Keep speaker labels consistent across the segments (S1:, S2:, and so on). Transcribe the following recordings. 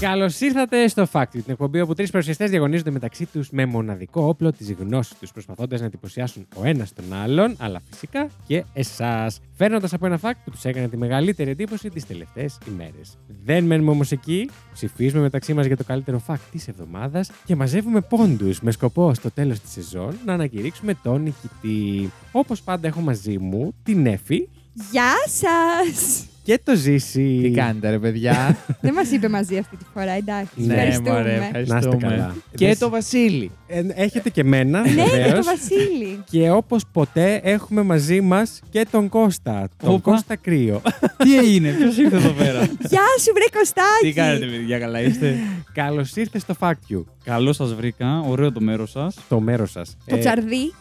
S1: Καλώς ήρθατε στο Fact You, την εκπομπή όπου τρεις παρουσιαστές διαγωνίζονται μεταξύ τους με μοναδικό όπλο της γνώσης τους, προσπαθώντας να εντυπωσιάσουν ο ένας τον άλλον, αλλά φυσικά και εσάς. Φέρνοντας από ένα fact που τους έκανε τη μεγαλύτερη εντύπωση τις τελευταίες ημέρες. Δεν μένουμε όμως εκεί, ψηφίζουμε μεταξύ μας για το καλύτερο fact της εβδομάδας και μαζεύουμε πόντους με σκοπό στο τέλος της σεζόν να ανακηρύξουμε τον νικητή. Όπως πάντα έχω μαζί μου την Εφη
S2: Γεια σας!
S1: και το Ζήση.
S3: Τι κάνετε ρε παιδιά.
S2: Δεν μας είπε μαζί αυτή τη φορά, εντάξει.
S1: Ναι,
S2: Ευχαριστούμε.
S1: Να είστε καλά.
S3: Και το Βασίλη.
S1: Ε, Έχετε και μένα,
S2: Ναι, και το
S1: βεβαίως.
S2: Βασίλη.
S1: Και όπως ποτέ έχουμε μαζί μας και τον Κώστα. Τον
S3: Όπα.
S1: Κώστα Κρύο.
S3: Τι έγινε, ποιος ήρθε εδώ πέρα.
S2: Γεια σου, βρε Κωστάκη!
S3: Τι κάνετε, παιδιά, καλά είστε.
S1: Καλώς ήρθες στο Fact You.
S3: Καλό σας βρήκα, ωραίο το μέρος σας.
S1: Το μέρος σας.
S2: Το
S1: Ε,
S2: τσαρδί.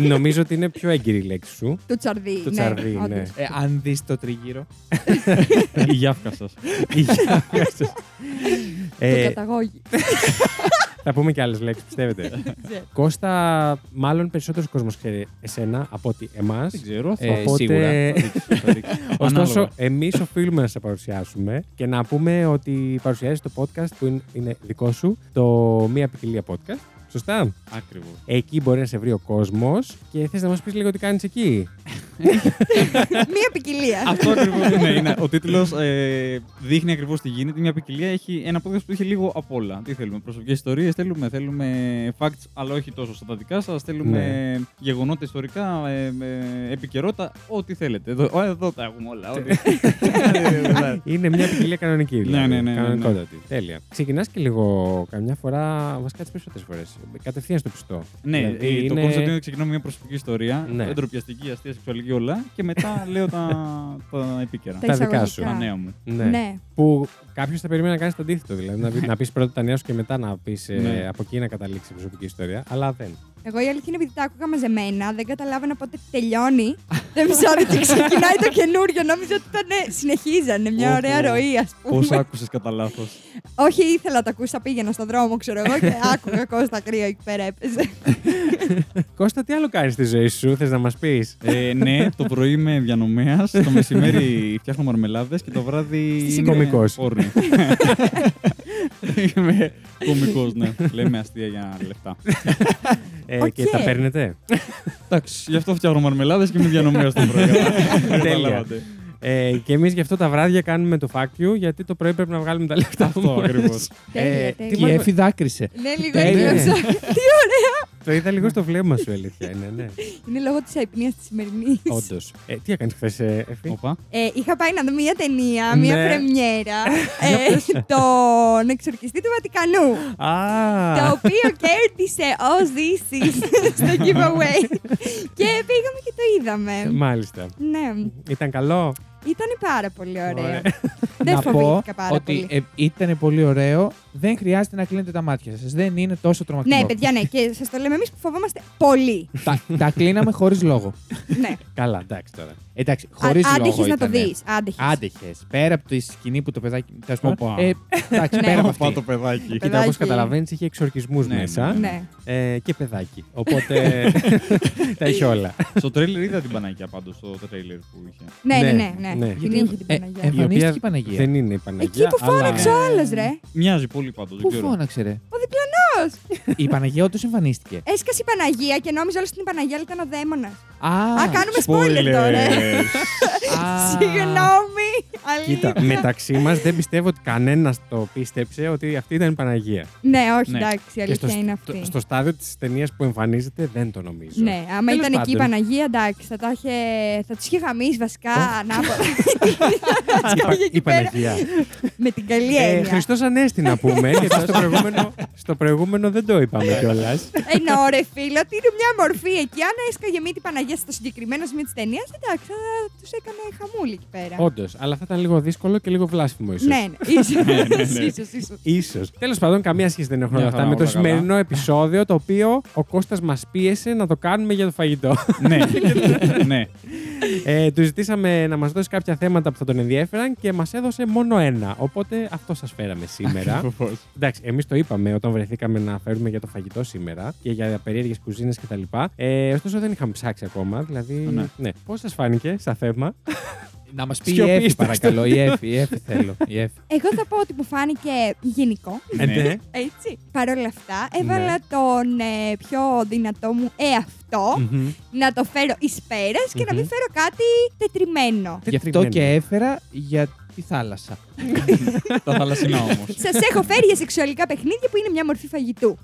S1: νομίζω ότι είναι πιο έγκυρη η λέξη σου.
S2: Το τσαρδί.
S1: Το
S2: ναι,
S1: τσαρδί, ναι.
S2: όντως.
S4: Ε,
S3: αν δεις το τριγύρο. Η γιάφκα σας.
S2: Το
S1: ε,
S2: καταγόγι.
S1: θα πούμε και άλλες λέξεις, πιστεύετε.
S2: Ξέρω.
S1: Κώστα, μάλλον περισσότερος κόσμος ξέρει εσένα από ότι εμάς.
S3: Δεν ξέρω, θα
S1: Ε,
S3: πω
S1: σίγουρα.
S3: σίγουρα. Θα δείξω, θα δείξω.
S1: Ωστόσο,
S3: Ανάλογα.
S1: εμείς οφείλουμε να σε παρουσιάσουμε και να πούμε ότι παρουσιάζεις το podcast που είναι- είναι δικό σου, το Μία Ποικιλία Podcast. Σωστά.
S3: Ακριβώς.
S1: Εκεί μπορεί να σε βρει ο κόσμος και θες να μας πεις λίγο τι κάνεις εκεί.
S2: Μία ποικιλία.
S3: Αυτό ακριβώς είναι. είναι. ναι. Ο τίτλος ε, δείχνει ακριβώς τι γίνεται. Μια ποικιλία έχει ένα podcast που έχει λίγο απ' όλα. Τι θέλουμε, προσωπικές ιστορίες θέλουμε, θέλουμε facts, αλλά όχι τόσο στα τα δικά σας. Θέλουμε γεγονότα ιστορικά, ε, ε, επικαιρότητα, ό,τι θέλετε. Εδώ, ε, εδώ τα έχουμε όλα. ό,τι-
S1: Είναι μια ποικιλία κανονική. Δηλαδή,
S3: ναι, ναι, ναι,
S1: κανονικότατη. Τέλεια. Ξεκινάς και λίγο καμιά φορά, μα κάτι περισσότερες φορές. Κατευθείαν στο πιστό.
S3: ναι,
S1: Δηλαδή,
S3: ε, το
S1: είναι-
S3: concept είναι ότι ξεκινάμε μια προσωπική ιστορία,
S1: Ναι.
S3: ναι. ντροπιαστική, αστεία, σεξουαλική όλα, και μετά λέω τα, τα επίκαιρα.
S1: Τα δικά σου.
S3: τα
S2: εισαγωγικά.
S3: νέα μου.
S1: Ναι.
S2: Ναι.
S1: Που κάποιος θα περιμένει να κάνει το αντίθετο. Δηλαδή να, πει- να πεις πρώτα τα νέα σου και μετά να πεις
S3: Ναι.
S1: από εκεί να καταλήξει η προσωπική ιστορία. Αλλά δεν.
S2: Εγώ η αλήθεια είναι επειδή τα άκουγα μαζεμένα, δεν καταλάβαινα πότε τελειώνει. Δεν μισάβει και ξεκινάει το καινούριο. Νόμιζα ότι ήταν. Συνεχίζανε μια
S3: Ω,
S2: ωραία
S3: πω.
S2: ροή, ας πούμε.
S3: Πώς άκουσες κατά λάθος.
S2: Όχι, ήθελα να τα ακούσα, πήγαινα στον δρόμο, ξέρω εγώ, και άκουγα Κώστα κρύο εκεί πέρα έπαιζε.
S1: Κώστα, τι άλλο κάνεις στη ζωή σου, θες να μας πεις.
S3: Ε, ναι, το πρωί είμαι διανομέας, το μεσημέρι φτιάχνω μαρμελάδες και το βράδυ.
S2: Στη
S3: είμαι
S1: κομικός.
S3: όρνη. είμαι κωμικός, ναι. Λέμε αστεία για λεφτά.
S1: Ε,
S2: Οκ.
S1: Και τα παίρνετε.
S3: Εντάξει, γι' αυτό φτιάχνω μαρμελάδες και είμαι διανομέας το πρωί. Καταλάβατε.
S1: Ε, και εμείς γι' αυτό τα βράδια κάνουμε το fact you, γιατί το πρωί πρέπει να βγάλουμε τα λεφτά
S3: Αυτό
S1: μας.
S3: ακριβώ.
S2: Τέλεια,
S1: Ε,
S2: τέλεια.
S1: τι Ε, μας-
S3: δάκρυσε.
S2: Ναι, λίγο
S1: Τέλεια.
S2: έκλαψα. Τι ωραία!
S1: Το είδα λίγο στο βλέμμα σου, η αλήθεια είναι, ναι.
S2: Είναι λόγω της αϊπνίας της σημερινής.
S1: Όντως. Ε, τι έκανες χθες, Εφη.
S3: Όπα.
S2: Ε, είχα πάει να δω μια ταινία, μια
S1: Ναι.
S2: πρεμιέρα, ε, τον εξορκιστή του Βατικανού. το
S1: Α,
S2: οποίο κέρδισε ως Δύσης στο giveaway. και πήγαμε και το είδαμε.
S1: μάλιστα.
S2: ναι,
S1: Ήταν καλό.
S2: ήταν πάρα πολύ ωραίο.
S1: Ωραία.
S2: Δεν
S4: να πω
S2: φοβήθηκα πάρα
S4: ότι
S2: πολύ.
S4: ε, ήταν πολύ ωραίο. Δεν χρειάζεται να κλείνετε τα μάτια σας. Δεν είναι τόσο τρομακτικό.
S2: Ναι, παιδιά, ναι, και σας το λέμε εμείς που φοβόμαστε πολύ.
S4: τα, τα κλείναμε χωρίς λόγο.
S2: ναι.
S1: Καλά, εντάξει τώρα. Ε,
S4: Εντάξει, χωρίς λόγο.
S2: Άντυχε να το
S4: ήτανε.
S2: δεις. Άντυχε.
S4: Άντεχες. Πέρα από τη σκηνή που το παιδάκι. τέλος πάντων,
S3: Οπα.
S4: Ε, εντάξει,
S2: Ναι.
S4: πέρα από
S3: Πάω το
S4: αυτή.
S3: παιδάκι.
S2: Παιδάκι.
S1: Κοίτα, όπως καταλαβαίνεις, είχε εξορκισμούς
S3: Ναι,
S1: μέσα
S2: Ναι.
S1: ε, και παιδάκι. Οπότε τα είχε όλα.
S3: Στο τρέιλερ είδα την Παναγία πάντως, το τρέιλερ που είχε.
S2: Ναι, ναι,
S1: Ναι,
S2: ναι. ναι.
S1: ναι.
S2: Την είχε την
S4: Ε,
S2: Παναγιά.
S4: ε, Εμφανίστηκε
S1: Η οποία
S4: η Παναγία.
S1: Δεν είναι η Παναγία.
S2: Εκεί που
S1: αλλά-
S2: φώναξε ο άλλος, ρε.
S3: Μοιάζει πολύ πάντως, δεν
S4: Πού
S3: ξέρω.
S4: φώναξε, ρε.
S2: Ο διπλανός.
S4: η Παναγία όντω εμφανίστηκε.
S2: Έσκασε η Παναγία και νόμιζα όλο ότι είναι η Παναγία, αλλά ήταν ο δαίμονας.
S4: Α,
S2: Α, κάνουμε spoiler τώρα. ε.
S4: α,
S2: Συγγνώμη. αλήθεια.
S1: Κοίτα, μεταξύ μας δεν πιστεύω ότι κανένας το πίστεψε ότι αυτή ήταν η Παναγία.
S2: Ναι, όχι,
S3: Ναι.
S2: εντάξει, η
S1: Και στο,
S2: αλήθεια είναι αυτή.
S1: στο- στο στάδιο της ταινίας που εμφανίζεται δεν το νομίζω.
S2: Ναι, άμα
S1: Τέλος
S2: ήταν εκεί η
S1: πάντων.
S2: Παναγία, εντάξει, θα, τα είχε- θα τους είχε γαμίσει βασικά
S1: Ω.
S2: ανάποδα.
S1: Η Πα-
S2: πήγε εκεί
S1: Η
S2: πέρα.
S1: Παναγία.
S2: με την καλή
S1: Ε,
S2: έννοια.
S1: Χριστός Ανέστη να πούμε, γιατί στο προηγούμενο, στο προηγούμενο δεν το
S2: Ναι.
S1: είπαμε κιόλας.
S2: Εννοώ, ρε Ε, φίλε, ότι είναι μια μορφή εκεί. Αν έσκαγε μύτη η Παναγία στο συγκεκριμένο σημείο της ταινίας, εντάξει, θα τους έκανε χαμούλη εκεί πέρα.
S1: Όντως, αλλά θα ήταν λίγο δύσκολο και λίγο βλάσφημο ίσως.
S2: Ναι, ναι, ίσως,
S3: Ναι, ναι, ναι.
S2: ίσως, ίσως.
S1: Ίσως. Τέλος πάντων, καμία σχέση δεν έχουν όλα
S3: Μια
S1: αυτά
S3: χαρά,
S1: με το
S3: όλα Ναι, καλά.
S1: σημερινό επεισόδιο το οποίο ο Κώστας μας πίεσε να το κάνουμε για το φαγητό.
S3: Ναι, ναι.
S1: ε, του ζητήσαμε να μας δώσει κάποια θέματα που θα τον ενδιέφεραν και μας έδωσε μόνο ένα. Οπότε αυτό σας φέραμε σήμερα.
S3: Ακριβώς.
S1: Εντάξει, εμείς το είπαμε όταν βρεθήκαμε να φέρουμε για το φαγητό σήμερα και για περίεργες κουζίνες κτλ. Ε, ωστόσο δεν είχαμε ψάξει ακόμα. Δηλαδή.
S3: Ναι.
S1: Πώς σας φάνηκε σαν θέμα.
S4: Να μας πει η
S1: Σιωπή
S4: Εφη,
S1: είστε,
S4: παρακαλώ. Η Εφη, η Εφη θέλω. Η Εφη.
S2: Εγώ θα πω ότι μου φάνηκε γενικό.
S3: Ναι.
S1: Ε,
S2: Έτσι. Παρ' όλα αυτά, έβαλα τον ε, πιο δυνατό μου εαυτό
S1: Μμμ.
S2: να το φέρω εις πέρας και να μην
S1: Μμμ.
S2: φέρω κάτι τετριμένο.
S4: Γι' αυτό και έφερα για τη θάλασσα.
S3: Τα θαλασσινά όμως.
S2: Σας έχω φέρει για σεξουαλικά παιχνίδια που είναι μια μορφή φαγητού.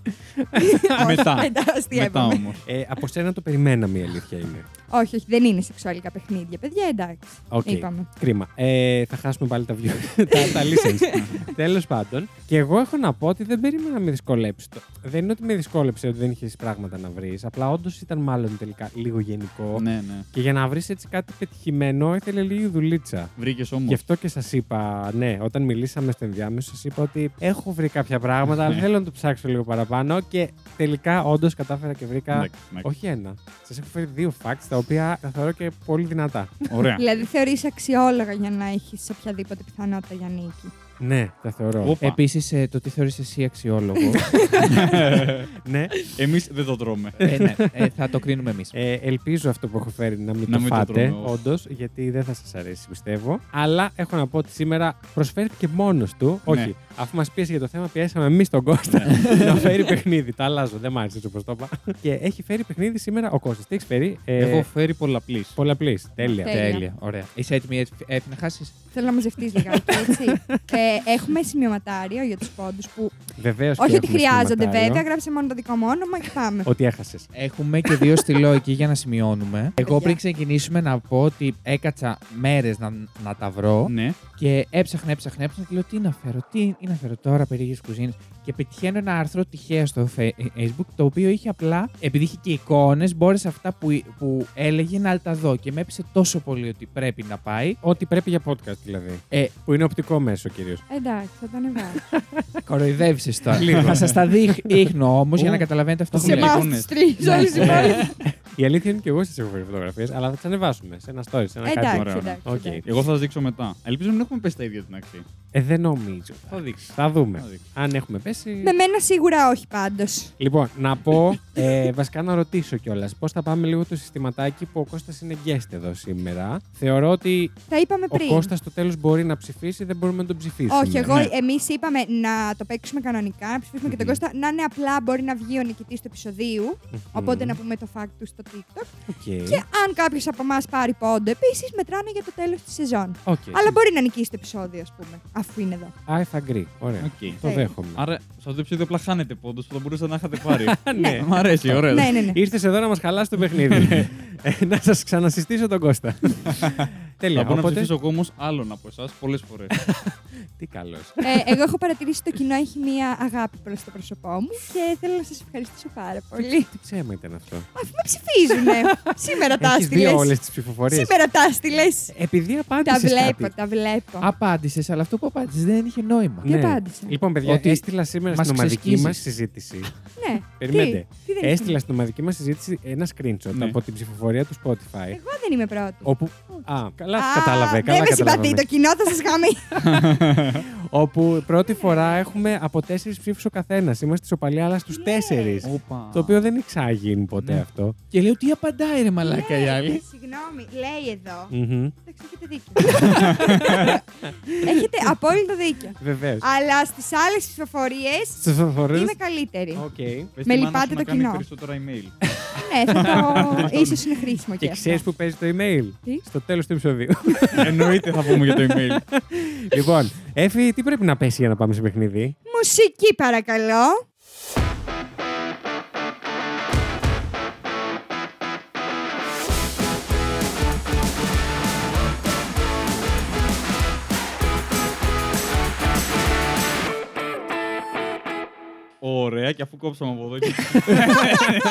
S2: Όχι,
S3: Μετά.
S2: δεν τα
S3: Μετά
S2: αστείευαμε.
S3: όμως.
S1: Ε, από σένα το περιμέναμε η αλήθεια είναι.
S2: Όχι, όχι, δεν είναι σεξουαλικά παιχνίδια, παιδιά, εντάξει.
S1: Οκ.
S2: Είπαμε.
S1: Κρίμα. Ε, θα χάσουμε πάλι τα views. τα, τα listens. Τέλος πάντων. Και εγώ έχω να πω ότι δεν περίμενα να με δυσκολέψει. το- Δεν είναι ότι με δυσκόλεψε ότι δεν είχες πράγματα να βρεις. Απλά όντως ήταν μάλλον τελικά λίγο γενικό.
S3: Ναι, ναι.
S1: Και για να βρεις έτσι κάτι πετυχημένο, ήθελε λίγη δουλίτσα.
S3: Βρήκες
S1: Γι'
S3: όμω.
S1: αυτό και σας είπα, ναι, όταν μιλήσαμε στο ενδιάμεσο, σας είπα ότι έχω βρει κάποια πράγματα, αλλά
S3: Ναι.
S1: θέλω να το ψάξω λίγο παραπάνω. Και τελικά, όντως, κατάφερα και
S3: Ναι,
S1: βρήκα. Όχι ένα. Σας έχω φέρει δύο facts τα οποία τα θεωρώ και πολύ δυνατά.
S3: Ωραία.
S2: Δηλαδή, θεωρείς αξιόλογα για να έχεις οποιαδήποτε πιθανότητα για νίκη.
S1: ναι, τα θεωρώ.
S3: Οπα.
S4: Επίσης, ε, το τι θεωρείς εσύ αξιόλογο.
S1: Ναι.
S3: Εμείς δεν το τρώμε.
S4: ε, ναι, ε, θα το κρίνουμε εμείς.
S1: Ε, ελπίζω αυτό που έχω φέρει να μην
S3: Να
S1: το
S3: μην το
S1: φάτε,
S3: τρώμε, όχι.
S1: όντως, γιατί δεν θα σας αρέσει, πιστεύω. Αλλά έχω να πω ότι σήμερα προσφέρθηκε μόνος του.
S3: Ναι.
S1: Όχι, αφού μας πίεσε για το θέμα, πιέσαμε εμείς τον Κώστα να φέρει παιχνίδι. Τα αλλάζω, δεν μ' άρεσε έτσι όπως το είπα. Και έχει φέρει παιχνίδι σήμερα ο Κώστας. Τι έχεις φέρει, ε,
S3: Έχω φέρει πολλαπλής.
S1: Πολλαπλής.
S3: Ναι.
S1: Τέλεια.
S2: Τέλεια.
S4: Τέλεια. Ωραία. Είσαι έτοιμη, Εφη, Εφη, να χάσεις.
S2: Θέλω να μαζευτείς λιγάκι, έτσι. ε, έχουμε σημειωματάριο για τους πόντους που.
S1: Βεβαίως
S2: όχι ότι χρειάζονται, βέβαια. Γράψε μόνο το δικό μου όνομα και πάμε.
S1: Ότι έχασες.
S4: Έχουμε και δύο στυλό εκεί για να σημειώνουμε. Εγώ
S2: Παιδιά.
S4: πριν ξεκινήσουμε να πω ότι έκατσα μέρες να, να τα βρω
S3: Ναι.
S4: και έψαχνα, έψαχνα, έψαχνα και λέω τι να φέρω, τι να φέρω τώρα περίεργες κουζίνες. Και πετυχαίνω ένα άρθρο τυχαία στο Fe- Facebook το οποίο είχε απλά, επειδή είχε και εικόνες, μπόρεσα αυτά που, που έλεγε να τα δω και με έπεισε τόσο πολύ ότι πρέπει να πάει.
S1: Ό,τι πρέπει για podcast δηλαδή.
S4: Ε,
S1: Που είναι οπτικό μέσο κυρίως.
S2: Εντάξει, θα το ανεβάσω.
S4: Κοροϊδεύσεις τώρα.
S1: Λίγο.
S4: Θα σας τα δείχ- δείχνω όμως για να
S1: Ου.
S4: καταλαβαίνετε αυτό που
S2: Σε
S3: Έχουμε
S4: λέω.
S2: εμά
S3: εικόνες.
S2: του τρεις,
S4: Ναι.
S2: όλου του
S1: Η αλήθεια είναι και εγώ σα έχω φέρει φωτογραφίες, αλλά θα τις ανεβάσουμε σε ένα story, σε ένα κάτι.
S2: Εντάξει,
S3: ωραία.
S2: εντάξει.
S1: Οκ.
S2: εντάξει.
S3: Εγώ θα σα δείξω μετά. Ελπίζω να μην έχουμε πέσει τα ίδια την ακτή.
S1: Ε, δεν νομίζω.
S3: Θα δείξεις.
S1: Θα
S3: Θα
S1: δούμε.
S3: δείξεις.
S1: Αν έχουμε
S4: ε,
S1: πέσει.
S2: Με μένα σίγουρα όχι πάντως.
S1: Λοιπόν, να πω, ε, βασικά να ρωτήσω κιόλας πώς θα πάμε λίγο το συστηματάκι που ο Κώστας είναι guest εδώ σήμερα. Θεωρώ ότι
S2: Τα είπαμε
S1: ο
S2: Ε, πριν.
S1: Κώστας στο τέλος μπορεί να ψηφίσει, δεν μπορούμε να τον ψηφίσουμε.
S2: Όχι, εγώ,
S3: ναι.
S2: εμείς είπαμε να το παίξουμε κανονικά, να ψηφίσουμε και τον
S1: Μμμ.
S2: Κώστα. Να είναι απλά μπορεί να βγει ο νικητής του επεισοδίου.
S1: Μμμ.
S2: Οπότε να πούμε το fact του στο TikTok.
S1: Οκ.
S2: Και αν κάποιος από εμάς πάρει πόντο, επίσης μετράνε για το τέλος της σεζόν.
S1: Οκ.
S2: Αλλά μπορεί να νικήσει το επεισόδιο, ας πούμε, αφού είναι εδώ.
S1: I agree. Ωραία.
S3: Οκ.
S2: Ε,
S1: Το δέχομαι.
S3: Άρα, σε αυτό το επεισόδιο απλά χάνετε πόντου που θα μπορούσατε να είχατε πάρει.
S1: ναι.
S3: Μ' αρέσει, ωραία.
S2: Ναι, ναι, ναι.
S1: Ήρθες εδώ να μας χαλάσει το
S3: Ναι.
S1: παιχνίδι. Ε, να σας ξανασυστήσω τον Κώστα.
S3: Θα
S1: Τέλεια.
S3: μπορώ να
S1: Οπότε,
S3: ψηφίσω εγώ όμω άλλον από εσάς πολλές φορές.
S1: τι καλός.
S2: ε, εγώ έχω παρατηρήσει το κοινό έχει μία αγάπη προς το πρόσωπό μου και θέλω να σας ευχαριστήσω πάρα πολύ.
S1: Τι ψέμα ήταν αυτό.
S2: Αφού με ψηφίζουνε. Σήμερα τα
S1: Έχεις δει όλε
S2: άστιλε.
S1: τι πληροφορίε.
S2: Σήμερα τα άστιλε.
S1: Επειδή
S2: Τα
S1: απάντησε.
S2: βλέπω, τα βλέπω.
S4: Απάντησες, αλλά αυτό που απάντησες δεν είχε νόημα.
S2: Τι απάντησες?
S1: Λοιπόν, παιδιά,
S4: Ναι. Ότι
S1: έστειλα σήμερα
S4: μας
S1: στην ομαδική μα
S4: ξεσκίζεις.
S1: συζήτηση.
S2: Ναι.
S1: Περιμένετε.
S2: Τι, τι δεν έχει
S1: Έστειλα στην ομαδική μας συζήτηση ένα screenshot
S3: Ναι.
S1: από την ψηφοφορία του Spotify.
S2: Εγώ δεν είμαι πρώτη.
S1: Όπου. Α, καλά
S2: Ε, Α,
S1: κατάλαβε. Καλά
S2: Δεν με συμπαθεί το
S1: κατάλαβε.
S2: κοινό, θα σας χαμεί.
S1: Όπου πρώτη φορά έχουμε από τέσσερις ψήφους ο καθένας. Είμαστε σοπαλοί, αλλά
S2: Ναι.
S1: στου τέσσερις.
S3: Οπα.
S1: Το οποίο δεν ήξερα γίνει ποτέ
S4: Ναι.
S1: αυτό.
S4: Και λέω τι απαντάει ρε μαλάκα η άλλη.
S2: Συγγνώμη, λέει εδώ.
S1: Μμμ.
S2: Εντάξει, έχετε δίκιο. έχετε απόλυτο δίκιο.
S1: Βεβαίως.
S2: Αλλά στις άλλες ψηφοφορίες
S1: Στις ψηφοφορίες.
S2: είμαι καλύτερη.
S1: Οκ.
S3: Πες
S2: Με
S3: τη μάνα
S2: λυπάται
S3: σου
S2: το
S3: να κάνει
S2: κοινό.
S3: περισσότερα email.
S2: ναι, θα το. ίσως είναι χρήσιμο και
S1: Και
S2: αυτό.
S1: ξέρει που παίζει το email.
S2: Τι?
S1: Στο τέλος του επεισοδίου.
S3: Εννοείται θα πούμε για το email.
S1: λοιπόν, Εφη, τι πρέπει να πέσει για να πάμε σε παιχνίδι.
S2: Μουσική, παρακαλώ.
S3: Ωραία, και αφού κόψαμε από εδώ και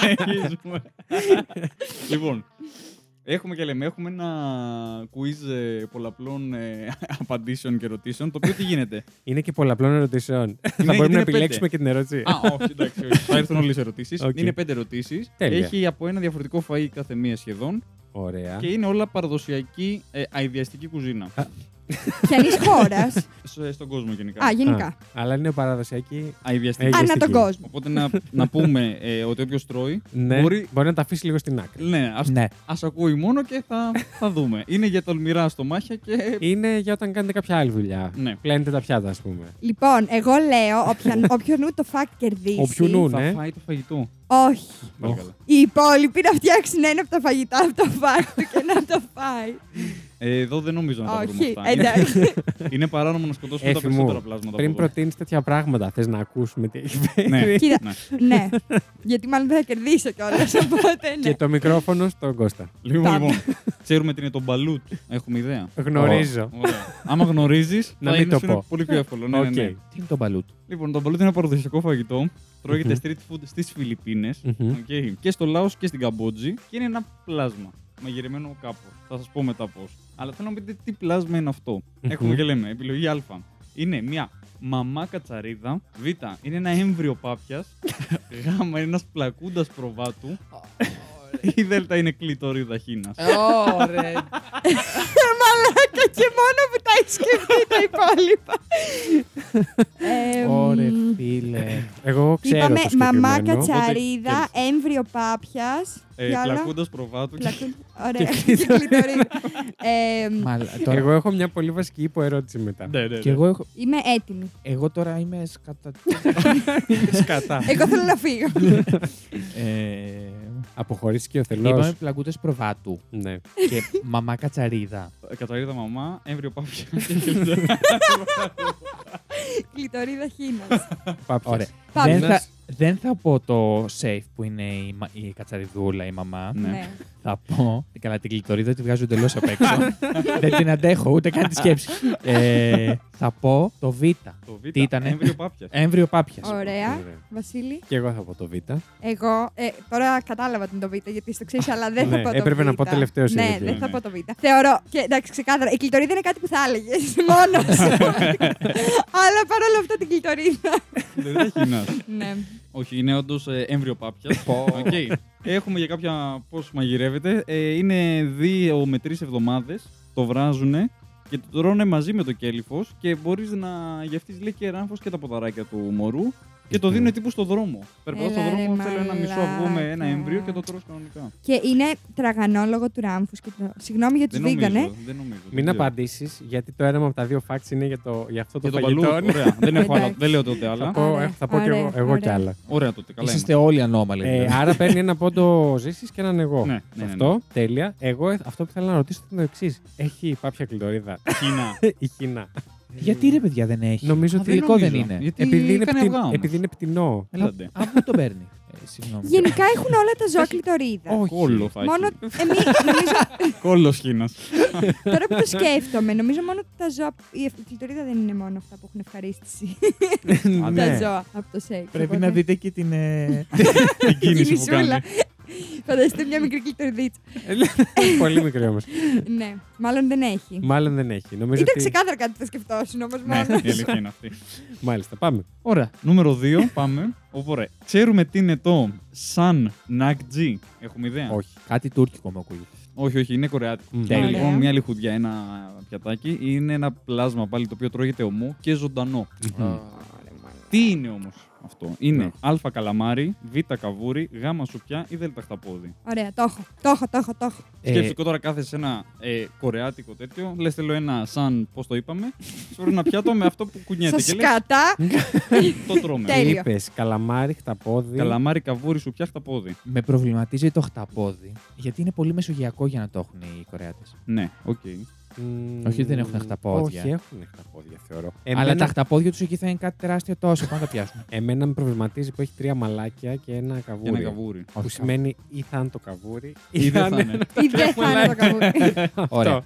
S3: συνεχίζουμε. λοιπόν, έχουμε και λέμε, έχουμε ένα quiz ε, πολλαπλών ε, απαντήσεων και ερωτήσεων, το οποίο τι γίνεται.
S1: Είναι και πολλαπλών ερωτήσεων. Θα
S3: Ναι, γιατί
S1: μπορούμε να
S3: είναι πέντε.
S1: επιλέξουμε και την ερώτηση.
S3: Α, όχι, εντάξει, όχι. θα έρθουν όλες οι ερωτήσεις.
S1: Οκ.
S3: Είναι πέντε ερωτήσεις.
S1: Τέλεια.
S3: Έχει από ένα διαφορετικό φαΐ κάθε μία σχεδόν.
S1: Ωραία.
S3: Και είναι όλα παραδοσιακή ε, αειδιαστική κουζίνα.
S2: Ποιανή χώρας.
S3: Σε- στον κόσμο γενικά.
S2: Α, ναι. γενικά.
S1: Α, αλλά είναι παραδοσιακή.
S3: Αειδιαστική.
S1: Ε,
S2: Ανά τον
S1: γευστική.
S2: κόσμο.
S3: Οπότε να, να πούμε ε, ότι όποιος τρώει.
S1: Ναι, μπορεί...
S3: Μπορεί-
S1: να τα αφήσει λίγο στην άκρη.
S3: Ναι, ας,
S4: Ναι.
S3: ας ακούει μόνο και θα, θα δούμε. Είναι για τολμηρά στο μάχια και.
S1: Είναι για όταν κάνετε κάποια άλλη δουλειά.
S3: Ναι.
S1: Πλένετε τα πιάτα, ας πούμε.
S2: Λοιπόν, εγώ λέω όποιον, όποιον νου το fact κερδίσει.
S1: Όποιον νου.
S3: θα
S1: ναι.
S3: φάει το φαγητό.
S2: Όχι.
S3: Πάλι
S1: Οχ.
S3: καλά.
S2: Οι υπόλοιποι να φτιάξουν ένα από τα φαγητά από το fact του και να το φάει.
S3: Ε, εδώ δεν νομίζω να τα βρούμε
S2: Όχι. ε,
S3: αυτά. Είναι,
S2: Εντάξει.
S3: είναι παράνομο να σκοτώσουμε τα
S1: Έφη μου,
S3: περισσότερα πλάσματα.
S1: Ε, Πριν
S3: από εδώ.
S1: προτείνεις τέτοια πράγματα, θες να ακούσουμε τι έχει φέρει.
S3: Ναι,
S2: Κοίτα.
S3: ναι.
S2: ναι. Γιατί μάλλον δεν θα κερδίσω κιόλας. Οπότε ναι.
S1: Και το μικρόφωνο στον Κώστα.
S3: Λοιπόν,
S2: Πάμε.
S3: λοιπόν, ξέρουμε τι είναι το μπαλούτ. Έχουμε ιδέα.
S1: Γνωρίζω.
S3: Ωραία. Άμα γνωρίζεις,
S1: Να
S3: θα
S1: μην
S3: είναι,
S1: το
S3: σου είναι
S1: πω.
S3: πολύ πιο εύκολο. Ναι,
S1: Οκ.
S3: ναι, ναι.
S4: Τι είναι το μπαλούτ.
S3: Λοιπόν, το μπαλούτ είναι ένα παραδοσιακό φαγητό. Τρώγεται street food στις Φιλιππίνες.
S1: Μμμ.
S3: Okay. Και στο Λάος και στην Καμπότζη. Και είναι ένα πλάσμα. Μαγειρεμένο κάπου. Θα σας πω μετά πώς. Αλλά θέλω να μου πείτε τι πλάσμα είναι αυτό.
S1: Μμμ.
S3: Έχουμε και λέμε. Επιλογή Α. Είναι μια μαμά κατσαρίδα. Β. Είναι ένα έμβριο πάπιας. Γ. Είναι ένας πλακούντας προβάτου. Η Δ. είναι κλειτορίδα Χίνας.
S4: Ωραία.
S2: Μαλάκα και μόνο που τα έχεις σκεφτεί τα υπόλοιπα. Ε,
S4: Ωραία,
S2: μ,
S4: φίλε.
S1: Εγώ ξέρω.
S2: Είπαμε
S1: το
S2: μαμά
S1: συγκεκριμένο.
S2: κατσαρίδα,
S3: Οπότε,
S2: έμβριο πάπιας.
S3: Ε, πλακούντα προβάτου. και-
S2: Ωραία. Και κλειτορίδα. Ε, μ,
S4: Μαλά, τώρα-
S1: Εγώ έχω μια πολύ βασική υποερώτηση μετά.
S3: Ναι, ναι, ναι.
S4: και εγώ, έχω-
S2: Είμαι έτοιμη.
S4: εγώ τώρα είμαι σκατα...
S1: Κατά.
S2: Εγώ θέλω να φύγω.
S4: ε,
S1: Αποχωρήσει και ο
S4: είπαμε
S1: θελό.
S4: πλακούτες προβάτου
S1: Ναι.
S4: και μαμά κατσαρίδα.
S3: Ε, Κατσαρίδα μαμά, έμβριο πάπια.
S2: Κλειτορίδα χίνα.
S1: Πάπιας.
S4: Ωραία.
S2: Πάμε.
S4: Δεν θα, δεν θα πω το safe που είναι η, μα- η κατσαριδούλα, η μαμά.
S2: Ναι.
S4: Θα πω. Καλά, την κλειτορίδα τη βγάζω εντελώς απ' έξω. δεν την αντέχω, ούτε καν τη σκέψη. ε, θα πω το Β.
S3: Το Β.
S4: Τι ήτανε?
S3: Έμβριο πάπιας.
S1: Ε.
S4: Έμβριο πάπιας.
S2: Ωραία.
S1: Ωραία.
S2: Βασίλη,
S1: Και εγώ θα πω το Β.
S2: εγώ. ε, τώρα κατάλαβα την το Β, γιατί στο ξέρεις, αλλά δεν
S1: Ναι,
S2: θα πω το Β.
S1: έπρεπε να πω τελευταίος
S2: Ναι,
S1: ήδη.
S2: δεν θα
S3: Ναι.
S2: πω το Β. Θεωρώ. Και εντάξει, ξεκάθαρα. Η κλειτορίδα είναι κάτι που θα έλεγες μόνος. Αλλά παρόλα αυτά την κλειτορίδα.
S3: Δεν έχει να.
S2: Ναι.
S3: Όχι, είναι όντως έμβριο πάπιας. Οκ. Έχουμε για κάποια πώς μαγειρεύεται. Ε, είναι δύο με τρεις εβδομάδες. Το βράζουνε και το τρώνε μαζί με το κέλυφος και μπορείς να γευτείς λέει και ράμφο και τα ποδαράκια του μωρού. Και το δίνουν τύπου στο δρόμο. Περπατά στον
S2: Έλα, ρε,
S3: δρόμο, θέλω ένα μισό αυγό με ένα
S2: μαλάκα.
S3: έμβριο και το τρώω κανονικά.
S2: Και είναι τραγανόλογο του ράμφους. Και το... Συγγνώμη για τους
S3: Δεν
S2: βίγκαν,
S3: νομίζω.
S2: ε.
S3: Δεν νομίζω. δεν
S1: Μην
S3: ξέρω.
S1: απαντήσεις, γιατί το ένα από τα δύο facts είναι για, το, για αυτό το
S3: Και το
S1: φαγητό.
S3: μπαλούτ. Ωραία. Δεν έχω άλλα.
S2: Εντάξει.
S3: Δεν λέω τότε άλλα.
S1: Πω,
S2: Ωραία,
S1: ε, θα πω και
S2: ωραία,
S1: εγώ, εγώ κι
S2: ωραία.
S1: άλλα.
S3: Ωραία τότε. Καλά.
S4: Είσαστε όλοι ανώμαλοι.
S1: Ε,
S4: βέβαια.
S1: άρα παίρνει ένα πόντο ζήσει και έναν εγώ.
S3: Ναι, ναι, ναι, ναι.
S1: Αυτό, τέλεια. Εγώ ε, αυτό που θέλω να ρωτήσω είναι το εξής. Έχει πάπια κλειτορίδα
S3: είμαστε. Κίνα.
S1: η Χίνα.
S4: Γιατί ρε παιδιά δεν έχει.
S1: Νομίζω
S3: Α,
S1: ότι
S3: δεν
S4: Υλικό δεν
S3: νομίζω.
S4: είναι.
S3: Γιατί
S1: επειδή, είναι
S3: έκανε
S1: πτυ-
S3: αυγά όμως.
S1: επειδή είναι πτηνό.
S4: Αλλά
S3: Έλατε.
S4: από πού τον παίρνει. Ε, συγγνώμη.
S2: Γενικά έχουν όλα τα ζώα κλειτορίδα.
S1: Όχι.
S3: Κόλλο θα
S2: Μόνο
S3: έχει.
S2: εμεί, νομίζω,
S3: Κόλλος Χίνα.
S2: τώρα που το σκέφτομαι, νομίζω μόνο ότι τα ζώα. Η ευ- η κλειτορίδα δεν είναι μόνο αυτά που έχουν ευχαρίστηση. τα
S1: ναι.
S2: ζώα από το σεξ.
S4: Πρέπει
S2: οπότε-
S4: να δείτε και την. ε,
S3: Την κίνηση που
S2: Κινησούλα.
S3: κάνει.
S2: Φανταστείτε μια μικρή κλειτορδίτσα.
S1: Πολύ μικρή όμως.
S2: ναι, μάλλον δεν έχει.
S1: Μάλλον δεν έχει. Νομίζω
S2: Ήταν
S1: ότι.
S2: ξεκάθαρα κάτι που θα σκεφτόσουν όμως
S3: Ναι,
S2: μόνο.
S3: η αλήθεια είναι αυτή.
S1: Μάλιστα, πάμε.
S3: Ωραία. Νούμερο 2, πάμε. Οπότε, ξέρουμε τι είναι το Sun Nakji. Έχουμε ιδέα.
S1: Όχι.
S4: Κάτι τουρκικό μου ακούγεται.
S3: όχι, όχι, είναι κορεάτικο.
S1: Μμ.
S3: Είναι
S4: Τέλεια.
S3: λοιπόν μια λιχουδιά, ένα πιατάκι. Είναι ένα πλάσμα πάλι το οποίο τρώγεται ομό και ζωντανό.
S1: Μμμ.
S3: Τι είναι όμως αυτό, Είναι
S1: Ναι.
S3: Α καλαμάρι, Β καβούρι, Γ σουπιά ή Δ χταπόδι.
S2: Ωραία, το έχω. Το έχω, το έχω, το έχω.
S4: Ε,
S3: Σκέψου τώρα κάθεσαι σε ένα ε, κορεάτικο τέτοιο, λες θέλω ένα σαν, πώς το είπαμε, φέρνω ένα πιάτο με αυτό που κουνιέται.
S2: Σας
S3: και λες, Ναι.
S2: κατά.
S3: το τρώμε.
S2: Τέλεια.
S1: Είπες καλαμάρι, χταπόδι.
S3: Καλαμάρι, καβούρι, σουπιά, χταπόδι.
S4: με προβληματίζει το χταπόδι. Γιατί είναι πολύ μεσογειακό για να το έχουν οι Κορεάτες.
S3: Ναι, οκ.
S1: Μμμ.
S4: Όχι, δεν έχουν χταπόδια.
S1: Όχι, έχουν χταπόδια, θεωρώ.
S4: Αλλά τα
S1: Εμένα,
S4: χταπόδια τους εκεί θα είναι κάτι τεράστιο τόσο. Πάνε να τα πιάσουν.
S1: εμένα με προβληματίζει που έχει τρία μαλάκια και ένα
S3: Και
S1: καβούρι.
S3: ένα καβούρι.
S1: Που
S4: Όχι,
S1: σημαίνει ή θα είναι το καβούρι
S3: Ή δεν
S1: ναι.
S3: θα είναι.
S2: Ή δεν θα είναι το καβούρι.
S4: καλά. Ωραία.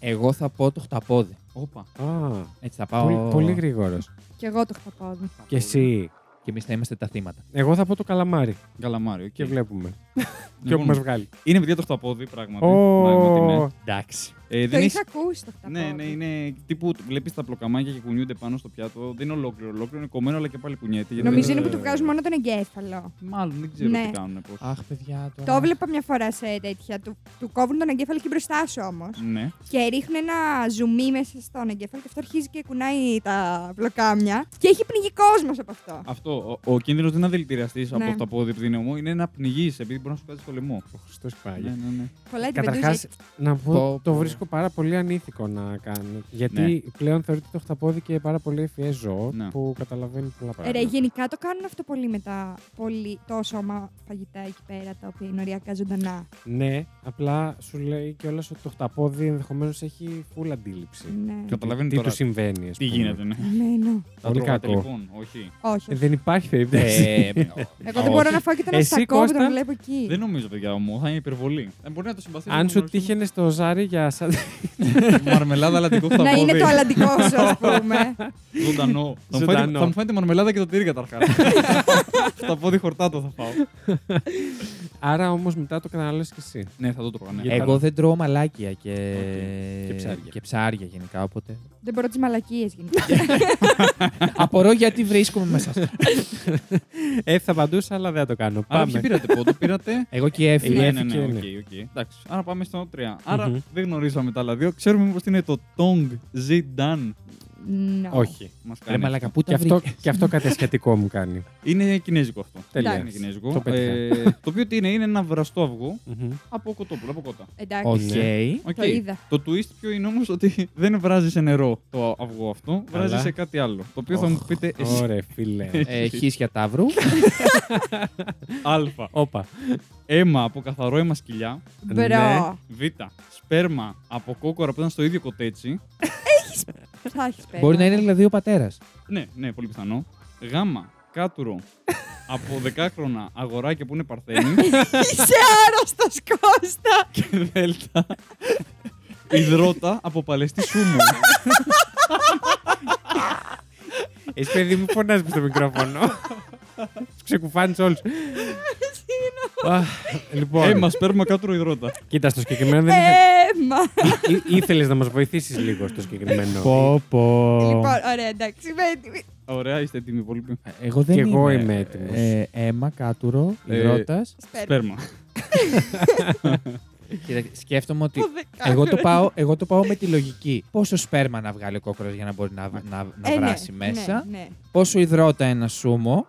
S4: Εγώ θα πω το χταπόδι.
S3: Όπα.
S1: Α,
S4: Έτσι θα πάω.
S1: πολύ, πολύ γρήγορος.
S2: Κι εγώ το χταπόδι.
S1: Και εσύ.
S4: Και εμείς θα είμαστε τα θύματα.
S1: Εγώ θα πω το καλαμάρι
S3: Καλαμάρι, οκ.
S1: και βλέπουμε. Ποιο που
S3: Ναι. Λοιπόν,
S1: μας βγάλει.
S3: Είναι παιδιά το χταπόδι, πράγματι. πράγματι, ναι.
S1: Ω, Εντάξει.
S3: Ε,
S2: Το
S3: δεν
S2: είχα
S3: έχει.
S2: ακούσει το χταπόδι.
S3: Ναι, ναι, είναι τύπου βλέπεις τα πλοκαμάκια και κουνιούνται πάνω στο πιάτο. Δεν είναι ολόκληρο, ολόκληρο είναι κομμένο, αλλά και πάλι κουνιέται. γιατί
S2: Νομίζω
S3: δεν-
S2: είναι που του βγάζουν μόνο τον εγκέφαλο.
S3: Μάλλον δεν ξέρω
S2: Ναι.
S3: τι κάνουν. Πώς.
S4: Αχ, παιδιά. Τώρα...
S2: Το έβλεπα μια φορά σε τέτοια. Του, του κόβουν τον εγκέφαλο και μπροστά σου όμως.
S3: Ναι.
S2: Και ρίχνουν ένα ζουμί μέσα στον εγκέφαλο και αυτό αρχίζει και κουνάει τα βλοκάμια. Και έχει πνιγεί κόσμος από αυτό.
S3: Αυτό. Ο, ο κίνδυνος δεν είναι να δηλητηριαστείς από
S2: Ναι.
S3: το χταπόδι επειδή είναι ομό, είναι να πνιγείς επειδή μπορεί να σου κάτσει το λαιμό.
S1: Ο Χριστός
S3: Ναι,
S1: πάλι.
S3: ναι, ναι.
S2: Πολλά την
S1: Καταρχά,
S2: πετούσε.
S1: να πω,
S4: Πω,
S1: το
S4: πω.
S1: βρίσκω πάρα πολύ ανήθικο να κάνω. Γιατί
S3: Ναι.
S1: πλέον θεωρείται το χταπόδι και πάρα πολύ ευφυές ζώο
S3: Ναι.
S1: που καταλαβαίνει πολλά
S2: Ρε,
S1: πράγματα.
S2: γενικά το κάνουν αυτό πολύ με τα πολύ, τόσο μα φαγητά εκεί πέρα τα οποία είναι ωριακά ζωντανά.
S1: Ναι, απλά σου λέει κιόλας ότι το χταπόδι ενδεχομένως έχει full αντίληψη.
S2: Ναι.
S3: Καταλαβαίνει
S1: τι
S3: τώρα
S1: του συμβαίνει, ας
S3: τι
S1: πούμε.
S3: γίνεται. Ναι.
S2: Ναι, ναι.
S3: Τα
S1: Πολύ
S3: τρώγατε
S1: κακό.
S3: λοιπόν, όχι.
S2: Όχι.
S1: Ε, Δεν υπάρχει περίπτωση.
S4: Ε,
S2: Εγώ
S4: όχι.
S2: δεν μπορώ να φάω και τον
S1: Εσύ,
S2: αστακό που
S1: Κώστα?
S2: τον βλέπω εκεί.
S3: Δεν νομίζω, παιδιά, ομό, θα είναι υπερβολή. Ε, μπορεί να το συμπαθήσει.
S1: Αν σου τύχαινε στο ζάρι για σαν.
S3: Μαρμελάδα αλαντικό χταπόδι.
S2: Να είναι το αλλαντικό σου, ας πούμε.
S3: Ζωντανό. θα, μου φαίνεται,
S1: Ζωντανό.
S3: θα μου φαίνεται μαρμελάδα και το τύρι καταρχάς. Στα πόδι χορτάτο θα πάω.
S1: Άρα όμως μετά το καταναλώσει κι εσύ.
S3: ναι, θα το τρώγα. Ναι.
S1: Ε,
S4: Εγώ δεν τρώω μαλάκια και...
S3: Οκ. Και ψάρια.
S4: και ψάρια γενικά, οπότε.
S2: Δεν μπορώ τις μαλακίες γενικά.
S4: Απορώ γιατί βρίσκομαι μέσα σας.
S1: Ε, θα απαντούσα, αλλά δεν θα το κάνω.
S3: Άρα ποιοι
S1: Πάμε.
S3: πήρατε πόντο, πήρατε.
S4: Εγώ και έφυγα.
S1: Ε,
S3: ναι, ναι,
S1: έφυγε,
S3: ναι,
S1: ναι.
S3: οκ, οκ. Εντάξει. Άρα πάμε στο 3. Άρα
S1: Μμμ.
S3: δεν γνωρίζαμε τα άλλα δύο. Ξέρουμε μήπως είναι το Tong Zidane.
S2: No.
S1: Όχι.
S3: Μας κάνει
S4: Ρε μαλακα, πού
S1: Και
S4: τα
S1: αυτό,
S4: βρήκες.
S1: και αυτό κάτι ασιατικό μου κάνει.
S3: Είναι κινέζικο αυτό.
S1: Τέλεια.
S3: Είναι κινέζικο.
S1: Το πέτυχα.
S3: ε, το οποίο τι είναι, είναι ένα βραστό αυγό από κοτόπουλο, από κότα.
S2: Εντάξει.
S4: Οκ.
S3: Οκ.
S1: Ναι.
S2: Το είδα.
S3: Το twist ποιο είναι όμως ότι δεν βράζει σε νερό το αυγό αυτό,
S1: Καλά.
S3: βράζει σε κάτι άλλο. Το οποίο θα
S1: Οχ,
S3: μου πείτε εσύ.
S1: Ωραία, φίλε.
S4: Ε, Χίσια ταύρου.
S3: Α.
S1: Όπα.
S3: Αίμα από καθαρό αίμα σκυλιά.
S1: Ναι.
S2: Μπρο.
S3: Β. Σπέρμα από κόκορα που ήταν στο ίδιο κοτέτσι.
S2: Θα έχεις πέρα.
S4: Μπορεί να είναι δηλαδή ο πατέρας.
S3: Ναι, ναι, πολύ πιθανό. Γάμα, κάτουρο. από δεκάκρονα αγοράκια που είναι παρθένη.
S2: Είσαι άρρωστος, Κώστα.
S3: και δέλτα. Ιδρώτα από παλαιστή σούμου.
S1: Εσύ, παιδί μου, φωνάζεις στο μικρόφωνο. Τους ξεκουφάνεις όλους. Λοιπόν,
S3: Αίμα, Ε, σπέρμα, κάτουρο, ιδρώτα.
S1: κοίτα, στο συγκεκριμένο δεν
S2: Ε.
S1: είχε.
S2: Έμα.
S1: Ήθελες να μας βοηθήσεις λίγο στο συγκεκριμένο.
S4: πω.
S2: Λοιπόν, ωραία, εντάξει. είμαι έτοιμη.
S3: Ωραία, είστε έτοιμοι υπόλοιποι.
S4: Ε, Εγώ δεν
S1: Κι εγώ
S4: είμαι,
S1: είμαι έτοιμος.
S4: Ε, αίμα, κάτουρο,
S3: Ε,
S4: υδρότα.
S2: Σπέρμα.
S3: Σπέρμα.
S4: Κοίτα, ε, σκέφτομαι ότι.
S2: Το δεκάκρο.
S4: Εγώ το, πάω, εγώ το πάω με τη λογική. Πόσο σπέρμα να βγάλει ο κόκορα για να μπορεί να, να, να,
S2: Ε, ναι,
S4: βράσει
S2: ναι,
S4: μέσα.
S2: ναι.
S4: Πόσο υδρότα ένα σούμο.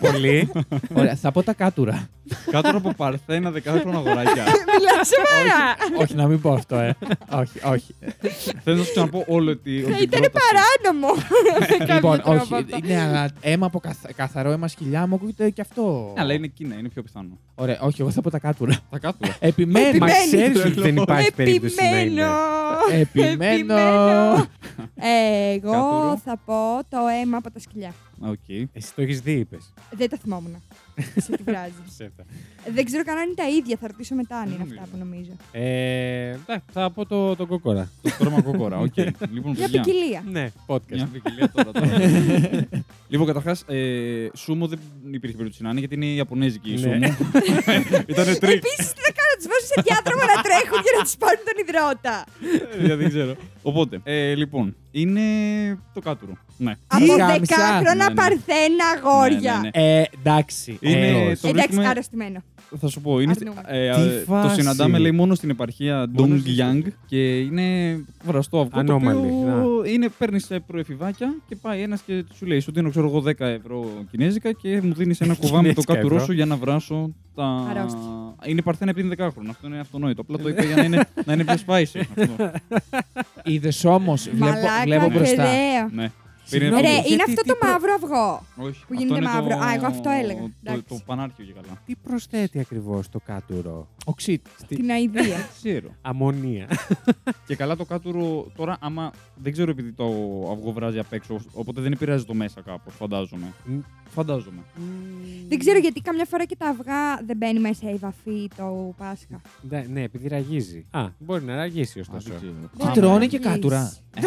S1: Πολύ.
S4: Ωραία, θα πω τα κάτουρα.
S3: Κάτω από παρθένα δεκάχρονα αγοράκια.
S2: Μιλάς σοβαρά.
S4: όχι, να μην πω αυτό, ε. όχι, όχι.
S3: Θέλω να σου ξαναπώ όλο ότι.
S2: Θα Ε, ήταν παράνομο. με κάποιο
S4: λοιπόν,
S2: τρόπο
S4: όχι.
S2: αυτό.
S4: Είναι α- αίμα από καθα- καθαρό αίμα σκυλιά μου, ακούγεται και αυτό.
S3: Αλλά είναι Κίνα, είναι πιο πιθανό.
S4: Ωραία, όχι, εγώ θα πω τα κάτουρα.
S3: Τα κάτω.
S4: Επιμένω.
S1: Μα
S2: Επιμένω.
S1: ξέρεις ότι δεν υπάρχει περίπτωση να είναι.
S2: Επιμένω.
S4: Επιμένω.
S2: Ε,
S3: Κάτουρο.
S2: Εγώ θα πω το αίμα από τα σκυλιά.
S3: Οκ.
S1: Εσύ το έχεις δει, είπες.
S2: Δεν τα θυμόμουν. Σε τι βράζει. Δεν ξέρω καν αν είναι τα ίδια. Θα ρωτήσω μετά αν είναι
S3: Δεν
S2: αυτά που νομίζω.
S1: Ε, εντάξει, θα πω το, τον κοκόρα.
S3: Το σπέρμα κόκορα. Οκ. Λοιπόν,
S2: Για
S3: παιδιά.
S2: ποικιλία.
S1: Ναι, podcast.
S3: Μια ποικιλία τώρα. τώρα. λοιπόν, καταρχάς, ε, σούμο δεν υπήρχε περίπτωση να είναι γιατί είναι η Ιαπωνέζικη η
S1: Ναι.
S3: σούμο. Ήταν τρίκ.
S2: Επίση, τι θα κάνω, να τους βάζω σε διάδρομο να τρέχουν και να τους πάρουν τον υδρότα.
S3: Ε, δεν ξέρω. Οπότε, ε, λοιπόν, είναι το κάτουρο. Ναι.
S2: Από
S4: γάμισα.
S3: Ναι, ναι.
S2: δεκάχρονα παρθένα
S3: Ναι, ναι,
S2: αγόρια.
S1: Ε, εντάξει. Ε,
S3: Είναι
S1: όμως.
S3: το
S2: Εντάξει,
S3: βρίσκουμε-
S2: αρρωστημένο.
S3: Θα σου πω. Είναι, στη-
S2: Αρνούμε.
S3: ε, ε,
S1: Τι
S3: το
S1: φάση.
S3: συναντάμε λέει μόνο στην επαρχία
S1: Μόνο
S3: Dong
S1: στην-
S3: Yang και είναι βραστό αυγό.
S1: Ανώμαλη,
S3: Το οποίο είναι, παίρνεις σε προεφηβάκια και πάει ένας και σου λέει: Σου δίνω, ξέρω εγώ, 10 ευρώ κινέζικα και μου δίνεις ένα κουβά με το
S1: Κινέζικα
S3: κάτουρό
S1: ευρώ.
S3: σου για να βράσω τα.
S2: Αρρώστια.
S3: Είναι παρθένα επειδή είναι δεκάχρονα. Αυτό είναι αυτονόητο. Απλά το είπα για να είναι, να είναι πιο spicy. αυτό.
S4: Είδες όμως, βλέπω,
S2: Μαλάκα,
S4: βλέπω μπροστά.
S2: παιδαίο.
S3: ναι.
S1: Συγγνώμη,
S2: Ρε,
S1: γιατί
S2: είναι αυτό
S1: τι
S2: το
S1: προ-
S2: μαύρο αυγό.
S3: Όχι,
S2: που
S3: αυτό
S2: γίνεται
S3: είναι
S2: μαύρο.
S3: το-
S2: Α, εγώ αυτό έλεγα.
S3: Το,
S2: Εντάξει.
S3: το πανάρκιο για καλά.
S1: Τι προσθέτει ακριβώς το κάτουρο.
S4: Οξύ.
S2: Την αηδία.
S3: Ξέρω.
S1: Αμμονία.
S3: Και καλά το κάτουρο τώρα, άμα δεν ξέρω επειδή το αυγό βράζει απ' έξω, οπότε δεν επηρεάζει το μέσα κάπως, φαντάζομαι.
S1: Μ.
S3: Φαντάζομαι.
S2: Δεν ξέρω γιατί καμιά φορά και τα αυγά δεν μπαίνει μέσα η βαφή το Πάσχα.
S1: Ναι, ναι, επειδή ραγίζει. Α, μπορεί να ραγίσει
S3: Α, δεν
S1: ωστόσο.
S2: Ναι,
S3: ξέρω.
S4: Τι
S3: Άμα-
S4: τρώνε και
S2: Αυγής.
S4: κάτουρα.
S2: Ε,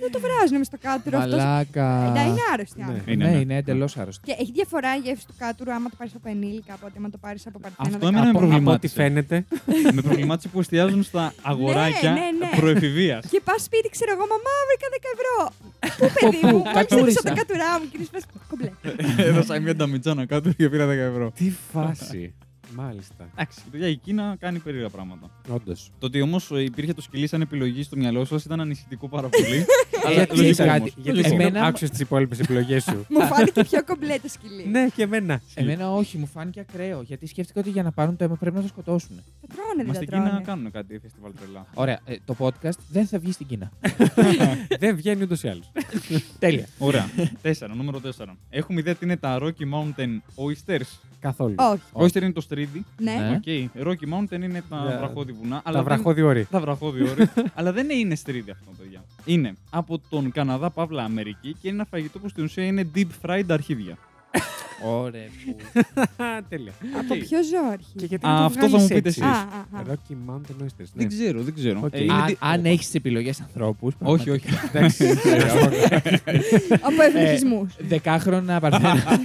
S2: Δεν το βράζουν με στο κάτουρο. Αυτός...
S4: Μαλάκα.
S2: Ε, είναι άρρωστη.
S1: Ναι.
S2: άνθρωποι.
S4: Ναι, είναι εντελώς άρρωστο.
S2: Και έχει διαφορά η γεύση του κάτουρου άμα το πάρεις από ενήλικα από ότι άμα το πάρεις από παρτένα.
S3: Αυτό
S2: δεκά-
S3: εμένα με
S1: Από- Από ό,τι
S3: προβλημάτισε.
S1: φαίνεται.
S3: με προβλημάτισε που εστιάζουν στα αγοράκια
S2: ναι, ναι.
S3: προεφηβεία.
S2: Και πας σπίτι, ξέρω εγώ, μαμά, βρήκα 10 ευρώ. Πού, παιδί μου, μόλι έδωσα
S4: κατούρισα.
S2: τα κατουρά μου και είναι σπίτι κομπλέ.
S3: Έδωσα μια ταμιτζάνα κάτω και πήρα 10 ευρώ.
S1: Τι φάση. Μάλιστα.
S3: Εντάξει, παιδιά, η Κίνα κάνει περίεργα πράγματα.
S1: Όντως.
S3: Το ότι όμως υπήρχε το σκυλί σαν επιλογή στο μυαλό σας ήταν ανησυχητικό πάρα πολύ. αλλά
S4: Γιατί
S3: λογικό
S4: κάτι-
S3: όμως.
S1: Γιατί
S3: Λογικό.
S1: εμένα...
S4: Εμένα-
S1: άκουσες τις υπόλοιπες επιλογές σου.
S2: Μου φάνηκε πιο κομπλέ το σκυλί.
S1: ναι, και εμένα.
S4: Εμένα όχι, μου φάνηκε ακραίο. Γιατί σκέφτηκα ότι για να πάρουν το αίμα πρέπει να το σκοτώσουν.
S2: Τα τρώνε,
S3: Μα
S2: δεν τα
S3: στην Κίνα
S2: τρώνε.
S3: κάνουν κάτι φεστιβάλ τρελά.
S4: Ωραία, ε, το podcast δεν θα βγει στην Κίνα.
S1: Δεν βγαίνει ούτως ή άλλως.
S4: Τέλεια.
S3: Ωραία. Τέσσερα, νούμερο 4. Έχουμε ιδέα τι είναι τα Rocky Mountain Oysters.
S1: Καθόλου.
S2: Όχι.
S3: Oyster είναι το στρίδι.
S2: Ναι.
S4: Ναι.
S3: Οκ. Rocky Mountain είναι τα
S1: Ναι.
S3: βραχώδη βουνά.
S1: Τα
S3: αλλά δεν-
S1: βραχώδη όρη.
S3: Τα βραχώδη όρη. αλλά δεν είναι στρίδι αυτό, παιδιά. Είναι από τον Καναδά, Παύλα Αμερική και είναι ένα φαγητό που στην ουσία είναι deep fried αρχίδια.
S4: Ωραία.
S1: Α, Τέλεια.
S2: Από ποιο ζώο αρχίζει.
S1: γιατί
S3: Α,
S1: το
S3: αυτό θα
S1: βγάλεις
S3: μου πείτε
S1: έτσι?
S2: Α,
S3: εσείς.
S2: α, α.
S1: Rocky Mountain Oysters. Ναι.
S3: Δεν ξέρω, δεν ξέρω.
S1: Οκ.
S3: Ε, είναι
S1: Α,
S3: δι-
S4: Αν έχει τι επιλογές ανθρώπους.
S3: Όχι, όχι.
S1: Εντάξει.
S2: Από ευτυχισμού.
S4: ε, Δεκάχρονα παρθένα.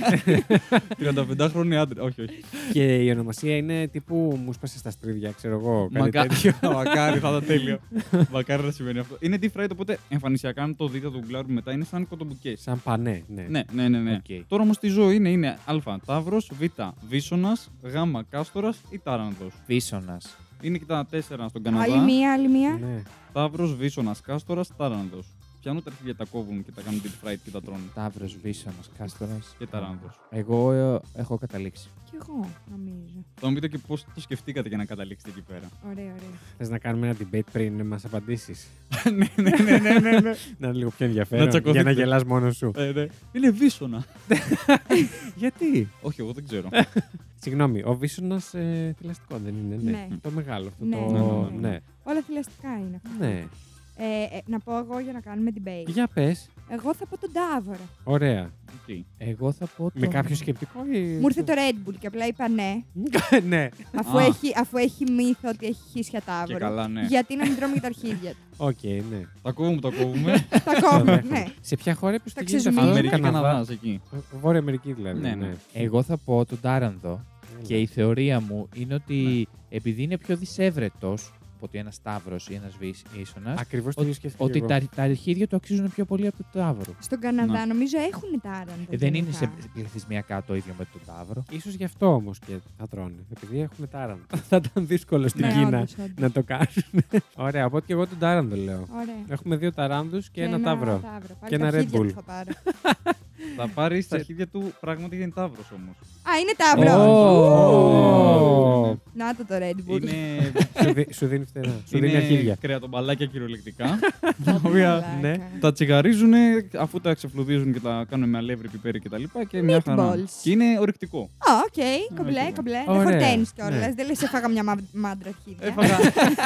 S3: 35 χρόνια άντρα. Όχι, όχι.
S1: Και η ονομασία είναι τύπου μου σπάσε στα στρίδια, ξέρω εγώ. Κάτι
S3: Μακα-
S1: τέτοιο.
S3: Μακάρι θα ήταν τέλειο. Μακάρι να συμβαίνει αυτό. Είναι deep fried, οπότε εμφανισιακά αν το δείτε το γκλάρου μετά είναι σαν κοτομπουκέ.
S1: Σαν πανέ, ναι.
S3: Ναι, ναι, ναι. ναι.
S1: Οκ.
S3: Τώρα όμως τι ζώο είναι, είναι Α. Ταύρος, Β. Βίσονα, Γ. Κάστορας ή Τάρανδο.
S4: Πίσωνα.
S3: Είναι και τα τέσσερα στον
S2: Άλλη
S3: Καναδά.
S2: μία, άλλη μία.
S1: Ναι.
S3: Ταύρος, Βίσονα, Κάστορα, Τάρανδο. Πιάνουν τα αρχίδια, τα κόβουν και τα κάνουν deep fried και τα τρώνε.
S4: Ταύρο, Βίσονα, Κάστορα.
S3: Και Τάρανδο.
S4: Εγώ ε, έχω καταλήξει.
S2: Κι εγώ, νομίζω.
S3: Θα μου πείτε και πώς το σκεφτήκατε για να καταλήξετε εκεί πέρα.
S2: Ωραία, ωραία.
S1: Θες να κάνουμε ένα debate πριν μας απαντήσεις.
S3: ναι, ναι, ναι, ναι, ναι, ναι.
S1: Να είναι λίγο πιο
S3: Να
S1: ενδιαφέρον.
S3: τσακωθείτε.
S1: για να γελάς μόνος σου.
S3: Ε, ναι. Είναι βίσονα.
S1: Γιατί.
S3: Όχι, εγώ δεν ξέρω.
S1: Συγγνώμη, ο Βίσονα ε, θηλαστικό δεν είναι. Ναι.
S2: Ναι.
S1: Το μεγάλο αυτό.
S2: Ναι,
S1: το...
S2: ναι, ναι. Όλα θηλαστικά είναι. αυτά.
S1: ναι.
S2: Ε, ε, να πω εγώ για να κάνουμε debate.
S1: Για πες.
S2: Εγώ θα πω τον Τάβορα.
S1: Ωραία.
S3: Οκ.
S4: Εγώ θα πω.
S1: Με
S4: το-
S1: κάποιο σκεπτικό ή.
S2: Μου ήρθε το Red Bull και απλά είπα ναι,
S1: ναι.
S2: αφού,
S3: Α.
S2: έχει, αφού έχει μύθο ότι έχει χίσια
S3: Και
S2: Τάβορα.
S3: καλά, ναι.
S2: Γιατί να μην τρώμε και τα αρχίδια του.
S1: Οκ, ναι.
S3: Τα κόβουμε, τα κόβουμε.
S2: Τα κόμμα, ναι.
S1: Σε ποια χώρα που στο
S2: ξεσμίγουμε.
S3: Αμερική, Καναδά, εκεί.
S1: Βόρεια Αμερική δηλαδή.
S3: Ναι,
S1: Ναι,
S3: ναι.
S4: Εγώ θα πω τον Τάρανδο. Και η θεωρία μου είναι ότι επειδή είναι πιο δυσέβρετος από ότι ένας Ταύρο ή ένας Βίσονα,
S1: Ακριβώς το
S4: Ότι-
S1: ίδιο σκέφτηκα.
S4: ότι
S1: εγώ.
S4: τα, τα αρχίδια του αξίζουν πιο πολύ από τον Ταύρο.
S2: Στον Καναδά νομίζω έχουν τα άραντα.
S4: Ε, δεν είναι
S2: γενικά.
S4: σε πληθυσμιακά το ίδιο με τον Ταύρο.
S1: Ίσως γι' αυτό όμως και θα τρώνε. Επειδή έχουν τάραντα. θα ήταν δύσκολο στην
S2: Ναι,
S1: Κίνα
S2: όντως, όντως.
S1: να το κάνουν. Ωραία, οπότε και εγώ τον τάραντο λέω.
S2: Ωραία.
S1: Έχουμε δύο ταράνδου Ναι. και, ένα, ταύρο.
S2: Πάλι
S1: Και
S2: τα
S1: ένα Red
S2: αρχίδια τους
S1: Bull.
S2: θα πάρω.
S3: Θα πάρεις στα
S1: Σε-
S3: αρχίδια του πράγματι γιατί είναι τάβρο όμως.
S2: Α, είναι
S1: Ω.
S2: ταύρος.
S1: Ω.
S2: Να το το Red Bull.
S3: Είναι.
S1: σου, δι- σου δίνει φτερά. Σου δίνει
S3: Είναι
S1: αρχίδια.
S3: κρεατομπαλάκια κυριολεκτικά.
S2: Τα
S3: τα οποία
S2: μαλάκα.
S1: ναι,
S3: τα τσιγαρίζουν αφού τα ξεφλουδίζουν και τα κάνουν με αλεύρι, πιπέρι κτλ. Και, τα λοιπά και μια χαρά.
S2: Meatballs.
S3: Και είναι ορυκτικό.
S2: Α, οκ. Κομπλέ,
S3: Ωραία.
S2: κομπλέ. Δεν
S1: Ωραία.
S2: χορταίνει κιόλας.
S1: Ναι.
S2: Δεν λες, έφαγα μια μα- μάντρα αρχίδια.
S3: Έφαγα.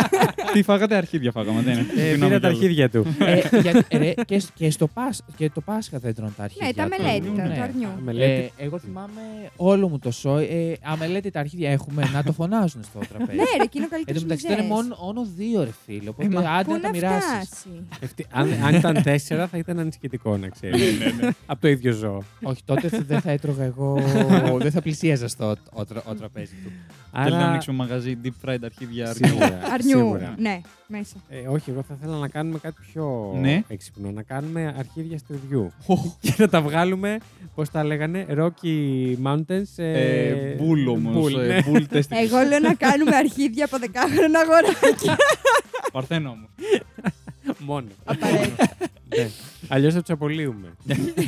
S3: Τι φάγατε, αρχίδια φάγαμε. Δεν είναι.
S1: Ε,
S3: Συγγνώμη
S1: πήρα τα
S3: κιόλας.
S1: αρχίδια του.
S4: ε, για, ρε, και, σ- και, στο Πάσ, και το Πάσχα δεν τρώνε τα αρχίδια.
S2: Ναι, τα
S4: του.
S2: μελέτητα
S4: Ναι.
S2: του αρνιού.
S1: Μελέτη.
S4: Ε, εγώ θυμάμαι όλο μου το σόι. Ε, αμελέτη τα αρχίδια έχουμε να το φωνάζουν στο τραπέζι.
S2: Ναι, ρε, εκείνο
S4: Εν τω
S2: καλύτερο.
S4: μεταξύ ήταν μόνο, μόνο δύο ρε φίλε. Οπότε
S3: μα
S4: άντε
S2: Πού
S4: να τα
S2: να
S4: μοιράσεις.
S2: φτάσει.
S1: Αυτή- αν, αν ήταν τέσσερα θα ήταν ανησυχητικό να ξέρεις.
S3: Ναι,
S1: Από το ίδιο ζώο.
S4: Όχι, τότε θα- δεν θα έτρωγα εγώ. δεν θα πλησίαζα στο ο, τρα- ο τραπέζι του.
S3: Θέλει να ανοίξουμε μαγαζί deep fried αρχίδια. αρκετά.
S1: Σίγουρα.
S2: Αρνιού.
S1: σίγουρα.
S2: Ναι, μέσα.
S1: Ε, όχι, εγώ θα ήθελα να κάνουμε κάτι πιο
S3: Ναι.
S1: έξυπνο. Να κάνουμε αρχίδια στριβιού. και να τα βγάλουμε, πώς τα λέγανε, Rocky Mountains. ε,
S3: Ε, Μπουλ όμω.
S1: Bull, ναι.
S3: Μπουλ τέστη.
S2: Εγώ λέω να κάνουμε αρχίδια από δεκάχρονα αγοράκια.
S3: Παρθένα όμως.
S1: Μόνο.
S2: Απαραίτητα.
S1: Αλλιώς θα τους απολύουμε.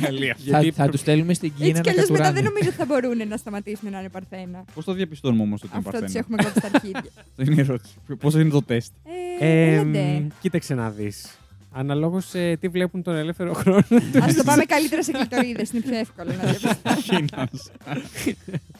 S4: θα
S1: Γιατί
S4: θα τους στέλνουμε στην Κίνα
S2: Έτσι κι
S4: να
S2: αλλιώς μετά
S4: κατουράνε.
S2: δεν νομίζω ότι θα μπορούν να σταματήσουν να είναι παρθένα.
S3: Πώς το διαπιστώνουμε όμως ότι είναι
S2: Αυτό τους
S3: παρθένα.
S2: έχουμε κόψει τα αρχίδια.
S3: Αυτό είναι η ερώτηση. Πώς είναι το τεστ.
S2: Ε,
S1: Ε,
S2: έλατε.
S1: μ, κοίταξε να δεις. Αναλόγως τι βλέπουν τον ελεύθερο χρόνο.
S2: Ας το πάμε καλύτερα σε κλειτορίδε. Είναι πιο εύκολο να διαβάσει.
S3: Χίνας.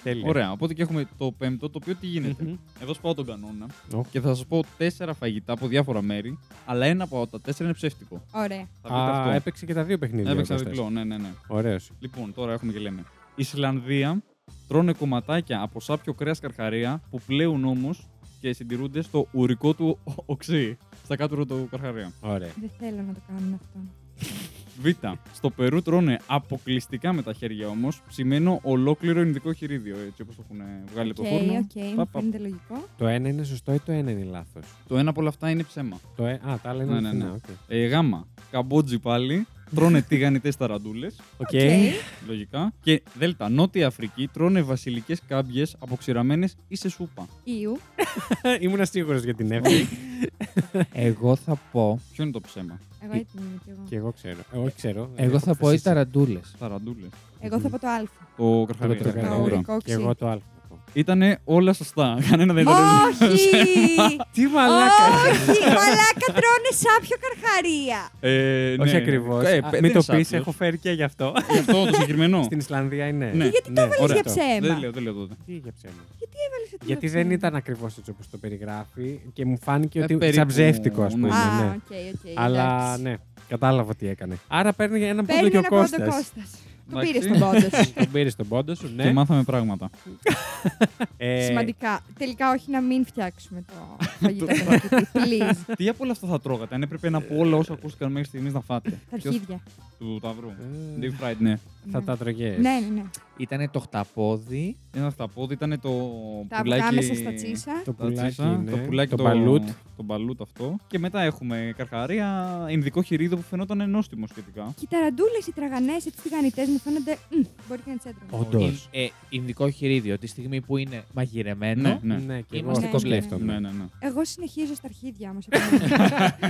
S1: Τέλεια.
S3: Ωραία, οπότε και έχουμε το πέμπτο, το οποίο τι γίνεται.
S1: Μμμ.
S3: Εδώ σπάω τον κανόνα
S1: Οχ.
S3: και θα σας πω τέσσερα φαγητά από διάφορα μέρη, αλλά ένα από τα τέσσερα είναι ψεύτικο.
S2: Ωραία.
S3: Θα πείτε
S1: Α,
S3: αυτό.
S1: έπαιξε και τα δύο παιχνίδια.
S3: Έπαιξα
S1: όπως θες.
S3: διπλό, ναι, ναι, ναι.
S1: Ωραίος.
S3: Λοιπόν, τώρα έχουμε και λέμε. Ισλανδία τρώνε κομματάκια από σάπιο κρέας καρχαρία που πλέον όμως και συντηρούνται στο ουρικό του ο- οξύ. στα κάτω του Καρχαρία.
S1: Ωραία.
S2: Δεν θέλω να το κάνουν αυτό.
S3: Β. Στο Περού τρώνε αποκλειστικά με τα χέρια όμως ψημένο ολόκληρο ινδικό χειρίδιο, έτσι όπως το έχουν ε, βγάλει από το
S2: Οκ,
S3: φούρνο.
S2: οκ, μου
S3: Πα, πα.
S2: φαίνεται λογικό.
S1: Το ένα είναι σωστό ή το ένα είναι λάθος.
S3: Το ένα από όλα αυτά είναι ψέμα.
S1: Το ε... Α, τα άλλα είναι
S3: Ναι, ναι,
S1: αληθινά,
S3: ναι.
S1: οκ.
S3: Ε, γάμα. Καμπότζη πάλι. Τρώνε τηγανιτές ταραντούλες,
S1: Οκ.
S3: λογικά. Και Δέλτα, Νότια Αφρική τρώνε βασιλικές κάμπιες αποξηραμένες ή σε σούπα.
S2: Ιου.
S1: Ήμουν σίγουρος για την
S3: Ναι.
S1: Εύη.
S4: Εγώ θα πω.
S3: Ποιο είναι το ψέμα,
S2: Εγώ έτσι είμαι κι εγώ.
S1: και εγώ ξέρω. Ε, όχι ξέρω.
S4: Εγώ θα πω οι
S1: ήταν.
S4: ταραντούλες.
S3: Ταραντούλες.
S2: Εγώ θα πω το Α.
S3: Το
S1: Το
S3: καρχαρία.
S1: καρχαρία.
S3: Ωραία.
S2: Κόξη.
S1: Και εγώ το άλλο. θα πω.
S3: Ήτανε όλα σωστά. Κανένα δεν ήταν.
S2: Όχι!
S1: Τι μαλάκα.
S2: Όχι! Μαλάκα τρώνε σάπιο καρχαρία.
S3: Ε,
S1: Όχι
S3: ναι.
S1: ακριβώς.
S3: Ε, πε-
S1: Μην
S3: δεν
S1: το πεις,
S3: σάπιος.
S1: έχω φέρει και γι' αυτό.
S3: Γι' αυτό το συγκεκριμένο.
S1: Στην Ισλανδία είναι.
S3: Ναι.
S1: Ε, Γιατί το
S2: Έβαλες για ψέμα.
S3: Δεν λέω, δεν λέω τότε.
S1: Τι για ψέμα.
S2: Έβαλες ότι
S1: Γιατί
S2: είναι
S1: δεν
S2: ψέμα.
S1: ήταν ακριβώς έτσι όπως το περιγράφει και μου φάνηκε
S3: Ε,
S1: ότι.
S3: περίπου,
S1: Σαν ψεύτικο, α πούμε.
S3: ναι.
S2: Α,
S1: ναι.
S2: οκ, οκ.
S1: Αλλά
S2: εντάξει.
S1: ναι, κατάλαβα τι έκανε. Άρα παίρνει έναν πόντο
S2: Παίρνει
S1: και ο
S2: ένα πόντο
S1: Κώστας.
S2: Κώστας. Το
S3: Εντάξει.
S2: πήρες τον πόντο σου.
S1: Τον πήρες τον πόντο σου,
S3: Και
S1: ναι.
S3: μάθαμε πράγματα.
S1: Ε,
S2: Σημαντικά. Τελικά, όχι να μην φτιάξουμε το φαγητό του μαθητή. Please.
S3: Τι από όλα αυτά θα τρώγατε, αν έπρεπε να πω όλα όσα ακούστηκαν μέχρι στιγμής να φάτε.
S2: Τα
S3: Ποιος-
S2: αρχίδια.
S3: Του Ταυρού.
S1: ε,
S3: Deep fried, ναι.
S1: Θα
S2: Ναι.
S1: τα τρωγές.
S2: Ναι, ναι, ναι.
S4: Ήταν το χταπόδι.
S3: Ένας αυταπόδι ήταν το
S2: Τα αυγά
S3: πουλάκι.
S2: μέσα στα τσίσα.
S1: Το
S3: τα
S1: πουλάκι,
S3: τσίσα,
S1: ναι.
S3: το πουλάκι,
S1: το
S3: το
S1: παλούτ.
S3: Το μπαλούτ αυτό. Και μετά έχουμε καρχαρία, ινδικό χειρίδο που φαινόταν νόστιμο σχετικά.
S2: Και οι ταραντούλες, οι τραγανές, οι τηγανιτέ μου φαίνονται. μμ, Μπορεί και να τις έτρωγα.
S1: Όντως.
S4: Ιν- Ε, Ινδικό χειρίδιο. Τη στιγμή που είναι μαγειρεμένο.
S3: Ναι, ναι.
S1: Ναι, και εγώ
S4: Είμαστε
S1: αυτό
S2: ναι, ναι,
S1: σκέφτομαι.
S3: Ναι, ναι, ναι.
S2: Εγώ συνεχίζω στα αρχίδια όμω.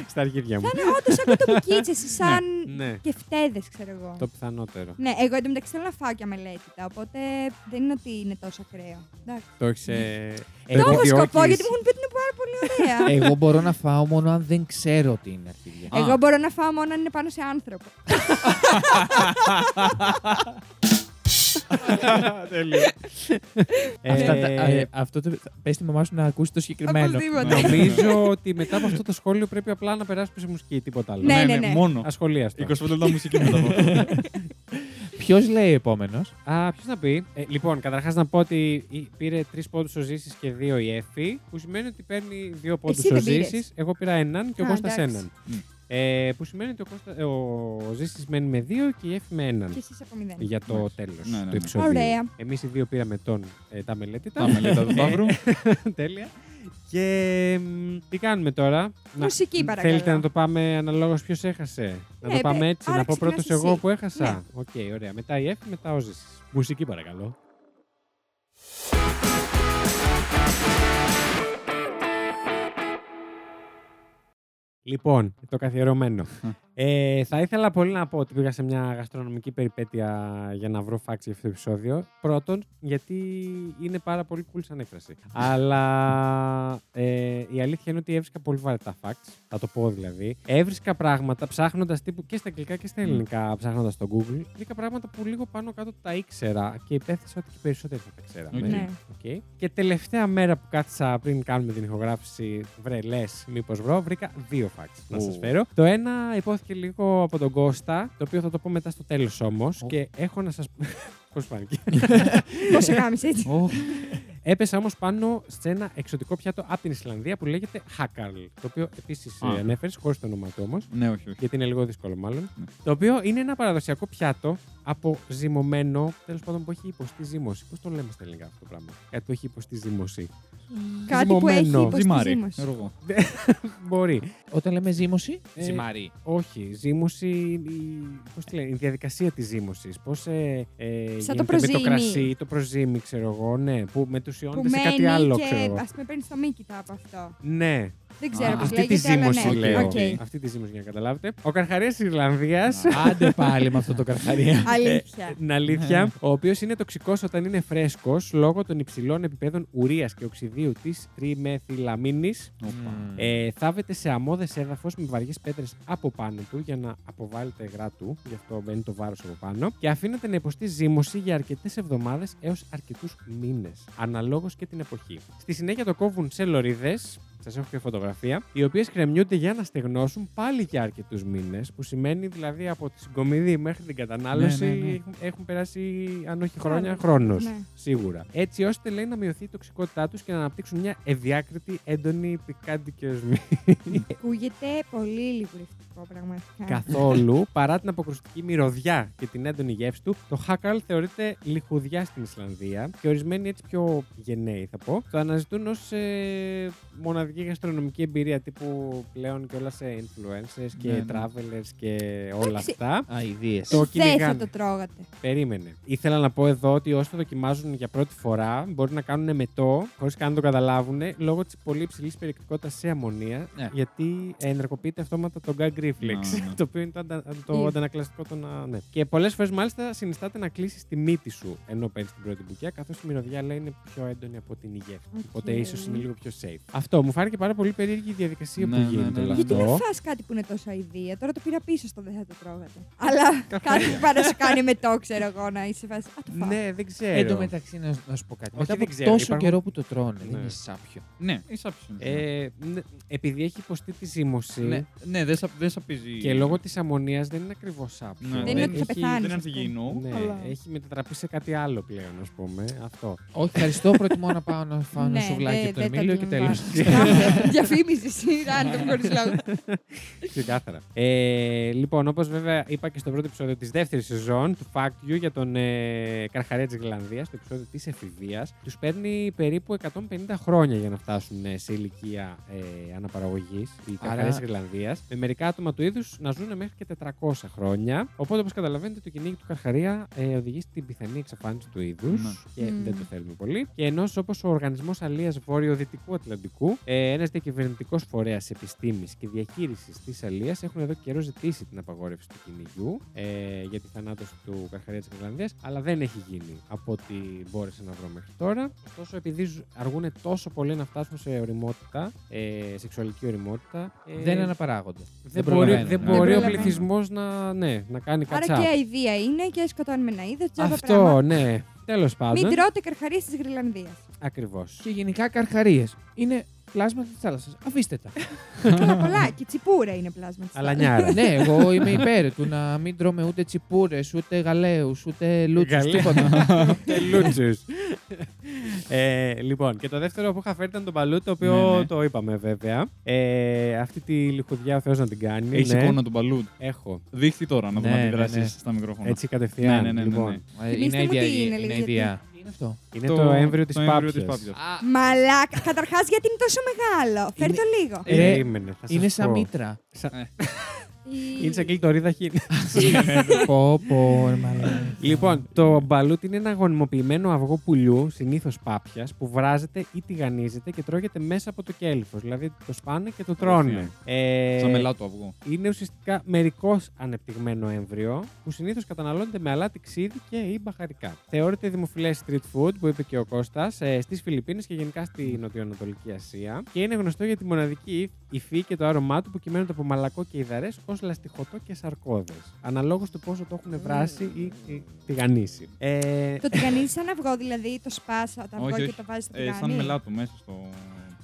S1: Στα αρχίδια μου.
S2: Θα είναι όντως σαν κοτοπικίτσες, σαν
S1: Ναι,
S2: κεφτέδες, ξέρω εγώ.
S1: το πιθανότερο.
S2: Ναι, εγώ εντωμεταξύ θέλω να φάω και αμελέτητα, οπότε δεν είναι ότι είναι τόσο ακραίο. Εντάξει.
S1: Το ε, έχει.
S2: Το έχω σκοπό, γιατί μου έχουν πει ότι είναι πάρα πολύ
S1: Ε,
S2: ωραία.
S4: Εγώ μπορώ να φάω μόνο αν δεν ξέρω ότι είναι αρχίδια.
S3: Α.
S2: Εγώ μπορώ να φάω μόνο αν είναι πάνω σε άνθρωπο.
S3: Τέλειο.
S4: Αυτά τα- ε, αυτό το. Πες τη μαμά σου να ακούσει το συγκεκριμένο.
S1: Ναι.
S2: Οπωσδήποτε.
S1: Νομίζω
S2: ε.
S1: ότι μετά από αυτό το σχόλιο πρέπει απλά να περάσουμε σε μουσική, τίποτα άλλο.
S2: Ναι, ναι, ναι.
S3: Μόνο.
S1: Ασχολίαστο.
S3: 25 λεπτά μουσική μετά. από αυτό.
S4: Ποιο λέει επόμενος.
S1: Α, ποιος να πει. Ε, λοιπόν, καταρχάς να πω ότι η- πήρε τρεις πόντους ο Ζήσης και δύο η Εφη, που σημαίνει ότι παίρνει δύο πόντου
S2: Εσύ
S1: ο
S2: δεν πήρες.
S1: Ζήσης. Εγώ πήρα έναν και ο
S2: Α,
S1: Κώστας
S2: εντάξει.
S1: έναν.
S3: Μμ.
S1: Ε, που σημαίνει ότι ο, Κώστα, ε, ο Ζήσης μένει με δύο και η Εφη με έναν.
S2: Και εσείς από μηδέν.
S1: Για το τέλος
S3: Ναι, ναι,
S1: του
S3: ναι.
S1: επεισόδου.
S2: Ωραία.
S1: Εμείς οι δύο πήραμε τον ε, τα μελέτητα.
S3: Πάμε μετά του Ταύρου.
S1: Τέλεια. Και μ, τι κάνουμε τώρα. Να-
S2: Μουσική, παρακαλώ.
S1: Θέλετε να το πάμε αναλόγως ποιος έχασε. Να
S2: Ναι,
S1: το πάμε
S2: παι-
S1: έτσι.
S2: άρα
S1: να πω
S2: ξεκινάς
S1: πρώτο
S2: εσύ.
S1: εγώ που έχασα.
S2: Ναι.
S1: Οκ, ωραία. Μετά η Εφη, μετά ο Ζήσης. Μουσική, παρακαλώ. Λοιπόν, το καθιερωμένο. Ε, θα ήθελα πολύ να πω ότι πήγα σε μια γαστρονομική περιπέτεια για να βρω φάξη για αυτό το επεισόδιο. Πρώτον, γιατί είναι πάρα πολύ cool σαν έκφραση. Αλλά ε, η αλήθεια είναι ότι έβρισκα πολύ βαρετά facts. Θα το πω δηλαδή. Έβρισκα πράγματα ψάχνοντας τύπου και στα αγγλικά και στα ελληνικά, ψάχνοντας στο Google. Βρήκα πράγματα που λίγο πάνω κάτω τα ήξερα και υπέθεσα ότι και περισσότεροι θα τα ξέραμε.
S3: Οκ.
S2: Ναι.
S1: Οκ. Και τελευταία μέρα που κάτσα πριν κάνουμε την ηχογράφηση, βρε λες, μήπως βρω, βρήκα δύο facts να
S3: Ου.
S1: σας φέρω. Το ένα υπόθηκε λίγο από τον Κώστα, το οποίο θα το πω μετά στο τέλος όμως.
S4: Ου.
S1: Και έχω να σας. Πώ φάνηκε.
S2: Πώς σε κάμισε έτσι.
S3: Ωχ.
S1: Έπεσα όμως πάνω σε ένα εξωτικό πιάτο από την Ισλανδία που λέγεται Χάκαρλ. Το οποίο επίσης
S3: Α.
S1: ανέφερες, χωρίς το όνομά του όμως.
S3: Ναι, όχι, όχι.
S1: Γιατί είναι λίγο δύσκολο, μάλλον.
S3: Ναι.
S1: Το οποίο είναι ένα παραδοσιακό πιάτο από ζυμωμένο, τέλος πάντων που έχει υποστεί ζύμωση. Πώς το λέμε στα ελληνικά αυτό το πράγμα. Κάτι που έχει υποστεί ζύμωση.
S2: Κάτι που έχει
S1: Ζυμωμένο.
S2: υποστεί
S3: Ζυμάρι.
S2: ζύμωση.
S3: Ξέρω εγώ.
S1: Μπορεί.
S4: Όταν λέμε ζύμωση,
S1: Ε,
S4: ζυμάρι.
S1: Όχι, ζύμωση, η, πώς τη λένε, η διαδικασία της ζύμωσης. Πώς ε, ε, γίνεται με το
S2: προζύμι.
S1: κρασί, το προζύμι, ξέρω εγώ, ναι, που
S2: Που
S1: μετουσιώνεται σε κάτι άλλο,
S2: μένει
S1: ξέρω
S2: και
S1: εγώ.
S2: ας πούμε παίρνει το μύκητα από αυτό.
S1: Ναι,
S2: Δεν ξέρω πώς
S1: αυτή τη
S2: λέγεται, αλλά
S1: ζύμωση
S2: ναι.
S1: λέω.
S2: Οκ.
S1: Αυτή τη ζύμωση για να καταλάβετε. Ο Καρχαρίας της Ιρλανδίας,
S4: Άντε πάλι με αυτό το καρχαρία.
S2: Αλήθεια.
S1: την αλήθεια, ο οποίος είναι τοξικός όταν είναι φρέσκος λόγω των υψηλών επιπέδων ουρίας και οξυδίου της τριμεθυλαμίνης.
S3: Όπα.
S1: Ε, θάβεται σε αμμώδες έδαφος με βαριές πέτρες από πάνω του για να αποβάλει τα υγρά του. Γι' αυτό μπαίνει το βάρος από πάνω. Και αφήνεται να υποστεί ζύμωση για αρκετές εβδομάδες έως αρκετούς μήνες. Αναλόγως και την εποχή. Στη συνέχεια το κόβουν σε λωρίδες Σας έχω και φωτογραφία. Οι οποίες κρεμιούνται για να στεγνώσουν πάλι για αρκετούς μήνες. Που σημαίνει δηλαδή από τη συγκομιδή μέχρι την κατανάλωση
S3: Ναι, ναι, ναι.
S1: Έχουν, έχουν περάσει, αν όχι χρόνια,
S2: Άρα,
S1: χρόνος.
S2: ναι.
S1: Σίγουρα. Έτσι ώστε λέει να μειωθεί η τοξικότητά τους και να αναπτύξουν μια ευδιάκριτη, έντονη, πικάντη και οσμή.
S2: Ναι. Ακούγεται πολύ λιγουρευτικό
S1: ε,
S2: πραγματικά.
S1: Καθόλου. Παρά την αποκρουστική μυρωδιά και την έντονη γεύση του, το χάκαλ θεωρείται λιχουδιά στην Ισλανδία και ορισμένοι έτσι πιο γενναίοι θα πω, το αναζητούν ως ε, μοναδική γαστρονομική εμπειρία τύπου πλέον και όλα σε influencers και
S3: Ναι, ναι.
S1: travelers και όλα
S2: Εντάξει.
S1: αυτά.
S4: Αιδίε.
S1: Το
S2: Δεν θα
S1: κυνηγάνε.
S2: το τρώγατε.
S1: Περίμενε. Ήθελα να πω εδώ ότι όσοι το δοκιμάζουν για πρώτη φορά μπορεί να κάνουν μετό, χωρίς καν να το καταλάβουν, λόγω της πολύ υψηλής περιεκτικότητας σε αμμονία,
S4: Ναι.
S1: γιατί ενεργοποιείται αυτόματα το gag reflex,
S3: Ναι, ναι.
S1: το οποίο είναι το, αντα- το
S2: Ή.
S1: αντανακλαστικό των. α, Ναι. Και πολλές φορές μάλιστα συνιστάται να κλείσεις τη μύτη σου ενώ παίρνεις την πρώτη μπουκιά, καθώς η μυρωδιά λέει είναι πιο έντονη από την υγεία.
S2: Οκ.
S1: Οπότε ίσως είναι λίγο πιο safe. Αυτό μου φάνηκε πάρα πολύ περίεργη η διαδικασία
S3: Ναι,
S1: που
S3: ναι,
S1: γίνεται
S3: ναι,
S1: όλο
S3: ναι.
S2: Γιατί
S1: αυτό.
S2: να φας κάτι που είναι τόσο αηδία. Τώρα το πήρα πίσω στο δεν θα το τρώγατε. Αλλά κάτι που πάει να σου κάνει με το, ξέρω εγώ, να είσαι φάση. Α, το φάω.
S1: Ναι, δεν ξέρω.
S4: Εν τω μεταξύ, να, να σου πω κάτι.
S1: Όχι,
S4: Μετά
S1: δεν
S4: από
S1: ξέρω,
S4: τόσο
S1: υπάρχουν-
S4: καιρό που το τρώνε,
S1: Ναι.
S4: δεν είναι σάπιο.
S3: Ναι, η σάψη είναι.
S1: Ε, ναι, επειδή έχει υποστεί τη ζύμωση,
S3: ναι,
S4: Δηλαδή-
S3: ναι, δεν σα- δεν σαπίζει.
S1: Και λόγω της αμμονίας δεν είναι ακριβώς σάπιο.
S3: Ναι,
S2: Δεν είναι ότι θα
S1: Έχει-
S2: πεθάνεις,
S3: Δεν είναι
S2: ας
S3: ανθυγιεινό.
S1: Ναι,
S2: αλλά-
S1: έχει μετατραπεί σε κάτι άλλο πλέον, ας πούμε. Αυτό.
S4: Όχι, ευχαριστώ. Προτιμώ να πάω να φάω ένα
S2: Ναι,
S4: σουβλάκι
S2: δεν-
S4: από τον
S2: δεν τα
S4: Εμίλιο και τέλο.
S2: αντιλαμβάνεσαι. Διαφήμιση, σειρά, να το χωρί λόγο.
S1: Ξεκάθαρα. Ε, λοιπόν, όπως βέβαια είπα και στο πρώτο επεισόδιο της δεύτερης σεζόν του Fact You για τον ε, Καρχαρία της Γλανδίας, το επεισόδιο της εφηβείας, τους παίρνει περίπου 150 χρόνια για να φτάσουν ε, σε ηλικία ε, αναπαραγωγής οι
S4: Άρα-
S1: Καρχαρίε της Γλανδίας. Με μερικά άτομα του είδους να ζουν μέχρι και 400 χρόνια. Οπότε, όπως καταλαβαίνετε, το κυνήγι του Καρχαρία ε, οδηγεί στην πιθανή εξαφάνιση του είδους.
S3: Ναι.
S1: Και
S2: Μμμ.
S1: δεν το θέλουμε πολύ. Και ενός όπως ο Οργανισμός Αλίας Βόρειο-Δυτικού Ατλαντικού, ε, ένας διακυβερνητικός φορέας επιστήμης και διαχείρισης της Αλίας, έχουν εδώ καιρό ζητήσει την απαγόρευση του κυνηγιού ε, για τη θανάτωση του Καρχαρία της Γρυλανδία, αλλά δεν έχει γίνει από ό,τι μπόρεσα να βρω μέχρι τώρα. Ωστόσο, επειδή ζου- αργούν τόσο πολύ να φτάσουν σε οριμότητα, ε, σεξουαλική οριμότητα, ε,
S4: Δεν αναπαράγονται.
S1: δεν μπορεί,
S4: προλαβαίνουν,
S1: δεν
S4: ναι.
S1: μπορεί ο
S2: Δεν
S1: πληθυσμός να, ναι, να κάνει
S2: Άρα
S1: κατσά.
S2: και αηδία είναι και σκοτώνουμε ένα είδος.
S1: Αυτό, ναι. Τέλος
S2: Μην
S1: πάντων.
S2: τρώτε καρχαρίες της Γρυλανδίας.
S1: Ακριβώς.
S4: Και γενικά καρχαρίες. Είναι πλάσματα της θάλασσας. Αφήστε τα.
S2: Καλά, πολλά. Και τσιπούρα είναι πλάσμα της.
S1: Αλλά νιάρα.
S4: ναι, εγώ είμαι υπέρ του να μην τρώμε ούτε τσιπούρες, ούτε γαλαίου, ούτε λούτσους,
S1: Γαλαία.
S4: τίποτα.
S1: Τελούτσους. ε, λοιπόν, και το δεύτερο που είχα φέρει ήταν τον Παλού, το οποίο
S3: Ναι, ναι.
S1: το είπαμε βέβαια. Ε, αυτή τη λιχουδιά ο Θεός να την κάνει.
S3: Έχεις
S1: ναι.
S3: εικόνα του μπαλού.
S1: Έχω.
S3: Δείχτη τώρα να δούμε
S4: Ναι,
S3: αντιδράσεις
S4: ναι, ναι.
S3: στα μικρόφωνα.
S1: Έτσι κατευθείαν.
S3: Ναι, ναι, ναι, ναι,
S1: λοιπόν,
S3: ναι.
S4: Ε,
S2: Θυμήστε μου τι
S4: αιδια-
S2: είναι, λέει,
S4: αιδια. Τι είναι αυτό.
S1: Είναι το, έμβριο της
S3: το έμβριο της πάπιας.
S2: Μαλάκα. Καταρχάς, γιατί είναι τόσο μεγάλο. Φέρ το λίγο.
S4: Ε,
S1: Περίμενε, θα σας
S4: Είναι σαν
S1: πω.
S4: μήτρα.
S2: Η-
S1: Είναι σαν κλειτορίδα χίνη.
S4: Πω, πω, ρε μαλάκα.
S1: λοιπόν, το μπαλούτ είναι ένα γονιμοποιημένο αυγό πουλιού, συνήθως πάπιας, που βράζεται ή τηγανίζεται και τρώγεται μέσα από το κέλυφος. Δηλαδή το σπάνε και το τρώνε. Ε,
S3: Σαν μελά το αυγό.
S1: είναι ουσιαστικά μερικώ ανεπτυγμένο έμβριο που συνήθως καταναλώνεται με αλάτι, ξύδι και ή μπαχαρικά. Θεωρείται δημοφιλές street food που είπε και ο Κώστας στις Φιλιππίνες και γενικά στη Νοτιοανατολική Ασία και είναι γνωστό για τη μοναδική υφή και το άρωμά του που κυμαίνονται από μαλακό και ιδαρές ως λαστιχωτό και σαρκώδε. Αναλόγως του πόσο το έχουν βράσει ή, ή τηγανίσει. Ε,
S2: Το τηγανίζει σαν αυγό, δηλαδή το σπάσα το αυγό
S3: Όχι,
S2: και
S3: όχι.
S2: το βάζεις στο
S3: Ε,
S2: τηγάνι.
S3: σαν μελάτο μέσα στο.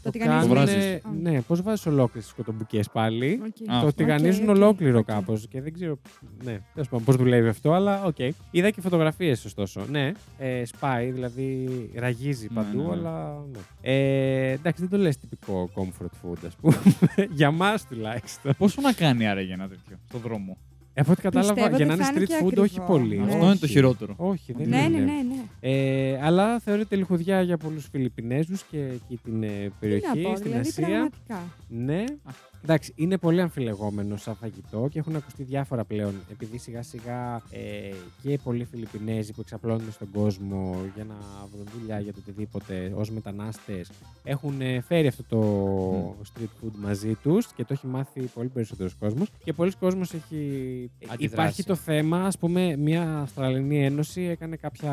S2: Το
S1: κάνουν-
S2: τηγανίζει.
S3: Το βράζεις.
S1: Ναι, πώς βάζεις ολόκληρες τι κοτομπουκέ πάλι.
S3: Α,
S1: Το
S3: Οκ,
S1: τηγανίζουν
S2: οκ,
S1: ολόκληρο
S2: οκ.
S1: κάπως και δεν ξέρω. Ναι, τέλος πάντων, πώς δουλεύει αυτό, αλλά οκ. Είδα και φωτογραφίες, ωστόσο. Ναι, ε, σπάει, δηλαδή ραγίζει
S3: Ναι,
S1: παντού,
S3: ναι, ναι.
S1: αλλά. Ναι. Ε, εντάξει, δεν το λες τυπικό comfort food, ας πούμε. για μας τουλάχιστον.
S3: Πόσο να κάνει άραγε ένα τέτοιο στον δρόμο.
S1: Ε, Από ό,τι κατάλαβα,
S2: Πιστεύω
S1: για
S2: ότι
S1: να είναι
S2: θα είναι
S1: street
S2: και
S1: food, όχι
S2: ακριβό.
S1: πολύ.
S2: Ναι.
S3: Αυτό είναι το χειρότερο.
S1: Όχι, δεν
S2: Ναι,
S1: είναι.
S2: ναι, ναι. ναι.
S1: Ε, αλλά θεωρείται λιχουδιά για πολλούς Φιλιππινέζους και εκεί την ε,
S2: Τι
S1: περιοχή,
S2: να πω,
S1: στην
S2: δηλαδή
S1: Ασία.
S2: πραγματικά.
S1: Ναι. Εντάξει, είναι πολύ αμφιλεγόμενο σαν φαγητό και έχουν ακουστεί διάφορα πλέον. Επειδή σιγά σιγά ε, και πολλοί Φιλιππινέζοι που εξαπλώνονται στον κόσμο για να βρουν δουλειά για το οτιδήποτε ως μετανάστες έχουν ε, φέρει αυτό το street food μαζί τους και το έχει μάθει πολύ περισσότερος κόσμος. Και πολλοί κόσμοι έχει. ε,
S4: Αντιδράσει.
S1: Υπάρχει το θέμα, ας πούμε, μια Αυστραλινή Ένωση έκανε κάποια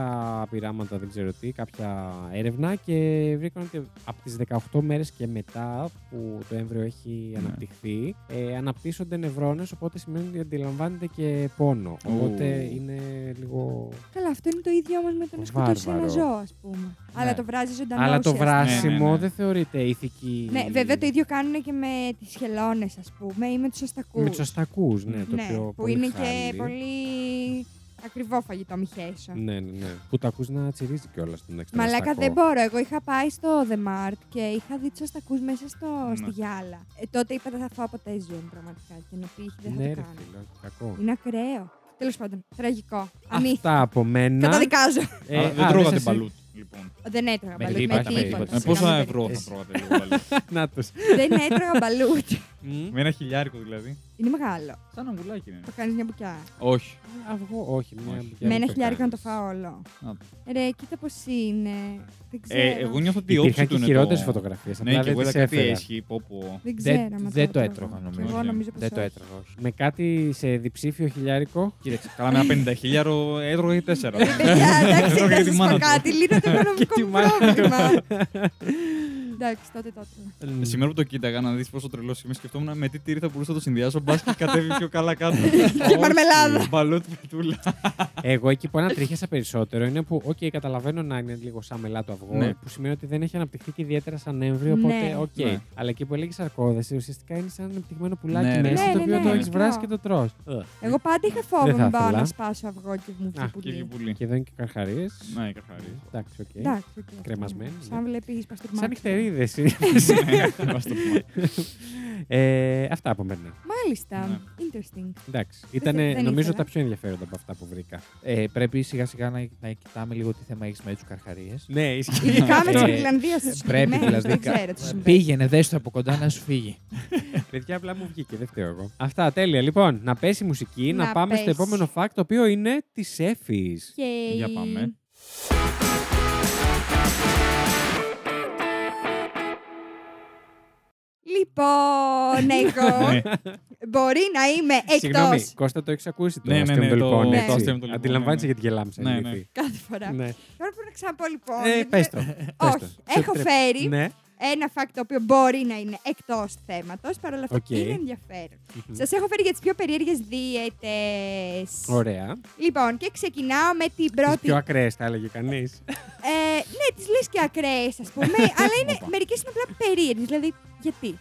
S1: πειράματα, δεν ξέρω τι, κάποια έρευνα και βρήκαν ότι από τις 18 μέρες και μετά που το έμβριο έχει
S3: Ναι.
S1: αναπτυχθεί αναπτυχθεί, ε, αναπτύσσονται νευρώνες, οπότε σημαίνει ότι αντιλαμβάνεται και πόνο. Οπότε
S3: Ου.
S1: είναι λίγο...
S2: Καλά, αυτό είναι το ίδιο όμως με το να σκοτώσει ένα
S1: Βάρβαρο. Ναι.
S2: ζώο, ας πούμε. Αλλά το βράζει ζωντανό.
S1: Αλλά το
S2: ουσιαστικά.
S1: βράσιμο
S3: Ναι, ναι, ναι.
S1: δεν θεωρείται ηθική...
S2: Ναι, βέβαια το ίδιο κάνουν και με τις χελώνες, ας πούμε, ή με τους οστακούς.
S1: Με τους αστακούς, ναι, το πιο
S2: που
S1: πολύ
S2: είναι
S1: χάλι.
S2: και πολύ ακριβό φαγητό, μη χέσω.
S1: Ναι, ναι, ναι. Που τα ακούς να τσιρίζει κιόλας τον έξω.
S2: Μαλάκα δεν μπορώ. Εγώ είχα πάει στο The Mart και είχα δει τους αστακού μέσα στο,
S3: Ναι.
S2: στη γυάλα. Ε, τότε είπα δεν θα φάω ποτέ ζουν πραγματικά. Και να πει, δεν θα
S1: Ναι,
S2: το
S1: ρε
S2: κάνω.
S1: φίλε, κακό.
S2: Είναι ακραίο. Τέλος πάντων, τραγικό. Αμύθι.
S1: Αυτά από μένα.
S2: Καταδικάζω.
S1: Ε,
S3: Άρα
S1: α,
S3: δεν τρώγατε
S1: σας-
S3: μπαλούτ, λοιπόν.
S2: Δεν έτρωγα
S1: Με
S2: μπαλούτ.
S1: τίποτα,
S2: Με
S1: με τίποτα.
S2: τίποτα.
S3: Με
S2: σε
S3: πόσα
S2: καμία
S3: ευρώ θα
S1: περίπτωση.
S3: τρώγατε λίγο μπαλούτ.
S1: Να τους.
S2: περίπτωση. Δεν έτρωγα μπαλούτ.
S1: Μμ.
S3: Με ένα χιλιάρικο δηλαδή.
S2: Είναι μεγάλο.
S3: Σαν αγκουλάκι είναι.
S2: Το κάνεις μια μπουκιά.
S3: Όχι.
S1: Αυγό, όχι. Μια
S3: Όχι.
S1: μπουκιά
S2: Με
S1: δεν
S2: ένα
S1: το
S2: χιλιάρικο να
S1: κάνεις.
S2: το φάω όλο.
S3: Α.
S2: Ρε, κοίτα πώς είναι. Δεν
S3: Ε,
S2: ξέρω.
S3: εγώ νιώθω ότι η όψη
S1: Υπήρχαν
S3: του
S1: και
S3: είναι.
S1: χειρότερε
S3: το-
S1: φωτογραφίες.
S3: Ναι,
S1: Απλά
S3: και εγώ
S1: δεν
S3: είδα
S1: τις
S3: κάτι
S1: έφερα.
S3: έσχη. Πω, πω.
S2: Δεν ξέρω.
S4: Δεν,
S2: άμα
S4: δεν το
S2: έτρωγα.
S4: έτρωγα
S2: Και
S4: νομίζω.
S2: εγώ
S3: Όχι,
S2: νομίζω πως.
S4: Δεν το έτρωγα. όχι.
S1: Με κάτι σε διψήφιο χιλιάρικο.
S3: Κοίταξε, καλά με ένα πενταχιλιάρο έτρωγα και τέσσερα.
S2: Παιδιά, εντάξει,
S3: Έτρωγα για
S2: να
S3: τη
S2: σας
S3: μάνα
S2: πω
S3: μου.
S2: κάτι. Λύνω το οικονομικό
S1: τη
S2: μου
S1: μάνα
S2: πρόβλημα. Εντάξει, τότε τότε.
S3: Ε, Σήμερα που το κοίταγα να δεις πόσο τρελός είμαι, σκεφτόμουν με τι τύρι θα μπορούσα να το συνδυάσω. Μπας και κατέβει πιο καλά κάτω.
S2: Και μαρμελάδα.
S3: Μπαλούτ πετούλα.
S1: Εγώ εκεί που ανατρίχιασα περισσότερο είναι που, οκ, καταλαβαίνω να είναι λίγο σαν μελά το αυγό,
S3: Ναι.
S1: που σημαίνει ότι δεν έχει αναπτυχθεί και ιδιαίτερα σαν έμβριο, οπότε
S2: Ναι.
S1: οκ.
S3: Ναι.
S1: Αλλά εκεί που έλεγες αρκώδες, ουσιαστικά είναι σαν ανεπτυγμένο πουλάκι
S3: Ναι, ρε. Ε.
S1: μέσα,
S2: Ναι,
S1: το
S2: ναι,
S1: οποίο
S2: ναι,
S1: το
S2: ναι.
S1: έχεις βράσει και το τρώ.
S2: Εγώ πάντα είχα
S1: Δεν
S2: φόβο
S1: θα
S2: να πάω
S1: ήθελα.
S2: να σπάσω αυγό και μου
S1: Α,
S2: βγει
S3: Και εκεί
S2: πουλί.
S3: πουλί.
S1: Και εδώ είναι και καρχαρίες.
S3: Ναι, καθαρή.
S1: Εντάξει, οκ.
S2: Εντάξει, οκ, αυτό είναι.
S1: Ε, Κρεμασμένη, ναι.
S2: Σαν βλέπει παστούρμα.
S1: Σαν νυχτερίδε είναι.
S3: Ας το πούμε.
S1: Ε, αυτά από μένα.
S2: Μάλιστα.
S3: Ναι.
S2: Interesting.
S1: Εντάξει.
S2: θε-
S1: Ήταν
S2: δεν
S1: νομίζω
S2: ήθελα.
S1: τα πιο ενδιαφέροντα από αυτά που βρήκα.
S4: Ε, πρέπει σιγά σιγά να, να κοιτάμε λίγο τι θέμα έχεις με τους καρχαρίες.
S1: Ναι, ισχύει.
S2: Ειδικά με
S4: Ε,
S2: τη Γρυλανδία στου
S4: πρέπει
S2: συγκεκριμένου.
S4: δηλαδή
S2: Δεν
S4: κα-
S2: ξέρω τι συμβαίνει.
S4: Πήγαινε, δες το από κοντά να σου φύγει.
S1: Παιδιά, απλά μου βγήκε, δεν φταίω εγώ. Αυτά, τέλεια. Λοιπόν, να πέσει η μουσική, να,
S2: Να
S1: πάμε στο
S2: πέσει.
S1: επόμενο fact, το οποίο είναι της Εφη.
S2: Yay.
S3: Για πάμε.
S2: Λοιπόν, εγώ
S3: Ναι.
S2: μπορεί να είμαι εκτός.
S1: Συγγνώμη, Κώστα, το έχεις ακούσει το
S3: Ναι, ναι,
S1: αστείο με το
S3: ναι, το-
S1: λοιπόν.
S2: το
S1: έτσι.
S3: αστείο με το λοιπόν,
S1: Αντιλαμβάνεσαι
S3: ναι,
S1: γιατί γελάμε σαν
S3: Ναι,
S1: ναι, ναι.
S2: Κάθε φορά. Τώρα πρέπει να ξαναπώ λοιπόν.
S1: Ε,
S2: γιατί
S1: πες
S2: δεν-
S1: το. πες το.
S2: Όχι.
S1: Σε
S2: Έχω
S1: επιτρέπω.
S2: φέρει
S1: Ναι.
S2: ένα fact το οποίο μπορεί να είναι εκτός θέματος, παρόλα αυτά
S1: Οκ.
S2: είναι ενδιαφέρον. Σας έχω φέρει για τις πιο περίεργες δίαιτες.
S1: Ωραία.
S2: Λοιπόν, και ξεκινάω με την
S1: Τις
S2: πρώτη.
S1: πιο ακραίες, θα έλεγε κανείς.
S2: Ε, ναι, τις λες και ακραίες, ας πούμε, αλλά είναι,
S3: Όπα.
S2: μερικές είναι απλά περίεργες. Δηλαδή, γιατί.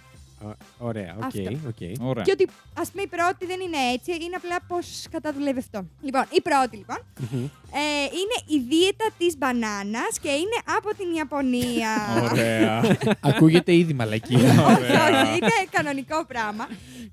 S1: Ωραία, οκ.
S2: Αυτό.
S1: οκ.
S3: Ωραία.
S2: Και ότι, ας πούμε, η πρώτη δεν είναι έτσι, είναι απλά πώς κατά δουλεύει αυτό. Λοιπόν, η πρώτη, λοιπόν,
S1: Μμμ.
S2: ε, είναι η δίαιτα της μπανάνας και είναι από την Ιαπωνία.
S3: Ωραία.
S4: Ακούγεται ήδη μαλακία.
S2: Όχι, όχι, είναι κανονικό πράγμα.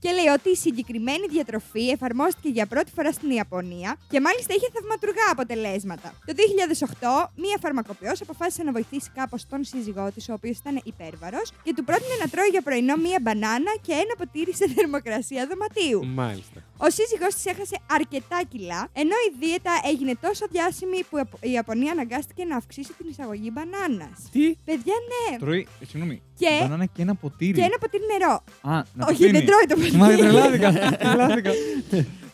S2: Και λέει ότι η συγκεκριμένη διατροφή εφαρμόστηκε για πρώτη φορά στην Ιαπωνία και μάλιστα είχε θαυματουργά αποτελέσματα. Το 2008, μία φαρμακοποιός αποφάσισε να βοηθήσει κάπως τον σύζυγό της, ο οποίος ήταν υπέρβαρος, και του πρότεινε να τρώει για πρωινό μία μπανάνα και ένα ποτήρι σε θερμοκρασία δωματίου.
S1: Μάλιστα.
S2: Ο σύζυγός της έχασε αρκετά κιλά, ενώ η δίαιτα έγινε τόσο διάσημη που η Ιαπωνία αναγκάστηκε να αυξήσει την εισαγωγή μπανάνας.
S1: Τι.
S2: Παιδιά, ναι.
S3: Τρώει, συγγνώμη,
S2: Και-
S3: μπανάνα και ένα ποτήρι.
S2: Και ένα ποτήρι νερό.
S3: Α, να το
S2: Όχι,
S3: πίνει.
S2: δεν τρώει το παιδί.
S3: Μα τρελάθηκα. τρελάθηκα.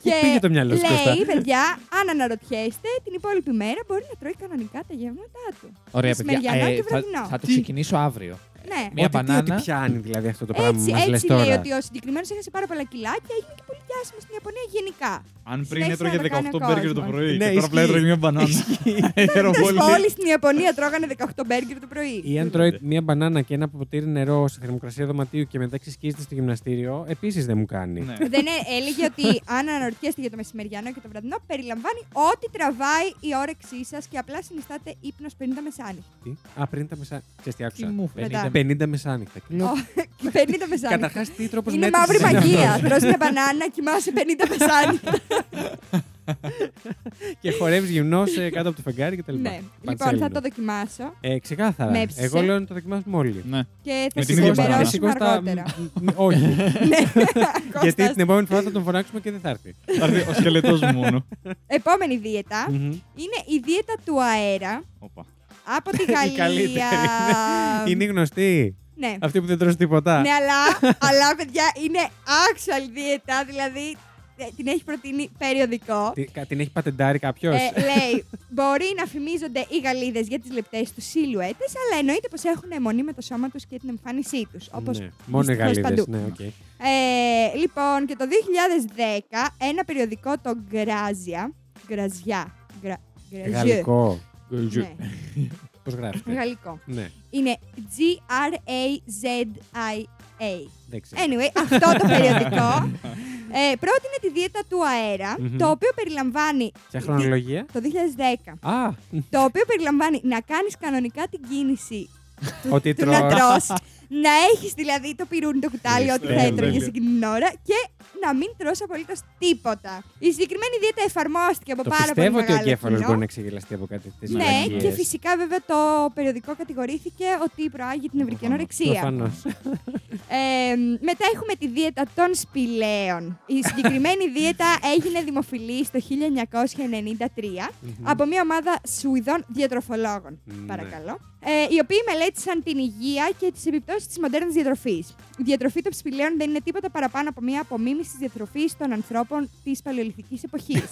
S1: Πού πήγε το μυαλό σου,
S2: λέει,
S1: Κώστα?
S2: παιδιά, αν αναρωτιέστε, την υπόλοιπη μέρα μπορεί να τρώει κανονικά τα γεύματά του.
S4: Ωραία, παιδιά.
S2: Μεσημεριανό
S4: ε,
S2: και
S4: θα,
S2: βραδινό.
S4: θα το
S1: Τι?
S4: ξεκινήσω αύριο.
S2: Ναι.
S1: Ότι
S4: Μια
S1: τι,
S4: μπανάνα.
S1: Ότι πιάνει δηλαδή αυτό το πράγμα
S2: Έτσι,
S1: που μα λε
S2: έτσι λέει
S1: τώρα.
S2: ότι ο συγκεκριμένος έχασε πάρα πολλά κιλά και έγινε και πολύ διάσημο στην Ιαπωνία γενικά.
S3: Αν πριν
S2: Συνέχισε
S3: έτρωγε
S2: να το κάνει
S3: 18
S2: ο
S3: μπέργκερ το
S2: κόσμος.
S3: πρωί
S1: Ναι,
S3: και τώρα απλά
S1: ισχύει.
S3: έτρωγε μια μπανάνα. Αεροβολή.
S2: Τότε όλοι στην Ιαπωνία τρώγανε 18 μπέργκερ το πρωί.
S1: Ή αν τρώει μία μπανάνα και ένα ποτήρι νερό σε θερμοκρασία δωματίου και μετά ξεσκίζεται στο γυμναστήριο, επίσης δεν μου κάνει.
S3: Ναι.
S2: Δεν ε- έλεγε ότι αν αναρωτιέστε για το μεσημεριανό και το βραδινό, περιλαμβάνει ό,τι τραβάει η όρεξή σας και απλά συνιστάται ύπνος 50 μεσάνυχτα.
S1: Τι? Α, πριν τα μεσάνυχτα. Ξέρεις τι
S4: Τι
S1: άκουσα.
S4: μου
S2: Μετά.
S4: φαίνεται.
S1: 50 μεσάνυχτα. Και λέω,
S2: 50 μεσάνυχτα.
S1: Καταρχάς, τι τρόπος
S2: Είναι μαύρη μαγεία. Τρως μια μπανάνα, κοιμάσαι 50 μεσάνυχτα.
S1: Και χορεύεις γυμνός ε, κάτω από το φεγγάρι κτλ.
S2: ναι. Λοιπόν, θα το δοκιμάσω
S1: Ε, ξεκάθαρα.
S2: Με έψησε.
S1: Εγώ λέω να το δοκιμάσουμε όλοι.
S3: Ναι.
S2: και θα
S3: Με
S2: σα
S3: την ίδια μπανάνα.
S2: ενημερώσουμε
S1: Σηκώστα-
S2: αργότερα.
S1: Μ, μ, Όχι.
S2: Ναι,
S1: Γιατί
S2: Κώστας.
S1: την επόμενη φορά θα τον φωνάξουμε και δεν θα έρθει.
S3: Θα έρθει ο σκελετός μου μόνο.
S2: Επόμενη δίαιτα
S1: Μμμ.
S2: είναι η δίαιτα του αέρα
S3: Όπα.
S2: από τη
S1: καλύτερη, ναι.
S2: Γαλλία.
S1: Είναι γνωστή
S2: Ναι.
S1: αυτή που δεν τρώσει τίποτα.
S2: Ναι, αλλά, αλλά παιδιά είναι actual δίαιτα, δηλαδή ε, την έχει προτείνει περιοδικό.
S1: Τι- κα- Την έχει πατεντάρει κάποιος.
S2: Ε, λέει, μπορεί να φημίζονται οι γαλίδε για τις λεπτές τους σιλουέτες, αλλά εννοείται πως έχουν αιμονή με το σώμα τους και την εμφάνισή τους. Όπως
S1: ναι. Μόνο οι
S2: δυστυχώς
S1: Γαλλίδες.
S2: παντού.
S1: Ναι, οκ.
S2: Ε, λοιπόν, και το 2010 ένα περιοδικό το Γκράζια. Γκραζιά. Γρα, γκραζιέ.
S1: Γαλλικό.
S2: Ναι,
S1: Πώς γράφεται.
S2: γαλλικό.
S1: Ναι,
S2: Είναι G-R-A-Z-I-A.
S1: δεν ξέρω.
S2: Anyway, αυτό το περιοδικό ε, πρότεινε τη δίαιτα του αερα
S1: Μμμ.
S2: το οποίο περιλαμβάνει.
S1: Ποια χρονολογία.
S2: Το 2010.
S1: Α,
S2: Το οποίο περιλαμβάνει να κάνεις κανονικά την κίνηση
S1: ότι
S2: του να
S1: τρώω.
S2: τρως, να έχεις δηλαδή το πυρούνι, το κουτάλι, ό,τι θα
S1: τέλεια.
S2: έτρωγε εκείνη την ώρα και να μην τρως απολύτως τίποτα. Η συγκεκριμένη δίαιτα εφαρμόστηκε από
S1: Το
S2: πάρα πολύ
S1: πιστεύω ότι ο
S2: μεγάλο
S1: εγκέφαλο
S2: κοινό.
S1: μπορεί να ξεγελαστεί από κάτι τέτοιο.
S2: Ναι, και φυσικά βέβαια το περιοδικό κατηγορήθηκε ότι προάγει την ευρική
S3: Προφανώς.
S2: ανορεξία. Ε, μετά έχουμε τη δίαιτα των σπηλαίων. Η συγκεκριμένη δίαιτα έγινε δημοφιλής το 1993 Mm. από μια ομάδα Σουηδών διατροφολόγων.
S1: Ναι.
S2: Παρακαλώ. Ε, οι οποίοι μελέτησαν την υγεία και τις επιπτώσεις της μοντέρνα διατροφής. Η διατροφή των ψηλαίων δεν είναι τίποτα παραπάνω από μια απομίμηση της διατροφής των ανθρώπων της παλαιολιθικής εποχής.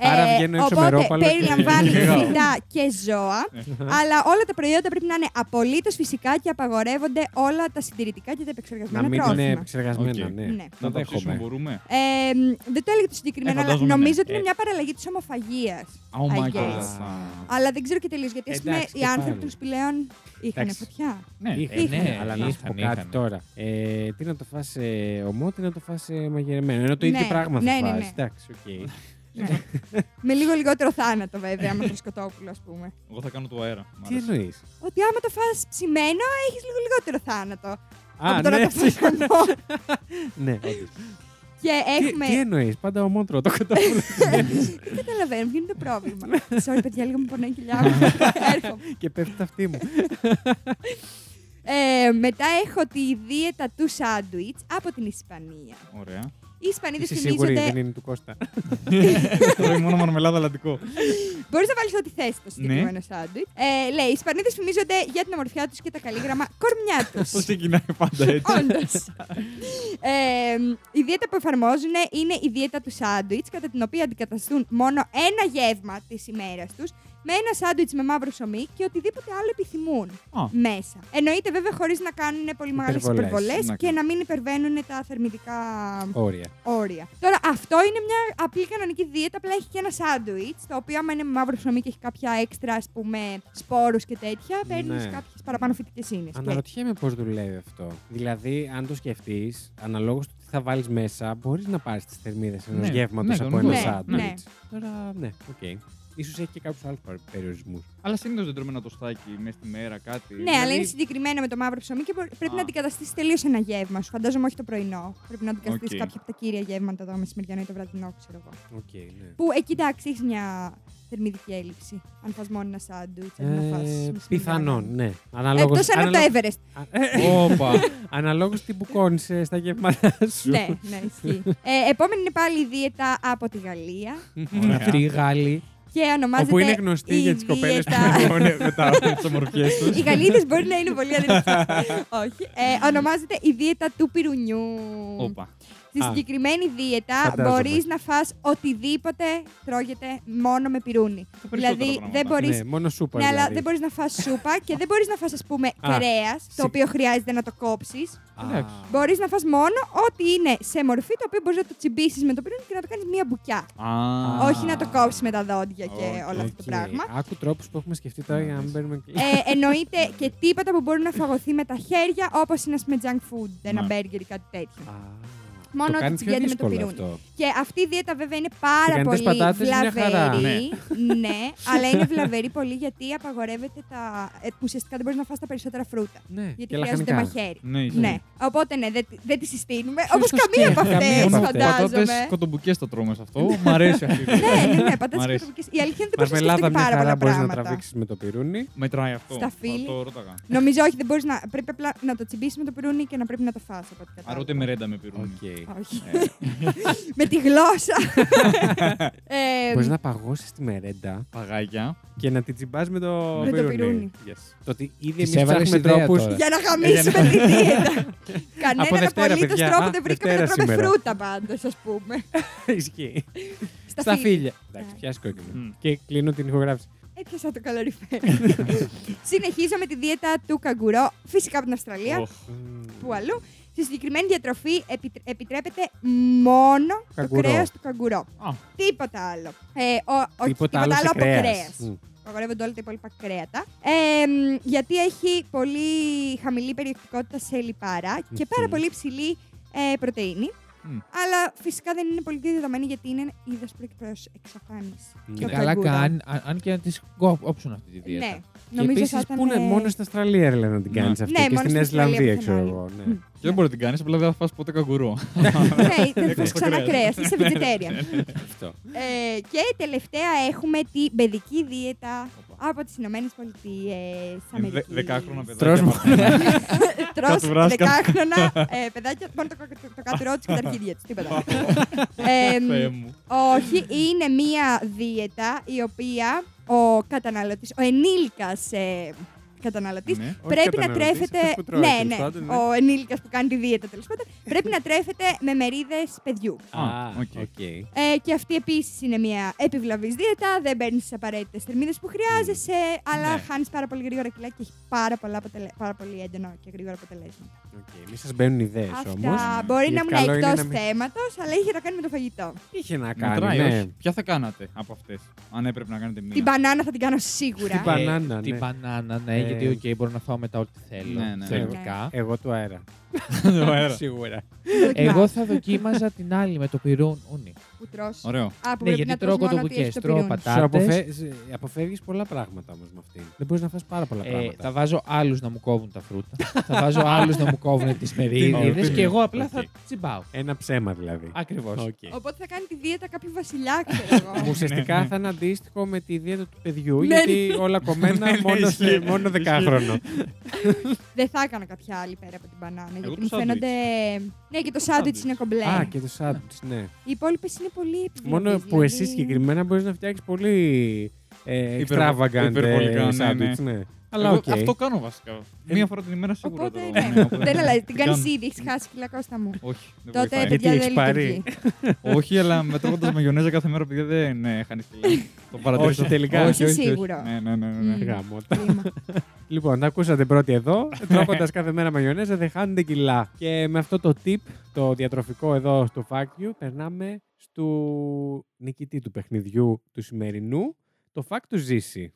S1: Άρα βγαίνω έξω με
S2: Ε, οπότε
S1: ρόπαλο και- Ε.
S2: περιλαμβάνει
S3: και γάο.
S2: φυτά και ζώα, αλλά όλα τα προϊόντα πρέπει να είναι απολύτως φυσικά και απαγορεύονται όλα τα συντηρητικά και τα
S1: Να
S2: επεξεργασμένα
S1: μην είναι
S2: τρόφιμα.
S1: επεξεργασμένα,
S3: Οκ.
S1: ναι.
S2: Ναι.
S1: Το
S3: Να τα ψήσουμε,
S1: δέχομαι.
S3: μπορούμε.
S2: Ε, μ, δεν το έλεγε το συγκεκριμένο,
S3: Ε,
S2: αλλά
S3: φαντάζομαι,
S2: νομίζω
S3: ναι.
S2: ότι είναι
S3: Ε.
S2: μια παραλλαγή της ομοφαγίας.
S3: Oh my
S2: I
S3: god.
S2: guess. Αλλά δεν ξέρω και τελείως γιατί ας πούμε,
S1: Εντάξει, και
S2: οι άνθρωποι
S1: πάλι.
S2: των σπηλαίων είχαν
S1: Εντάξει.
S2: φωτιά.
S3: Ναι.
S1: Είχα,
S4: Ε, ναι,
S1: αλλά να σου πω
S4: είχαν,
S1: κάτι
S4: είχαν.
S1: τώρα. Ε, τι να το φας ε, ομό, τι να το φας ε, μαγειρεμένο. Ενώ το ίδιο
S2: Ναι,
S1: πράγμα
S2: ναι,
S1: θα
S2: ναι, ναι.
S1: φας. Εντάξει, οκ.
S2: Ναι. Με λίγο λιγότερο θάνατο βέβαια με το σκοτόπουλο, ας πούμε.
S3: Εγώ θα κάνω το αέρα. Μ'
S1: Τι
S3: αρέσει.
S1: εννοείς.
S2: Ότι άμα το φας ψημένο, έχεις λίγο λιγότερο θάνατο.
S1: Α,
S2: από το
S1: ναι,
S2: να το φας
S1: σίγουρα.
S2: κοντό.
S1: Ναι, όντως.
S2: Και
S1: Τι-
S2: έχουμε.
S1: Τι εννοείς, πάντα ομότρο το κατόπουλο.
S2: Δεν καταλαβαίνω ποιο είναι το πρόβλημα. Sorry, παιδιά, λίγο μου πονάει η κοιλιά μου. Έρχομαι.
S1: και πέφτει αυτή μου.
S2: Ε, μετά έχω τη δίαιτα του σάντουιτ από την Ισπανία.
S3: Ωραία.
S2: Οι Ισπανίδε
S1: Είσαι σίγουρη
S2: φημίζονται.
S1: δεν είναι του Κώστα.
S3: Τώρα είναι μόνο μαρμελάδα αλλαντικό.
S2: Μπορείς να βάλεις ό,τι θες
S1: Ναι.
S2: το συγκεκριμένο σάντουιτ. Ε, λέει: Οι Ισπανίδε φημίζονται για την ομορφιά τους και τα καλύγραμμα κορμιά τους.
S3: Πώς ξεκινάει πάντα έτσι.
S2: Όντως. ε, η δίαιτα που εφαρμόζουν είναι η δίαιτα του σάντουιτ, κατά την οποία αντικαταστούν μόνο ένα γεύμα της ημέρας τους με ένα σάντουιτ με μαύρο σωμί και οτιδήποτε άλλο επιθυμούν
S3: Α.
S2: μέσα. Εννοείται βέβαια χωρίς να κάνουν πολύ μεγάλες
S1: Υπερβολές,
S2: υπερβολές
S3: να
S2: και
S3: κάνουν.
S2: να μην υπερβαίνουν τα θερμητικά
S1: Όρια.
S2: όρια. Τώρα, αυτό είναι μια απλή κανονική δίαιτα, απλά έχει και ένα σάντουιτ, το οποίο άμα είναι με μαύρο ψωμί και έχει κάποια έξτρα, ας πούμε, σπόρους και τέτοια, παίρνεις
S1: Ναι.
S2: κάποιες παραπάνω φυτικέ ίνε.
S1: Αναρωτιέμαι πώς δουλεύει αυτό. Δηλαδή, αν το σκεφτείς, αναλόγως του τι θα βάλεις μέσα, μπορείς να πάρεις τις θερμίδες ενός
S3: Ναι,
S1: γεύματος
S3: ναι,
S1: από ένα
S2: κανονικά. Ναι,
S1: σάντουιτ. Τώρα, ναι, οκ. Ίσως έχει και κάποιους άλλους περιορισμούς.
S3: Αλλά συνήθως δεν τρώμε ένα τοστάκι μέσα στη μέρα, κάτι. Δηλαδή-
S2: Ναι,
S1: Δηλαδή-
S2: αλλά είναι συγκεκριμένο με το μαύρο ψωμί και μπορεί- πρέπει
S3: Α.
S2: να αντικαταστήσει τελείως ένα γεύμα. Σου φαντάζομαι όχι το πρωινό. Πρέπει να αντικαταστήσει
S3: Οκ.
S2: κάποια από τα κύρια γεύματα εδώ, μεσημεριανό ή το βραδινό, ξέρω εγώ.
S1: Οκ, ναι.
S2: Που εκεί εντάξει, έχεις μια θερμιδική έλλειψη. Αν φας μόνο ένα σάντουιτ, αν να φας
S1: Ε,
S2: μεσημεριανό.
S1: πιθανόν, ναι. Αναλόγως,
S2: Εκτό αν είναι από το Everest.
S3: Όπα.
S1: αναλόγως τι μπουκώνεις ε, στα γεύματά σου.
S2: ναι, ναι, ισχύει. Ε, επόμενη είναι πάλι η δίαιτα από τη Γαλλία
S4: Αυτή η Γάλλη.
S2: και ονομάζεται.
S1: Όπου είναι γνωστή
S2: η
S1: για τις κοπέλες που
S2: δίαιτα-
S3: ναι,
S1: είναι μετά.
S3: τι ομορφιέ
S2: Οι
S3: του.
S2: Γαλλίδες μπορεί να είναι πολύ αδερφέ. Όχι. Ε, ονομάζεται η δίαιτα του πυρουνιού.
S3: Όπα.
S2: Στη
S1: Α.
S2: συγκεκριμένη δίαιτα
S1: Φαντάζομαι.
S2: μπορείς να φας οτιδήποτε τρώγεται μόνο με πυρούνι. Δηλαδή
S3: πράγματα.
S2: δεν μπορείς.
S1: Ναι, μόνο σούπα
S2: Ναι, αλλά
S1: δηλαδή.
S2: δεν μπορείς να φας σούπα και δεν μπορείς να φας, ας πούμε, κρέα,
S1: συ-
S2: το οποίο χρειάζεται να το κόψεις.
S1: Α,
S2: Μπορείς να φας μόνο ό,τι είναι σε μορφή, το οποίο μπορείς να το τσιμπήσεις με το πυρούνι και να το κάνεις μία μπουκιά.
S3: Α.
S2: Όχι να το κόψεις με τα δόντια και
S3: Οκ,
S2: όλο αυτό το
S1: οκ.
S2: πράγμα.
S1: Άκου τρόπους που έχουμε σκεφτεί τώρα για να μην παίρνουμε κλειδί.
S2: Ε, εννοείται και τίποτα που μπορεί να φαγωθεί με τα χέρια, όπως είναι ας πούμε junk food, ένα
S3: Ναι.
S2: μπέργκερ ή κάτι τέτοιο.
S1: Α,
S2: Μόνο
S1: το
S2: ότι
S1: κάνεις πιο
S2: τσιμπιέται με το
S1: δύσκολο
S2: πυρούνι.
S1: αυτό.
S2: Και αυτή η δίαιτα βέβαια είναι πάρα
S1: Τηγανιτές
S2: πολύ
S1: πατάτες είναι μια χαρά.
S2: βλαβερή. ναι, αλλά είναι βλαβερή πολύ γιατί απαγορεύεται τα. ε, που ουσιαστικά δεν μπορείς να φας τα περισσότερα φρούτα.
S1: Ναι,
S2: Γιατί
S1: και
S2: χρειάζονται
S1: λαχανικά.
S2: μαχαίρι.
S3: Ναι, ισχύει.
S2: Ναι. Οπότε ναι, δεν, δεν τη συστήνουμε.
S4: Ποιος
S2: Όπω
S4: το
S2: καμία από
S4: σκέφτεται,
S2: αυτές,
S1: καμία από αυτές.
S2: Ε, φαντάζομαι.
S3: Πατάτες κοτομπουκέ το τρώμε σε αυτό. Μ' αρέσει αυτή η ιδέα.
S2: ναι, ναι, ναι,
S3: Μ'
S2: πατάτες
S3: αρέσει.
S2: κοτοπικές. Η αλήθεια είναι ότι δεν μπορεί να
S1: Μαρμελάδα μια
S2: σκεφτεί πάρα
S1: χαρά
S2: πολλά
S1: μπορείς να
S2: πράγματα.
S1: τραβήξεις με το πυρούνι.
S3: Μετράει αυτό.
S2: Στα
S3: Α,
S2: φίλη.
S3: Το ρώταγα.
S2: Νομίζω όχι, δεν μπορείς να. Πρέπει απλά να το τσιμπήσεις με το πυρούνι και να πρέπει να το φας. από ό,τι
S3: Άρα
S2: κατάλαβα.
S3: ούτε μερέντα με πυρούνι. Ε,
S1: Okay. πολύ.
S2: Όχι. Με τη γλώσσα. Ε,
S1: Μπορείς να παγώσεις τη μερέντα
S3: Παγάκια.
S1: και να την τσιμπά με το
S2: Με το πυρούνι.
S1: Yes. Το ότι ήδη
S4: Της
S1: εμείς
S4: έβαλες
S1: ψάχνουμε
S4: ιδέα
S1: τρόπους.
S4: τώρα.
S2: Για να γαμίσουμε τη δίαιτα.
S1: Ε, Από
S2: Κανέναν
S1: Δευτέρα,
S2: απολύτω
S1: παιδιά.
S2: τρόπο
S1: Α,
S2: δεν βρήκαμε να
S1: Δευτέρα
S2: τρώμε
S1: σήμερα.
S2: φρούτα πάντως, ας πούμε.
S1: Ισχύει. Στα φίλια.
S2: Ναι.
S1: Εντάξει, πιάσει κόκκινο.
S3: Μμ.
S1: Και κλείνω την ηχογράφηση.
S2: Έπιασα Ε, το καλοριφέρι. Συνεχίζω με τη δίαιτα του καγκουρό, φυσικά από την Αυστραλία.
S3: Οχ.
S2: που αλλού. Στη συγκεκριμένη διατροφή επιτρε- επιτρέπεται μόνο
S1: Καγκουρό.
S2: το κρέας του καγκουρό.
S3: Α.
S2: Τίποτα άλλο. Ε, ο, ο-
S1: Τίποτα άλλο σε
S2: από κρέας.
S1: κρέας. Μμ.
S2: Απαγορεύονται όλα τα υπόλοιπα κρέατα. Ε, μ, γιατί έχει πολύ χαμηλή περιεκτικότητα σε λιπαρά και πάρα
S1: Μμμ.
S2: πολύ ψηλή ε, πρωτεΐνη.
S3: Μμ.
S2: Αλλά φυσικά δεν είναι πολύ δεδομένη γιατί είναι είδο προ εξαφάνιση.
S1: Ναι.
S2: Και ο
S1: Ναι.
S4: Καλά
S2: καγκουρό.
S4: κάνει, αν αν και να τη κόψουν αυτή τη δίαιτα. Ε,
S2: Ναι,
S1: Και
S2: νομίζω
S1: επίσης,
S2: θα ήταν.
S1: πού είναι μόνο στην Αυστραλία ρε, λέει, να την
S3: Ναι.
S1: κάνεις αυτή.
S2: Ναι,
S1: και στην
S2: μόνο στην
S1: Νέα
S2: Αυστραλία
S1: Ισλανδία,
S2: πουθενά
S1: ξέρω
S2: άλλο.
S1: εγώ. ναι.
S3: Και δεν μπορεί να την κάνεις, απλά δεν θα φας ποτέ καγκουρό.
S2: Ναι, δεν θα
S3: Έκανες
S2: φας
S3: το
S2: ξανά
S3: κρέας.
S2: κρέας. Είσαι vegetarian.
S1: Αυτό.
S2: Ε, και τελευταία έχουμε την παιδική δίαιτα από τις Ηνωμένες
S1: Ε,
S2: Πολιτείες
S3: Ε,
S2: Αμερική.
S3: Δεκάχρονα παιδάκια.
S1: Τρως μόνο.
S2: Ναι.
S3: κατουράσκα.
S2: δεκάχρονα ε, παιδάκια. Μόνο το, το, το κατουρό του και τα αρχίδια του. Τίποτα. Ε,
S3: Θεέ μου.
S2: όχι, είναι μία δίαιτα η οποία ο καταναλωτής, ο ενήλικας ε, καταναλωτής,
S3: Ναι.
S1: Όχι
S2: πρέπει να
S1: καταναλωτής,
S2: τρέφεται.
S1: αυτός που τρώει,
S2: ναι,
S1: τέλος
S2: ναι.
S1: πάντων, ναι.
S2: Ο ενήλικας που κάνει τη δίαιτα τέλος πάντων. πρέπει να τρέφεται με μερίδες παιδιού.
S1: Α,
S3: Α, οκ.
S1: οκ.
S2: Ε, και αυτή επίσης είναι μια επιβλαβής δίαιτα. Δεν παίρνει τις απαραίτητες θερμίδες που χρειάζεσαι, αλλά
S3: Ναι.
S2: χάνεις πάρα πολύ γρήγορα κιλά και έχει πάρα, πολλά αποτελε... πάρα πολύ έντονο και γρήγορα αποτελέσματα.
S1: Οκ. Μη σας μπαίνουν ιδέες
S2: Αυτά
S1: όμως.
S2: μπορεί να
S1: γιατί
S2: ήμουν
S1: καλό είναι
S2: εκτός
S1: να μην-
S2: θέματος, αλλά είχε να κάνει με το φαγητό.
S1: Είχε να κάνει.
S3: Μετράει,
S1: ναι.
S3: όχι. Ποια θα κάνατε από αυτές, αν έπρεπε να κάνετε μία.
S2: Την μπανάνα θα την κάνω σίγουρα.
S1: Την μπανάνα,
S4: Την
S1: ναι.
S4: μπανάνα, ναι,
S1: Ε,
S4: γιατί οκ, μπορώ να φάω μετά ό,τι θέλω.
S3: Ναι, ναι, ναι.
S4: θεωρητικά.
S1: Εγώ του αέρα.
S3: Ο αέρας.
S1: Σίγουρα.
S2: Το δοκιμάζω.
S4: Εγώ θα δοκίμαζα την άλλη με το πυρούνι.
S2: Που τρως.
S3: Ωραίο.
S2: Α, που
S4: Ναι,
S2: πρέπει
S4: γιατί
S2: να
S4: τρώω
S2: τρως μόνο ότι
S4: κοτοπουκιές,
S2: έχεις το
S4: τρώω
S2: πυρούνι.
S4: πατάτες.
S1: Σου αποφε... αποφεύγεις πολλά πράγματα όμως με αυτήν. Δεν μπορείς να φας πάρα πολλά
S4: Ε,
S1: πράγματα.
S4: θα βάζω άλλους να μου κόβουν τα φρούτα. θα βάζω άλλους να μου κόβουν τις μερίδε
S1: Την
S4: και εγώ απλά
S1: Οκ.
S4: θα τσιμπάω.
S1: Ένα ψέμα δηλαδή.
S4: Ακριβώς.
S1: Οκ.
S2: Οπότε θα κάνει τη δίαιτα κάποιου βασιλιά, ξέρω εγώ.
S3: Ναι,
S1: Ουσιαστικά θα είναι αντίστοιχο με τη δίαιτα του παιδιού,
S2: Ναι,
S1: γιατί όλα κομμένα μόνο, σε,
S3: ισχύει.
S1: μόνο δεκάχρονο.
S2: Δεν θα έκανα κάποια άλλη πέρα από την μπανάνα, γιατί
S3: το
S2: μου
S3: σάντουιτς.
S2: φαίνονται. Ναι, και το σάντουιτς
S3: σάντουιτς.
S2: είναι κομπλέ.
S1: Α, και το σάντουιτς, ναι.
S2: Οι υπόλοιπε είναι πολύ επιβλαβείς.
S1: Μόνο που
S2: δηλαδή-
S1: εσύ συγκεκριμένα μπορείς να φτιάξεις πολύ ε,
S3: Υπερβο-
S1: extravagant
S3: υπερβολικά,
S1: ε,
S3: ναι,
S1: σάντουιτς, ναι. Αλλά
S3: Εγώ
S1: οκ. Ε,
S3: Αυτό κάνω βασικά. Μία φορά την ημέρα σίγουρα.
S2: Οπότε
S3: το-
S2: ναι,
S3: ναι, οπότε
S2: δεν αλλάζει. Την
S3: κάνω.
S2: κάνει ήδη, έχεις χάσει κιλά κόστα μου.
S3: Όχι. δεν
S2: Τότε
S3: βοηθάει.
S1: Γιατί
S2: παιδιά δεν
S1: έχεις πάρει.
S2: λειτουργεί.
S3: Όχι, αλλά μετρώγοντα μαγιονέζα κάθε μέρα, παιδιά δεν ναι, χάνει κιλά. Το παρατήρησα.
S1: Όχι, τελικά.
S2: Όχι, σίγουρο. Mm.
S3: Ναι, ναι, ναι. ναι.
S2: Μμ.
S1: Γάμο.
S2: Κρίμα.
S1: Λοιπόν, τα ακούσατε πρώτοι εδώ. Τρώγοντας κάθε μέρα μαγιονέζα, δεν χάνετε κιλά. Και με αυτό το tip, το διατροφικό εδώ στο Fact You, περνάμε στο νικητή του παιχνιδιού του σημερινού, το Fact του Ζήση.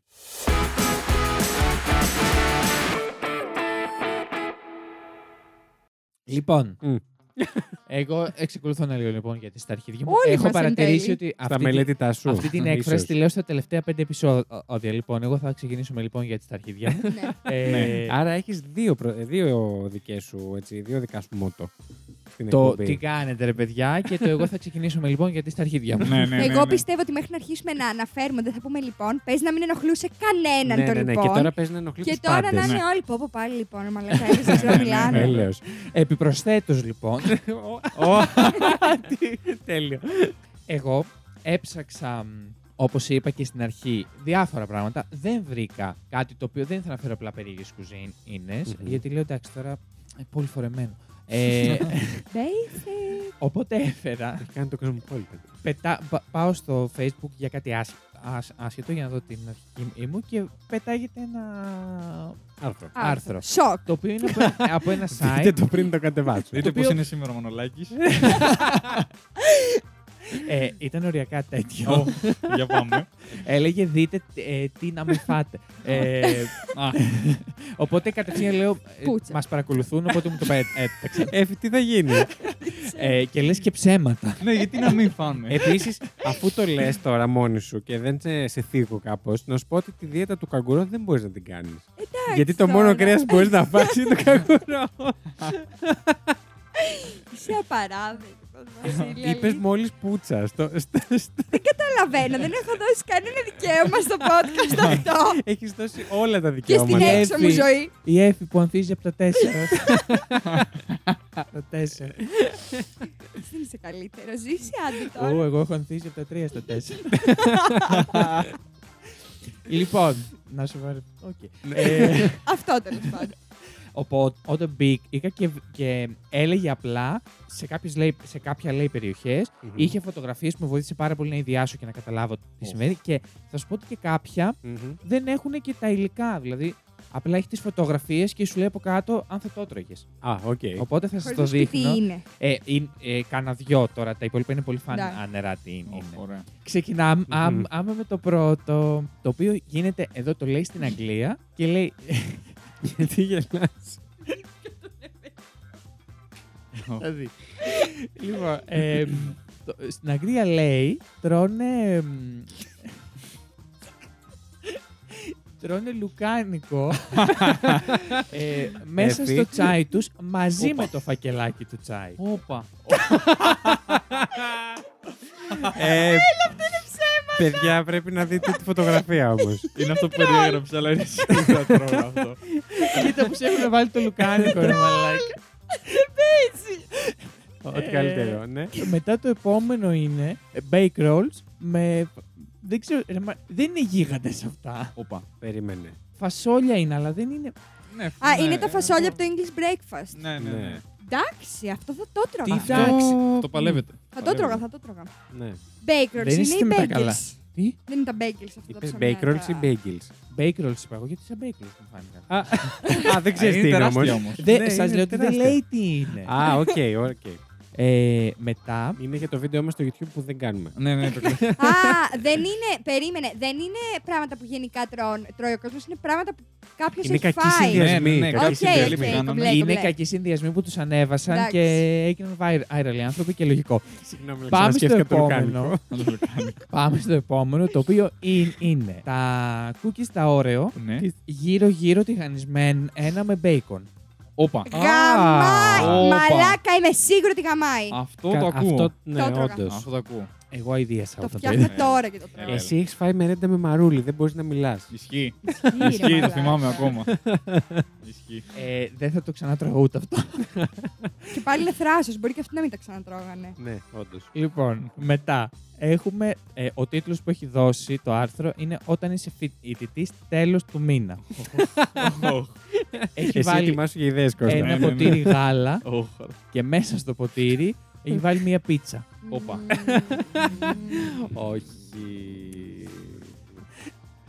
S4: Λοιπόν.
S1: Μμ.
S4: εγώ εξακολουθώ να λέω λοιπόν για τι αρχίδια μου.
S2: Όλοι
S4: Έχω
S2: μας εν
S4: παρατηρήσει
S2: τέλει.
S4: ότι
S1: Στα
S4: αυτή, τη-
S1: μελέτητά σου.
S4: αυτή την έκφραση
S1: ίσως.
S4: τη λέω στα τελευταία πέντε επεισόδια. Λοιπόν, εγώ θα ξεκινήσουμε λοιπόν για τις αρχίδια μου.
S2: Ναι.
S4: Ε,
S3: Ναι.
S1: Άρα έχεις δύο, προ- ε, δύο δικές σου, έτσι, δύο δικά σου μότο. Στην
S4: Το
S1: εκπομπή.
S4: τι κάνετε ρε παιδιά και το εγώ θα ξεκινήσουμε λοιπόν γιατί στα αρχίδια μου.
S3: Ναι, ναι, ναι,
S2: Εγώ
S3: ναι.
S2: πιστεύω ότι μέχρι να αρχίσουμε να αναφέρουμε, δεν θα πούμε λοιπόν, παίζει να μην ενοχλούσε κανέναν
S1: ναι,
S2: το
S1: ναι, ναι.
S2: λοιπόν.
S1: Και τώρα παίζει να ενοχλεί
S2: Και
S1: τους
S2: τώρα να
S1: πάντες. ναι.
S2: είναι όλοι. Πω, πω πάλι λοιπόν, μαλακά, δεν ξέρω να
S3: Ναι.
S2: μιλάνε.
S1: Έλεος.
S4: Επιπροσθέτως λοιπόν,
S1: Τι- Τέλειο.
S4: εγώ έψαξα, μ, όπως είπα και στην αρχή, διάφορα πράγματα. Δεν βρήκα κάτι το οποίο δεν ήθελα να φέρω απλά περίεργες κουζίνες,
S1: Μμμ.
S4: γιατί λέω εντάξει τώρα, ε, πολύ φορεμένο. Ε,
S2: Basic.
S4: οπότε έφερα,
S1: Κάνει το κοσμοπόλιτα.
S4: πετά, πα- πάω στο facebook για κάτι άσ- άσ- άσχετο για να δω την αρχική μου και πετάγεται ένα
S1: Άρθρο.
S4: άρθρο.
S2: Σοκ.
S4: Το οποίο είναι από, ένα- από ένα
S1: Δείτε
S4: site.
S1: το πριν το κατεβάσω.
S3: Δείτε πώ
S4: οποίο-
S3: είναι σήμερα ο Μονολάκης.
S4: ε, ήταν οριακά τέτοιο.
S3: Για πάμε.
S4: Έλεγε δείτε ε, τι να μην φάτε. ε,
S3: Α,
S4: οπότε κατευθείαν λέω, ε,
S2: Πούτσα.
S4: μας παρακολουθούν, οπότε μου το πέταξε.
S1: Εφη, τι θα γίνει.
S4: ε, και λες και ψέματα.
S3: ναι, γιατί να μην φάμε.
S1: Επίσης, αφού το λες τώρα μόνη σου και δεν σε, σε θίγω κάπως, να σου πω ότι τη δίαιτα του καγκουρό δεν μπορείς να την κάνεις. Γιατί το
S2: τώρα.
S1: μόνο κρέα που μπορείς να φας είναι το καγκουρό.
S2: Είσαι απαράδεκτος.
S1: Είπες μόλις πούτσα. στο- στο- στο-
S2: Καταλαβαίνω, δεν έχω δώσει κανένα δικαίωμα στο podcast αυτό.
S1: Έχεις δώσει όλα τα
S2: Και στην
S1: δικαιώματα.
S4: Εύη.
S2: έξω μου ζωή.
S4: Η Εφη που ανθίζει από τα τέσσερα. στα 4.
S2: Δεν είσαι καλύτερο. Ζήσει άντε
S4: Ού,
S2: τώρα.
S4: εγώ έχω ανθίσει από τα 3 στα 4. λοιπόν, να σου βάλω. Οκ. Ε,
S2: Αυτό τέλος πάντων.
S4: Οπότε όταν μπήκα και, και έλεγε απλά σε, κάποιες, λέει, σε κάποια λέει περιοχές,
S1: Μμμ.
S4: είχε φωτογραφίες που με βοήθησε πάρα πολύ να ιδιάσω και να καταλάβω τι
S1: Ω.
S4: συμβαίνει και θα σου πω ότι και κάποια
S1: Μμμ.
S4: δεν έχουν και τα υλικά, δηλαδή απλά έχεις τις φωτογραφίες και σου λέει από κάτω αν θα το τρώγες.
S1: Α, οκ.
S4: Οπότε θα σας
S2: Χωρίς
S4: το
S2: να σου πει τι
S4: δείχνω.
S2: είναι. Ναι.
S4: Ε, είναι, ε, κάνα δυο τώρα, τα υπόλοιπα είναι πολύ φαν
S2: Εντάξει.
S4: ανερά τι είναι.
S3: Ω, Ωραία.
S4: Ξεκινάμε
S1: Μμμ.
S4: αμ- άμα με το πρώτο, το οποίο γίνεται εδώ, το λέει στην Αγγλία και λέει
S1: Γιατί γελάς.
S4: Λοιπόν, ε, το- στην Αγγλία λέει τρώνε. ε, μ, τρώνε λουκάνικο ε, μέσα
S1: Έφη.
S4: στο τσάι τους μαζί
S3: Όπα.
S4: με το φακελάκι του τσάι.
S3: Όπα.
S1: Ε, Παιδιά, πρέπει να δείτε τη φωτογραφία όμως.
S3: Είναι αυτό που περιέγραψε, αλλά είναι σίγουρα τρόλο αυτό.
S4: Κοίτα που σε έχουν βάλει το λουκάνικο, ρε μαλάκι.
S2: Ε.
S1: Ό,τι καλύτερο, ναι.
S4: Ε, Μετά το επόμενο είναι ε, bake rolls με... Δεν ξέρω, ρε μα- δεν είναι γίγαντες αυτά.
S3: Όπα.
S1: Περίμενε.
S4: Φασόλια είναι, αλλά δεν είναι...
S2: Α, είναι τα φασόλια από το English breakfast.
S3: Ναι, ναι, ναι.
S2: Εντάξει, αυτό θα το
S4: Τι
S2: τρώγα.
S4: θα-
S3: Εντάξει, Ναι. το παλεύετε.
S2: Θα το τρώγα, θα το τρώγα.
S1: Ναι.
S2: Bakers
S4: Δεν
S2: είναι
S4: είστε
S2: οι
S4: με τα καλά.
S2: bagels.
S4: Τι?
S2: Δεν είναι τα bagels αυτά
S1: Είπε
S2: τα ψωμιά.
S1: bake rolls ή
S2: τα-
S1: bagels.
S4: Bake rolls είπα εγώ, γιατί σε bake rolls μου φάνηκαν.
S1: Α, δεν ξέρεις
S3: Ε, Είναι
S1: τι είναι όμως.
S3: τεράστια όμως.
S4: Δε,
S1: Ναι,
S4: σας
S1: είναι
S4: λέω ότι δεν
S1: τεράστια.
S4: λέει τι είναι.
S1: Α, οκ, οκ.
S4: Ε, μετά,
S1: Είναι για το βίντεο μας στο YouTube που δεν κάνουμε.
S3: Ναι, ναι, το κλείνω.
S2: Α, δεν είναι, περίμενε, δεν είναι πράγματα που γενικά τρών, τρώει ο κόσμος, είναι πράγματα που κάποιος
S1: Είναι
S2: έχει
S1: κακή
S2: φάει.
S3: συνδυασμένη.
S1: συνδυασμή.
S3: Ναι, ναι, ναι,
S1: κακή
S2: Οκ,
S1: συνδυασμή.
S2: οκ, το
S3: κάνανε.
S2: μπλε, το
S4: είναι
S2: μπλε.
S4: κακοί συνδυασμοί που τους ανέβασαν
S2: Εντάξει.
S4: και έγιναν viral οι άνθρωποι και λογικό.
S1: Συγγνώμη,
S4: Πάμε στο
S1: ξανασκέφτηκα το
S4: επόμενο.
S1: λουκάνικο.
S3: Να το κάνω.
S4: Πάμε στο επόμενο, το οποίο είναι, είναι τα cookies τα ωραίο,
S3: Ναι.
S4: γύρω-γύρω τηγανισμένο, ένα με bacon.
S3: Όπα.
S2: Γαμάει!
S3: Α, όπα.
S2: Μαλάκα, είμαι σίγουρο ότι γαμάει.
S3: Αυτό το
S1: Κα-
S3: ακούω.
S1: Αυτό, ναι,
S2: τρώγα.
S1: όντως.
S3: Αυτό το ακούω.
S4: Εγώ αηδίασα
S2: Το
S4: όταν το είδα.
S2: φτιάχνα
S3: ε,
S2: τώρα και το τρώω.
S3: ε,
S1: Εσύ έχεις φάει μερέντα με μαρούλι, δεν μπορείς να μιλάς.
S3: Ισχύει.
S2: Ισχύει, ρε
S3: Ισχύει, το
S2: μαλάκα.
S3: θυμάμαι ακόμα. Ισχύει.
S4: Ε, δεν θα το ξανατρώω ούτε αυτό.
S2: Και πάλι είναι θράσος, μπορεί και αυτοί να μην τα ξανατρώγανε.
S1: Ναι, όντως.
S4: Λοιπόν, μετά έχουμε. ε, ο τίτλος που έχει δώσει το άρθρο είναι Όταν είσαι φοιτητή τέλος του μήνα.
S3: Οχ,
S4: έχει
S1: Εσύ
S4: βάλει
S1: ετοιμάσου για ιδέες, Κώστα.
S3: Ναι,
S4: ένα
S3: ναι, ναι.
S4: ποτήρι γάλα
S3: οχ.
S4: και μέσα στο ποτήρι έχει βάλει μία πίτσα.
S3: Όπα.
S2: Μμμ.
S1: Όχι.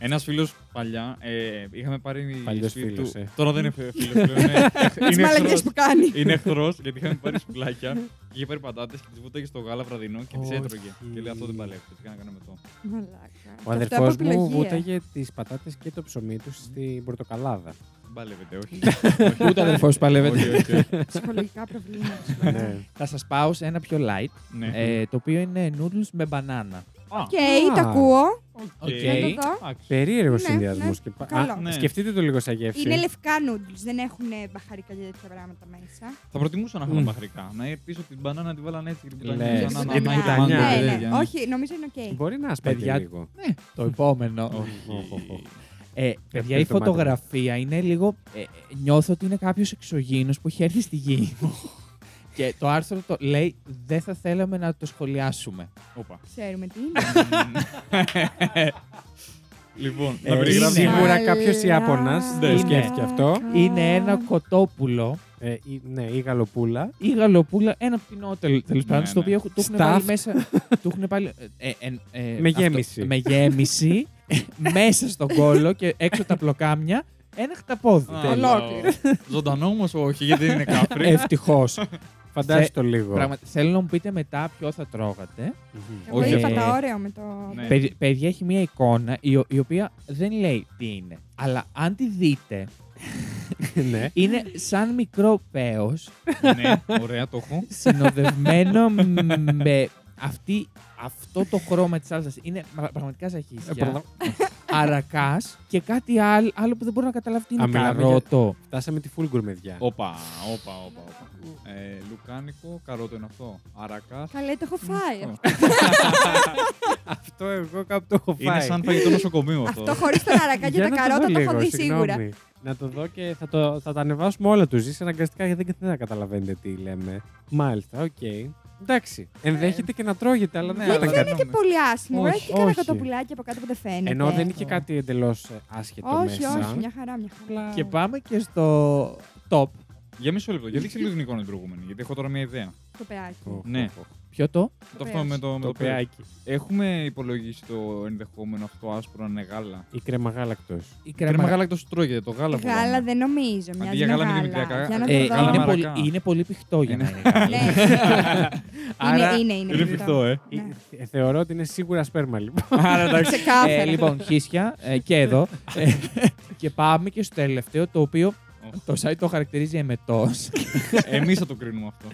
S3: Ένας φίλος παλιά, ε, είχαμε πάρει.
S1: Παλιός
S3: σπίτι
S1: φίλος,
S3: του-
S1: ε.
S3: Τώρα δεν είναι φίλος. είναι
S2: Τις
S3: εχθρός.
S2: μαλακίες που κάνει.
S3: Είναι εχθρός, γιατί είχαμε πάρει σουβλάκια. και Είχε πάρει πατάτες και τις βουτάγε στο γάλα βραδινό και τις
S1: Όχι.
S3: έτρωγε. Και λέει αυτό δεν παλεύεται. Τι να κάνουμε το.
S2: Μαλάκα.
S1: Ο
S2: Και αυτά
S1: αδερφός
S2: από
S1: μου
S2: επιλογία.
S1: βούταγε τις πατάτες και το ψωμί τους στην πορτοκαλάδα.
S3: Δεν παλεύεται, όχι.
S4: Ούτε αδερφό
S3: Όχι,
S4: παλεύεται.
S3: όχι, όχι.
S2: ε, Ψυχολογικά προβλήματα. σου λέω.
S1: Ναι.
S4: Θα σας πάω σε ένα πιο light,
S3: Ναι.
S4: ε, το οποίο είναι noodles με μπανάνα.
S3: Α,
S2: Οκ, το
S1: Α.
S2: ακούω.
S3: οκ.
S4: Να το
S2: δω.
S3: Εντάξει.
S1: Περίεργος
S2: Ναι,
S1: συνδυασμός.
S2: ναι, καλό.
S3: Ναι.
S1: Σκεφτείτε το λίγο σαν γεύση.
S2: Είναι λευκά noodles, δεν έχουν μπαχαρικά και τέτοια πράγματα μέσα.
S3: Θα προτιμούσα να είχαμε
S1: Μμμ. Ναι. μπαχρικά.
S3: μαχρικά. Να πίσω την μπανάνα, την βάλανε έτσι και την
S1: Λες.
S3: κουτανιάζαν,
S1: Για
S3: άνα,
S1: την
S3: άνα,
S1: κουτανιά,
S3: άνα,
S1: ναι,
S3: τέτοια.
S2: Όχι, νομίζω είναι οκ.
S1: Μπορεί να σπαθεί
S4: Παιδιά,
S1: λίγο.
S4: Το επόμενο.
S3: Όχι.
S4: Ε, παιδιά,
S1: Καπνίζει
S4: η
S1: το μάτι μου.
S4: φωτογραφία είναι λίγο. ε, νιώθω ότι είναι κάποιος εξωγήινος που έχει έρθει στη γη. και το άρθρο το λέει δεν θα θέλαμε να το σχολιάσουμε.
S3: Όπα.
S2: Ξέρουμε τι είναι.
S3: Λοιπόν,
S4: Ε,
S3: να περιγράψουμε.
S4: είναι.
S1: Σίγουρα κάποιος
S2: Μαλάκα.
S1: Ιάπωνα
S2: Είναι.
S1: το σκέφτηκε αυτό.
S4: Είναι ένα κοτόπουλο
S1: Ε, ή- ναι, η γαλοπούλα.
S4: ή γαλοπούλα, ένα πτηνό τέλο
S3: Ναι,
S4: πάντων, στο
S3: ναι.
S4: οποίο έχουν- του έχουν
S1: Stuffed.
S4: βάλει μέσα. του έχουν πάλι. Ε, ε, ε, ε,
S1: Με
S4: αυτό,
S1: γέμιση.
S4: με γέμιση, μέσα στον κόλο και έξω τα πλοκάμια, ένα χταπόδι.
S3: Α,
S2: Τέλειο. Ολόκληρο.
S3: Ζωντανό όμως όχι, γιατί δεν είναι
S1: Ε,
S3: κάφρι.
S4: Ευτυχώς.
S1: Φαντάζεσαι το λίγο.
S4: Θέλω να μου πείτε μετά ποιο θα τρώγατε.
S1: Μμμ.
S2: Εγώ
S3: Όχι,
S2: είπα
S4: ε,
S2: τα ωραίο με το.
S3: ναι.
S4: Παιδι- Παιδιά, έχει μία εικόνα η, ο- η οποία δεν λέει τι είναι. Αλλά αν τη δείτε,
S1: Ναι.
S4: είναι σαν μικρό πέος
S3: Ναι, ωραία, το έχω.
S4: συνοδευμένο Ε, με αυτή, αυτό το χρώμα της σάλτσας. Είναι πρα- πραγματικά ζαχίσια. αρακάς και κάτι άλλο, άλλο που δεν μπορώ να καταλάβω τι είναι.
S1: Α, μιλάμε για-
S4: Καρότο.
S1: Φτάσαμε τη full γκουρμεδιά.
S3: Όπα, όπα, όπα. όπα. Ε, λουκάνικο, καρότο είναι αυτό. Αρακάς.
S2: Καλέ, το έχω φάει.
S3: Αυτό.
S1: Αυτό εγώ κάπου το έχω
S3: Είναι σαν φαγητό νοσοκομείου αυτό.
S2: Αυτό χωρίς τον αρακά και
S1: Για
S2: τα
S1: να δω
S2: καρότα το έχω
S1: λίγο,
S2: δει
S1: συγγνώμη.
S2: σίγουρα.
S1: Να το δω και θα, το, θα τα ανεβάσουμε όλα τους ζήσει αναγκαστικά γιατί δεν, δεν καταλαβαίνετε τι λέμε. Μάλιστα, οκ. Εντάξει. Ενδέχεται και να τρώγεται, αλλά δεν
S3: Ναι,
S1: ήταν
S3: αλλά-
S1: κάτι.
S2: Είναι και πολύ άσχημο.
S1: Όχι,
S2: Έχει και κανένα
S1: όχι.
S2: κοτοπουλάκι από κάτω που δεν φαίνεται.
S1: Ενώ δεν είχε κάτι εντελώς άσχετο
S2: Όχι,
S1: μέσα.
S2: όχι, μια χαρά, μια χαρά.
S1: Απλά-
S4: Και πάμε και στο top.
S3: Για μισό λεπτό, για δείξε λίγο την εικόνα την προηγούμενη, γιατί έχω τώρα μια ιδέα.
S2: Το
S1: Οχ,
S2: πεάκι.
S1: οχ,
S3: Ναι.
S1: οχ.
S4: Ποιο το?
S3: Το αυτό με το, με
S1: Το
S3: το πέρα.
S1: πεάκι.
S3: Έχουμε υπολογίσει το ενδεχόμενο αυτό άσπρο να είναι γάλα.
S1: Η κρεμαγάλακτο.
S4: Η κρέμα
S3: Κρέμα γάλακτο τρώγεται, το γάλα
S2: Γάλα
S3: βολάμε.
S2: δεν νομίζω. Μοιάζει
S3: για
S2: με
S3: γάλα είναι
S2: γάλα.
S3: δημητριακά.
S2: Για να
S4: Ε,
S2: το δω.
S3: γάλα
S4: είναι,
S3: μαρακά.
S4: πολύ, είναι πολύ πηχτό για να είναι.
S2: Ναι.
S4: γάλα.
S2: Είναι, είναι, είναι.
S3: Είναι
S2: αυτό.
S3: φυκτό, ε.
S2: Ναι.
S1: Ε, Θεωρώ ότι είναι σίγουρα σπέρμα λοιπόν.
S4: Άρα εντάξει.
S2: Ξεκάθαρα.
S4: Ε, λοιπόν, χίσια ε, και εδώ. Ε, και πάμε και στο τελευταίο, το οποίο το site το χαρακτηρίζει εμετός.
S3: Εμείς θα το κρίνουμε αυτό.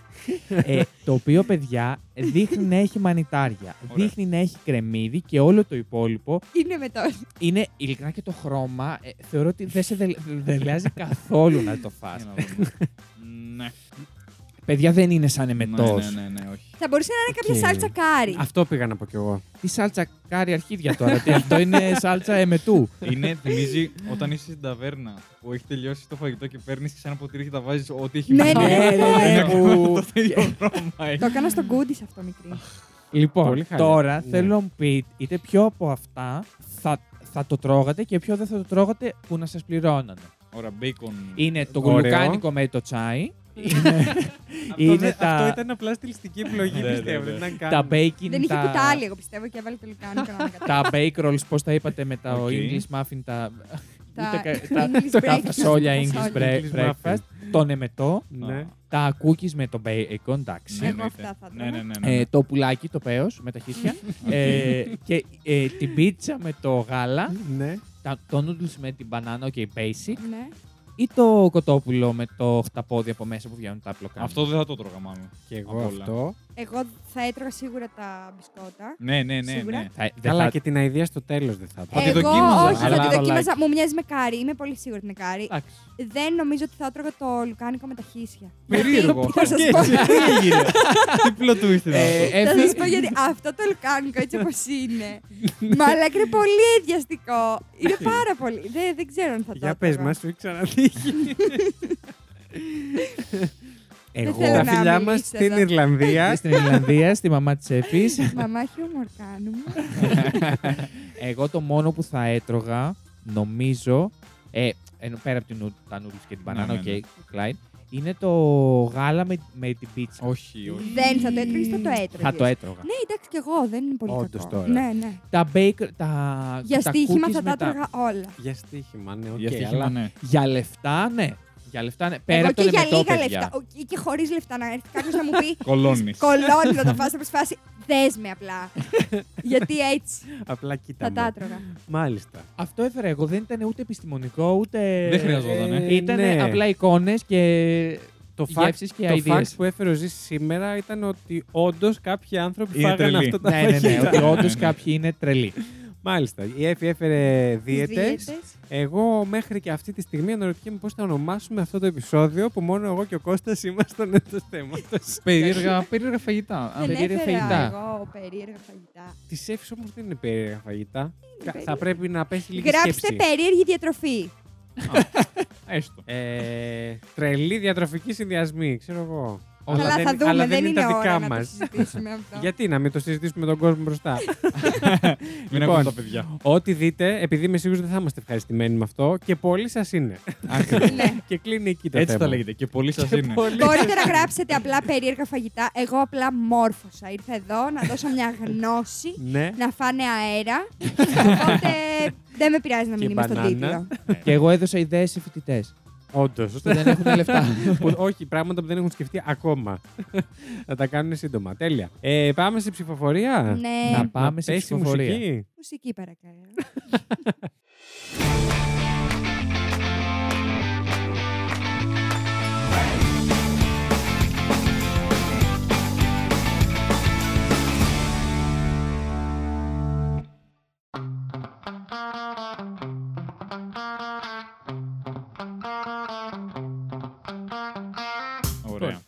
S4: ε, το οποίο, παιδιά, δείχνει να έχει μανιτάρια.
S3: Ωραία.
S4: δείχνει να έχει κρεμμύδι και όλο το υπόλοιπο
S2: Είναι με το.
S4: είναι ειλικρινά και το χρώμα. ε, θεωρώ ότι δεν σε δελ- δελεάζει καθόλου να το
S3: Για
S4: φας.
S3: να δούμε. Ναι.
S4: παιδιά, δεν είναι σαν
S3: Ναι,
S4: εμετός.
S3: ναι, ναι, ναι, όχι.
S2: Θα μπορούσε να είναι κάποια
S1: Οκ.
S2: σάλτσα κάρι.
S1: Αυτό πήγα να πω κι εγώ.
S4: Τι σάλτσα κάρι αρχίδια τώρα, τι αυτό είναι σάλτσα εμετού.
S3: Είναι, θυμίζει όταν είσαι στην ταβέρνα που έχει τελειώσει το φαγητό και παίρνεις ξανά ποτήρι και τα βάζεις ό,τι έχει
S2: Ναι,
S3: μείνει.
S2: ναι,
S4: ναι, ναι,
S3: Είναι
S4: που-
S3: ακριβώς το ίδιο χρώμα.
S2: Το έκανα στον κούντι σε αυτό, μικρή.
S1: Πολύ
S4: Λοιπόν,
S1: χάλια.
S4: τώρα
S1: Ναι.
S4: θέλω να μου πείτε είτε ποιο από αυτά θα, θα το τρώγατε και ποιο δεν θα το τρώγατε που να σας πληρώνανε.
S3: Ωραία, μπέικον.
S4: Είναι το
S1: Ωραίο. Ναι.
S4: γλουκάνικο με το τσάι. Είναι,
S1: Αυτό,
S4: είναι
S1: δεν-
S4: τα,
S1: αυτό ήταν απλά στιλιστική επιλογή,
S3: Ναι, ναι,
S1: πιστεύω.
S3: ναι.
S1: Δεν ήταν καν-
S4: τα bacon,
S2: Δεν είχε
S4: τα,
S2: κουτάλι, εγώ πιστεύω, και έβαλε το λουκάνικο να με
S4: τα bake rolls, πώς τα είπατε με τα
S3: Οκ.
S4: English muffin, τα,
S2: Τα
S4: ούτε κα-
S2: English
S4: τα, τα
S2: breakfast,
S4: φασόλια
S2: τα
S4: English
S2: φασόλια.
S4: break-
S1: English muffin.
S4: breakfast, τον εμετό,
S1: Ναι.
S4: τα cookies με το bacon, εντάξει.
S3: Ναι,
S2: Εγώ
S3: εννοείται.
S2: αυτά θα
S3: Ναι, ναι, ναι. ναι, ναι.
S4: Ε, το πουλάκι, το πέος με τα χίσια. ε, και ε, την πίτσα με το γάλα.
S1: Ναι.
S4: τα- το noodles με την μπανάνα, ok, basic.
S2: Ναι.
S4: Ή το κοτόπουλο με το χταπόδι από μέσα που βγαίνουν τα απλοκά.
S3: Αυτό δεν θα το τρώγα μάλλον.
S1: Και εγώ
S3: Απ' όλα.
S1: αυτό.
S2: Εγώ θα έτρωγα σίγουρα τα μπισκότα.
S3: Ναι, ναι, ναι.
S2: Σίγουρα.
S3: ναι.
S4: θα, δεν
S1: Καλά,
S4: θα...
S1: και την αηδία στο τέλος δεν θα
S3: Θα τη
S2: Εγώ,
S3: δοκίμαζα,
S2: όχι,
S1: αλλά
S2: θα τη
S1: το
S2: δοκίμαζα. Μου μοιάζει με κάρι. Είμαι πολύ σίγουρη ότι είναι κάρι.
S4: Εντάξει.
S2: Δεν νομίζω ότι θα έτρωγα το λουκάνικο με τα χίσια.
S3: Περίεργο.
S2: Θα σας πω.
S3: Τι έγινε. Τι πλωτού ήταν αυτό.
S4: Ε,
S2: Θα
S4: Εύη,
S2: σας πω γιατί αυτό το λουκάνικο έτσι όπως είναι.
S4: Ναι.
S2: Μαλάκα είναι πολύ εδιαστικό. Είναι πάρα πολύ. Δεν, δεν ξέρω αν θα το
S1: Για πες
S2: έτρωγα.
S1: μας, σου έχει ξανατύχει.
S4: εγώ
S2: θέλω
S1: Τα
S2: να
S1: φιλιά μας
S2: μιλήσω
S1: στην
S2: εδώ.
S4: πήγα
S1: Ιρλανδία.
S4: στην Ιρλανδία, στη μαμά της Εφης.
S2: Μαμά, χιούμορ κάνουμε.
S4: εγώ το μόνο που θα έτρωγα, νομίζω. Ε, ενώ πέρα από την, νου- τα noodles και την μπανάνα,
S3: ναι,
S4: οκ,
S3: ναι.
S4: Clyde, είναι το γάλα με, με την πίτσα.
S2: ε,
S3: Όχι, όχι.
S2: δεν θα το έτρωγες, θα το έτρωγες.
S4: Θα το έτρωγα.
S2: Ναι, εντάξει, κι εγώ δεν είναι πολύ
S1: Όντως
S2: κακό.
S1: τώρα.
S2: Ναι, ναι.
S4: Τα bacon, τα,
S2: Για
S4: τα
S2: στοίχημα
S4: cookies
S2: θα τα
S4: με
S2: έτρωγα όλα.
S1: Για στοίχημα, ναι,
S3: Για
S1: οκ.
S3: στοίχημα,
S1: Αλλά
S3: ναι.
S4: Για λεφτά, ναι. Για λεφτά, ναι. Πέρα
S2: Εγώ και
S4: από τον
S2: για
S4: εμετό,
S2: λίγα
S4: παιδιά.
S2: λεφτά. Ο- Και, και χωρίς λεφτά να έρθει κάποιος να μου πει
S3: Κολώνεις.
S2: κολώνει να το φας, θα φάση. Δες με απλά. Γιατί έτσι
S1: απλά
S2: θα
S1: κοίτα.
S2: τα
S1: με.
S2: έτρωγα.
S1: Μάλιστα.
S4: Αυτό έφερα εγώ. Δεν ήταν ούτε επιστημονικό, ούτε.
S3: Δεν χρειαζόταν, ε.
S4: Ήταν
S1: ναι.
S4: απλά εικόνες και.
S1: Το fact,
S4: γεύσεις και
S1: το fact
S4: ideas.
S1: που έφερε ο Ζήσης σήμερα ήταν ότι όντως κάποιοι άνθρωποι
S3: Είναι
S1: φάγανε
S3: τρελοί.
S1: αυτά τα
S4: ναι, ναι, ναι.
S1: φαγητά.
S4: ότι όντως
S3: Ναι, ναι.
S4: κάποιοι είναι τρελοί.
S1: Μάλιστα. Η Εφη έφερε δίαιτε.
S2: Τις δίαιτες.
S1: Εγώ μέχρι και αυτή τη στιγμή αναρωτιέμαι πώς θα ονομάσουμε αυτό το επεισόδιο που μόνο εγώ και ο Κώστας ήμασταν εντό θέματος.
S3: Περίεργα, περίεργα φαγητά. Α,
S2: Δεν
S4: περίεργα
S2: έφερα
S4: φαγητά.
S2: εγώ περίεργα φαγητά.
S1: Της Εφης όμως δεν είναι περίεργα φαγητά. Κα-
S2: περίεργα.
S1: Θα πρέπει να πέσει λίγη
S2: Γράψτε
S1: σκέψη.
S2: περίεργη διατροφή.
S3: Έστω.
S1: Ε, τρελή διατροφική συνδυασμή, ξέρω εγώ.
S2: Αλλά,
S1: Αλλά
S2: θα
S1: δεν-
S2: δούμε,
S1: αλλά
S2: δεν, είναι,
S1: τα
S2: ώρα
S1: δικά
S2: να το
S1: μας.
S2: συζητήσουμε αυτό.
S1: Γιατί να μην το συζητήσουμε με τον κόσμο μπροστά.
S3: Μην ακούνε τα παιδιά.
S1: Ό,τι δείτε, επειδή είμαι σίγουρος δεν θα είμαστε ευχαριστημένοι με αυτό και πολλοί σας είναι.
S2: Ναι.
S1: και κλείνει εκεί το
S3: Έτσι
S1: θέμα.
S3: τα λέγεται. Και πολλοί σας είναι.
S2: Μπορείτε να γράψετε απλά περίεργα φαγητά. Εγώ απλά μόρφωσα. Ήρθα εδώ να δώσω μια γνώση,
S1: Ναι.
S2: να φάνε αέρα. Οπότε δεν με πειράζει να
S1: Και
S2: μην είμαι στον
S1: μπανάνα.
S2: τίτλο.
S4: και εγώ έδωσα ιδέες σε φοιτητές
S1: Όντως.
S4: που δεν έχουν λεφτά.
S1: Όχι, πράγματα που δεν έχουν σκεφτεί ακόμα. θα τα κάνουν σύντομα. Τέλεια. Ε, πάμε σε ψηφοφορία.
S2: Ναι,
S4: Να πάμε σε
S1: πέσει η
S4: ψηφοφορία.
S1: μουσική.
S2: μουσική παρακαλώ.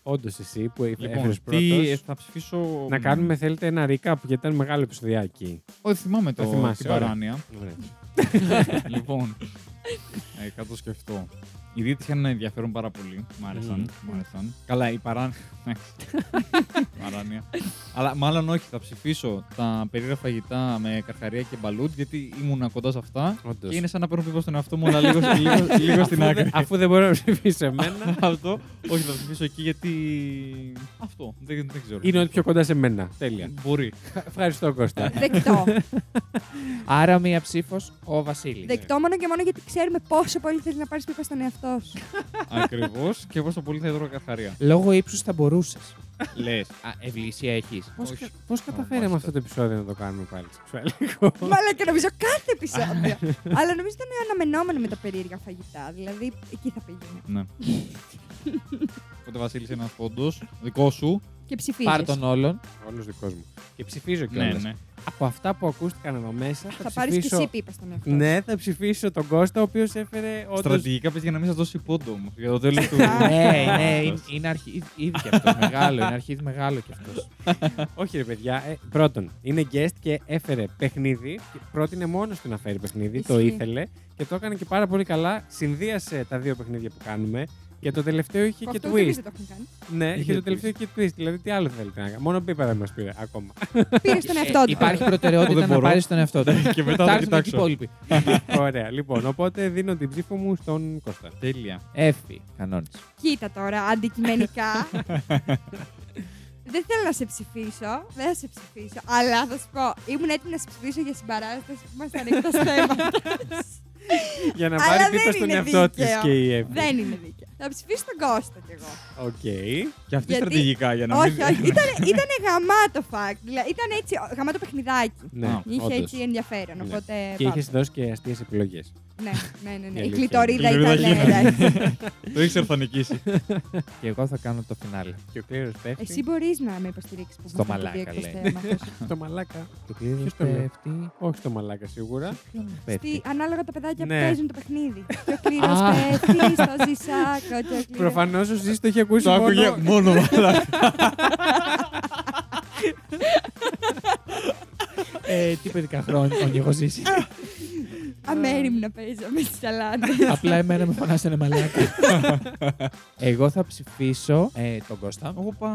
S1: όντως εσύ που λοιπόν,
S3: Λοιπόν,
S1: έφερες
S3: τι, ε,
S1: πρώτος.
S3: θα ψηφίσω.
S1: Να κάνουμε, θέλετε, ένα recap γιατί ήταν μεγάλο επεισοδιά εκεί.
S3: Όχι, θυμάμαι
S1: Το
S3: το,
S1: θυμάσαι,
S3: την
S1: ωραία.
S3: παράνοια.
S1: Ωραία.
S3: λοιπόν, ε, θα το σκεφτώ. Οι δίαιτες είχαν ένα ενδιαφέρον πάρα πολύ. Μ' άρεσαν.
S1: Μμμ.
S3: Μ' άρεσαν. Καλά, η παράνοια. παράνοια. Αλλά μάλλον όχι, θα ψηφίσω τα περίεργα φαγητά με καρχαρία και μπαλούτ, γιατί ήμουνα κοντά σε αυτά.
S1: Όντως.
S3: Και είναι σαν να παίρνω πίπα στον εαυτό μου, αλλά λίγο, λίγο, λίγο στην
S1: Αφού δεν-
S3: άκρη.
S1: Αφού δεν μπορώ να ψηφίσω εμένα,
S3: Αυτό. Όχι, θα ψηφίσω εκεί γιατί. Αυτό. Δεν, δεν ξέρω.
S1: είναι ό,τι πιο κοντά σε μένα. Τέλεια.
S3: Μπορεί.
S1: Ευχαριστώ,
S2: Ε,
S1: Κώστα.
S2: Δεκτό.
S4: Άρα μία ψήφος ο Βασίλης.
S2: Δεκτό μόνο και μόνο γιατί ξέρουμε πόσο πολύ θέλει να πάρεις πίπα στον εαυτό σου.
S3: Ακριβώς. Και πόσο πολύ θα έτρωγα καρχαρία.
S4: Λόγω ύψους θα μπορούσες.
S3: Λες.
S4: Α, ευλυσία έχει.
S3: Όχι.
S1: Πώς καταφέραμε
S3: μάλιστα.
S1: αυτό το επεισόδιο να το κάνουμε πάλι σεξουαλικό.
S2: Μαλά και νομίζω κάθε επεισόδιο. Αλλά νομίζω ήταν αναμενόμενο με τα περίεργα φαγητά. Δηλαδή εκεί θα πήγαινε.
S3: Ναι. Οπότε Βασίλη, ένα φόντο δικό σου.
S2: Και ψηφίζεις.
S4: Πάρ των όλων.
S1: Όλος δικός μου. Και
S3: Ναι,
S1: ψηφίζω κιόλα. Από αυτά που ακούστηκαν εδώ μέσα, θα,
S2: Θα πάρεις και
S1: ψηφίσω-
S2: εσύ πίπα στον εαυτό σου.
S1: Ναι, θα ψηφίσω τον Κώστα, ο οποίος έφερε όντως.
S3: Στρατηγικά πες για να μην σας δώσει πόντο όμω. Για το τέλος του.
S4: ναι, ναι, είναι- είναι αρχίδι ήδη και αυτός. Μεγάλο, είναι αρχίδι μεγάλο κι αυτός.
S1: Όχι, ρε παιδιά. Ε, πρώτον, είναι guest και έφερε παιχνίδι. Και πρότεινε μόνος του να φέρει παιχνίδι. Το
S2: Ισχύει.
S1: ήθελε και το έκανε και πάρα πολύ καλά. Συνδύασε τα δύο παιχνίδια που κάνουμε. Για το τελευταίο είχε
S2: Που
S1: και
S2: αυτό
S1: twist.
S2: ούτε εμείς δεν το έχουν κάνει.
S1: Ναι,
S3: Είχε
S1: είχε το
S3: twist.
S1: τελευταίο και twist. Δηλαδή, τι άλλο θέλετε να κάνετε. Μόνο πίπα δεν μας πήρε ακόμα.
S2: Πήρε
S1: Ε,
S2: τον εαυτό του.
S4: Ε, Υπάρχει προτεραιότητα
S3: Δεν
S4: να
S3: μπορώ.
S4: πάρει τον εαυτό του.
S3: Και μετά
S4: Κοιτάξτε με
S3: θα
S4: την
S3: κοιτάξω.
S4: υπόλοιπη.
S1: Ωραία, λοιπόν. Οπότε δίνω την ψήφο μου στον Κώστα.
S3: Τέλεια.
S4: Έφη, κανόνισε.
S2: Κοίτα τώρα, αντικειμενικά. Δεν θέλω να σε ψηφίσω, δεν θα σε ψηφίσω, αλλά θα σου πω, ήμουν έτοιμη να σε ψηφίσω για συμπαράσταση που ήμασταν εκτό θέματο.
S1: Για να
S2: Αλλά
S1: πάρει
S2: δεν
S1: πίπα στον
S2: είναι
S1: εαυτό της
S2: δίκαιο.
S1: και η Εύη.
S2: Δεν είναι δίκαιο. Θα ψηφίσω τον Κώστα κι εγώ.
S1: Οκ.
S3: Και αυτή
S2: Γιατί-
S3: στρατηγικά για να
S2: όχι,
S3: μην.
S2: όχι. Ήταν, ήτανε γαμάτο fact. Δηλαδή, ήταν έτσι, γαμάτο παιχνιδάκι.
S1: Ναι,
S3: Α,
S2: Είχε
S1: όντως.
S2: έτσι ενδιαφέρον,
S1: Ναι.
S2: οπότε.
S1: Και
S2: πάμε.
S1: είχε δώσει και αστείες επιλογές.
S2: Ναι, ναι, ναι. ναι.
S1: Η
S2: Η
S1: αλήθεια.
S2: κλητορίδα
S3: Η
S2: ήταν. ναι,
S3: κλητορίδα
S2: εντάξει.
S3: Το ήξερα θα νικήσει.
S4: Και εγώ θα κάνω το φινάλε.
S1: Και ο κλήρο πέφτει.
S2: Εσύ μπορείς να με υποστηρίξεις που
S4: Στο
S2: μου είχατε πει
S4: μαλάκα,
S2: εκτός
S4: λέει.
S2: θέματος.
S1: Το μαλάκα.
S4: Το κλείδι
S1: Ποιος το λέει?
S4: πέφτει.
S1: Όχι στο μαλάκα σίγουρα.
S4: Ποιον
S2: Στη,
S4: πέφτει.
S2: ανάλογα τα παιδάκια που
S1: Ναι.
S2: παίζουν το παιχνίδι. Και ο κλήρο
S4: Α.
S2: πέφτει στο ζυσάκο. και ο κλήρος-
S1: Προφανώς ο Ζή το είχε ακούσει.
S3: Το άκουγε
S1: μόνο...
S3: μόνο μαλάκα.
S4: Ε, Τι παιδικά χρόνια τον έχω ζήσει.
S2: Αμέριμνα παίζαμε στι σαλάτε.
S4: Απλά εμένα με φωνάσανε μαλάκα. Εγώ θα ψηφίσω ε, τον Κώστα.
S3: Όπα.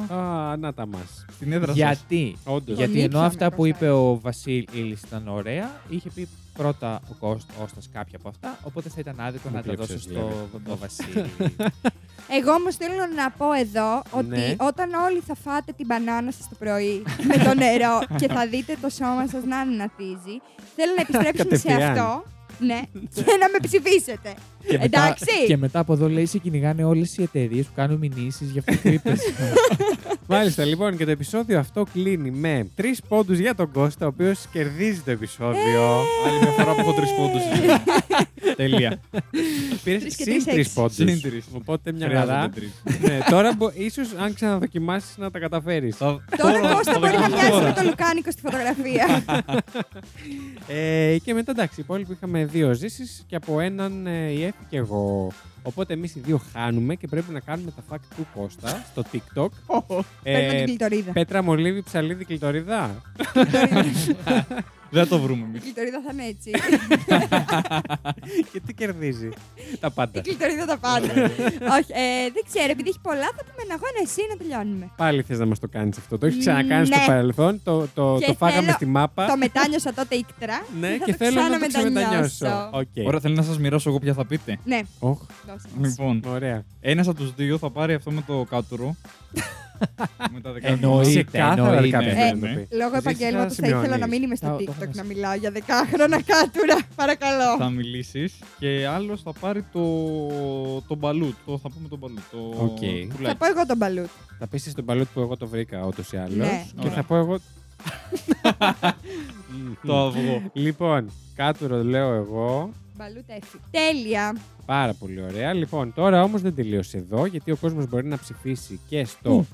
S1: Α, να τα μας.
S3: Την έδρα σας.
S4: Γιατί,
S1: Όντως.
S2: Για-
S4: γιατί ενώ
S2: λείψαμε,
S4: αυτά που
S2: Κώστα.
S4: είπε ο Βασίλης ήταν ωραία, είχε πει πρώτα ο Κώστας κάποια από αυτά, οπότε θα ήταν άδικο
S1: Μου
S4: να τα
S1: κλέψες,
S4: δώσω στο
S1: Λέβη.
S4: στο Βασίλη.
S2: Εγώ όμως θέλω να πω εδώ ότι
S1: Ναι.
S2: όταν όλοι θα φάτε την μπανάνα σας το πρωί με το νερό και θα δείτε το σώμα σας να ανατίζει, θέλω να επιστρέψουμε σε
S1: Κατευθείαν.
S2: αυτό. Ναι, και να με ψηφίσετε.
S4: Και μετά-
S2: Εντάξει.
S4: Και μετά από εδώ λέει σε κυνηγάνε όλες οι εταιρείες που κάνουν μηνύσεις για αυτό που είπες.
S1: Μάλιστα, λοιπόν, και το επεισόδιο αυτό κλείνει με τρεις πόντους για τον Κώστα, ο οποίος κερδίζει το επεισόδιο.
S2: Ε!
S3: Άλλη μια φορά που έχω τρεις πόντους. Τέλεια.
S1: Πήρες
S2: Τρεις και
S1: συν
S2: τρεις,
S1: τρεις
S2: έξι.
S1: πόντους.
S3: Συν τρεις.
S1: Οπότε μια χαρά.
S3: Χρειάζονται τρεις.
S1: ναι, τώρα ίσως αν ξαναδοκιμάσεις να τα καταφέρεις.
S3: Θα-
S2: Τώρα Κώστα
S3: θα
S2: μπορεί να
S3: δοκιμάσω
S2: μοιάζει
S3: τώρα.
S2: με το λουκάνικο στη φωτογραφία.
S1: Ε, και μετά εντάξει, οι υπόλοιποι είχαμε δύο ζήσεις και από έναν ε, η Εφη και εγώ. Οπότε εμείς οι δύο χάνουμε και πρέπει να κάνουμε τα fact του Κώστα στο TikTok.
S2: Παίρνω την
S1: ε,
S2: κλειτορίδα.
S1: πέτρα μολύβι, ψαλίδι, κλειτορίδα.
S3: Δεν θα το βρούμε εμείς.
S2: Η κλειτορίδα θα είναι έτσι.
S1: και τι κερδίζει. τα
S2: Η
S1: πάντα.
S2: κλειτορίδα τα πάντα. Όχι, ε, δεν ξέρω, επειδή έχει πολλά, θα πούμε ένα αγώνα εσύ να τελειώνουμε.
S1: Πάλι θες να μας το κάνεις αυτό. Το έχεις ξανακάνει στο
S2: Ναι.
S1: παρελθόν. Το, το,
S2: Και
S1: το φάγαμε
S2: θέλω
S1: στη μάπα.
S2: Το μετάνιωσα τότε ήκτρα.
S1: Ναι,
S2: θα
S1: και
S2: το
S1: θέλω να το
S2: ξαναμετανιώσω.
S1: ξαναμετανιώσω. Οκ.
S3: Ωραία, θέλω να σας μοιράσω εγώ ποια θα πείτε.
S2: Ναι,
S1: Οχ,
S2: δώσε μας.
S3: Λοιπόν,
S1: ωραία.
S3: ένας από τους δύο θα πάρει αυτό με το κάτουρο. με τα δεκάρια.
S4: Εννοείται,
S1: Ξεκάθαρα
S4: εννοείται.
S1: κάποιος
S2: Ε,
S1: πρέπει να το πει.
S2: Λόγω
S1: Ζήση,
S2: επαγγέλματος
S1: θα
S2: θα ήθελα να
S1: σημειώνεις.
S2: μην είμαι
S4: Τα-
S2: στο
S4: το έχουμε
S2: TikTok να
S4: στο-
S2: μιλάω για δεκάχρονα κάτουρα. Παρακαλώ.
S3: Θα μιλήσεις και άλλος θα πάρει το, το μπαλούτ. Το, θα πούμε το μπαλούτ. Το
S1: Οκ.
S3: πουλάκι.
S2: Θα πω εγώ τον παλούτ.
S1: Θα πέσει στον παλούτ που εγώ το βρήκα ούτως ή άλλως.
S2: Ναι.
S1: Και
S3: Ωραία.
S1: θα πω εγώ.
S3: Το αυγό. Mm-hmm.
S1: Λοιπόν, κάτουρο λέω εγώ.
S2: Μπαλούτ έφυγε. Τέλεια.
S1: Πάρα πολύ ωραία. Λοιπόν, τώρα όμως δεν τελείωσε εδώ, γιατί ο κόσμος μπορεί να ψηφίσει και στο.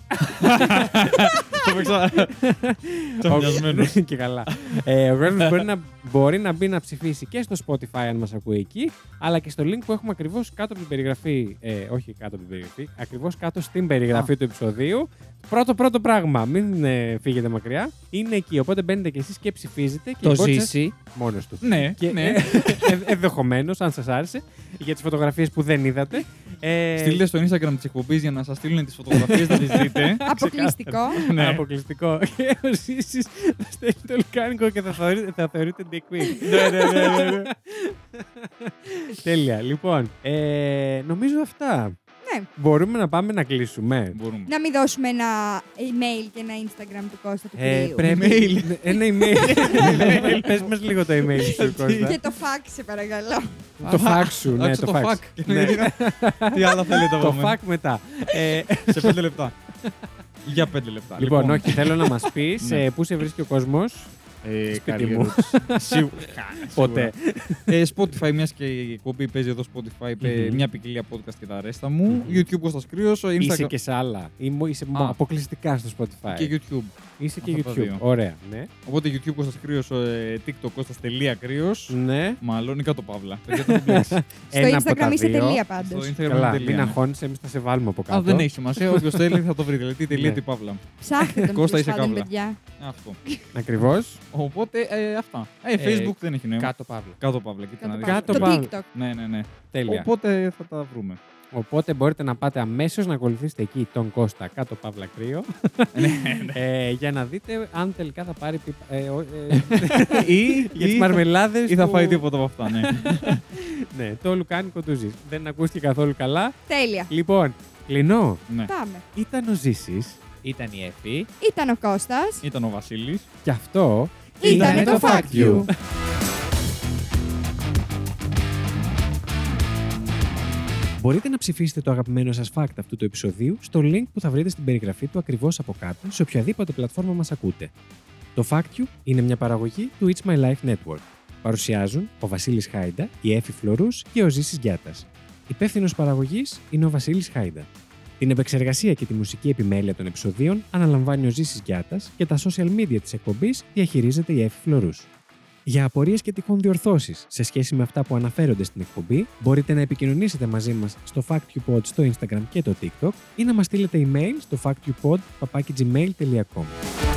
S3: Το παίξα. Τσαμπιασμένο.
S1: και καλά. Ε, ο κόσμος μπορεί, να, μπορεί να μπει να ψηφίσει και στο Spotify, αν μας ακούει εκεί, αλλά και στο link που έχουμε ακριβώς κάτω από την περιγραφή. Ε, όχι κάτω από την περιγραφή, ακριβώς κάτω στην περιγραφή του επεισοδίου. Πρώτο πρώτο πράγμα, μην ε, φύγετε μακριά. Είναι εκεί, οπότε μπαίνετε κι εσείς και ψηφίζετε. Και
S4: Το
S1: η κόρη σας-
S4: ζήσει.
S1: μόνος τους.
S3: Ναι,
S1: Και ε,
S3: ναι.
S1: ενδεχομένως, αν σας άρεσε, για τις φωτογραφίες που δεν είδατε. Ε,
S3: Στείλτε στο Instagram τη εκπομπή για να σας στείλουν τις φωτογραφίες να τις δείτε.
S2: Αποκλειστικό.
S1: Ναι. Αποκλειστικό. Και ο Ζήσης θα στέλνει το λουκάνικο και θα, θεωρεί, θα θεωρείται Dick Queen.
S3: Ναι, ναι, ναι, ναι, ναι.
S1: Τέλεια. Λοιπόν, ε, νομίζω αυτά.
S2: Ναι.
S1: Μπορούμε να πάμε να κλείσουμε.
S3: Μπορούμε.
S2: Να μην δώσουμε ένα email και ένα Instagram του Κώστα του
S1: Ε,
S2: Κυρίου.
S1: πρέπει...
S3: Email.
S1: Ένα email. Email. Πες μας λίγο το email σου,
S2: Και
S1: Κώστα.
S2: το fax, σε παρακαλώ.
S1: Το fax σου, ναι,
S3: Άκουσα
S1: το fax.
S3: fuck.
S1: Ναι.
S3: Τι άλλα θέλετε
S1: Το
S3: από
S1: fax
S3: μένα.
S1: μετά. Ε,
S3: Σε πέντε λεπτά. Για πέντε λεπτά.
S1: Λοιπόν, όχι, θέλω να μας πεις
S3: Ναι.
S1: ε, πού σε βρίσκει ο κόσμος.
S3: Ε,
S1: Σπίτι
S3: Καλλιέργεια.
S1: μου.
S3: Σίγουρα.
S1: Ποτέ.
S3: Ε, Spotify, μιας και η εκπομπή παίζει εδώ Spotify, πε-
S1: Μμμ.
S3: μια ποικιλία podcast και τα αρέστα μου.
S1: Μμμ.
S3: YouTube Κώστας Κρύος,
S1: Είσαι
S3: Instagram
S1: και σε άλλα. Ή μο- Είσαι μο-
S3: Α.
S1: αποκλειστικά στο Spotify.
S3: και YouTube.
S1: Είσαι και
S3: Αυτά τα
S1: YouTube.
S3: δύο.
S1: Ωραία. Ναι.
S3: Οπότε YouTube Κώστας Κρύος, ε, TikTok Κώστας.κρύος.
S1: ναι.
S3: Μάλλον ή κάτω παύλα. Παιδιά, το μην μπλέξεις.
S2: Στο Instagram είσαι τελεία πάντως.
S3: Στο Instagram
S1: Καλά,
S3: είναι
S1: μην
S3: τελεία.
S1: αγχώνεις, εμείς θα σε βάλουμε από κάτω.
S3: Α, δεν έχει σημασία. Όποιος θέλει θα το βρει. Δηλαδή, τελεία
S1: Ναι.
S3: τι παύλα.
S2: Ψάχτε τον
S3: Κώστα,
S2: τέλος
S3: είσαι
S2: πάντων,
S3: καύλα.
S2: παιδιά.
S3: Αυτό.
S1: Ακριβώς.
S3: Οπότε ε, αυτά. Ε,
S4: Ε,
S3: Facebook δεν έχει νόημα.
S4: Κάτω παύλα.
S3: Κάτω παύλα, κοίτα να
S2: Κάτω
S3: δεις.
S1: παύλα.
S2: πάνω.
S1: Κάτω πάνω.
S2: Το TikTok.
S3: Ναι, ναι, ναι.
S1: Τέλεια.
S3: Οπότε θα τα βρούμε.
S1: Οπότε μπορείτε να πάτε αμέσως να ακολουθήσετε εκεί τον Κώστα κάτω παύλα κρύο
S3: Ναι,
S1: ε, για να δείτε αν τελικά θα πάρει πι- ε, ο- ε,
S3: ή,
S1: για τις μαρμελάδες
S3: ή θα
S1: του-
S3: φάει τίποτα από αυτά, ναι.
S1: Ναι, το λουκάνικο του Ζης. Δεν ακούστηκε καθόλου καλά.
S2: Τέλεια.
S1: Λοιπόν, κλείνω.
S3: ναι.
S2: Πάμε.
S1: Ήταν ο Ζήσης
S4: Ήταν η Εφη.
S2: Ήταν ο Κώστας.
S3: Ήταν ο Βασίλης.
S1: και αυτό
S2: Ήτανε
S1: ήτανε
S2: το Fact You.
S1: Μπορείτε να ψηφίσετε το αγαπημένο σας fact αυτού του επεισοδίου στο link που θα βρείτε στην περιγραφή του ακριβώς από κάτω σε οποιαδήποτε πλατφόρμα μας ακούτε. Το Fact You είναι μια παραγωγή του It's My Life Network. Παρουσιάζουν ο Βασίλης Χάιντα, η Εφη Φλωρούς και ο Ζήσης Γιάτας. Υπεύθυνος παραγωγής είναι ο Βασίλης Χάιντα. Την επεξεργασία και τη μουσική επιμέλεια των επεισοδίων αναλαμβάνει ο Ζήσης Γιάτας και τα social media της εκπομπής διαχειρίζεται η Εφη Φλωρούς. Για απορίες και τυχόν διορθώσεις σε σχέση με αυτά που αναφέρονται στην εκπομπή, μπορείτε να επικοινωνήσετε μαζί μας στο FactUpod στο Instagram και το TikTok ή να μας στείλετε email στο factupod.gmail.com.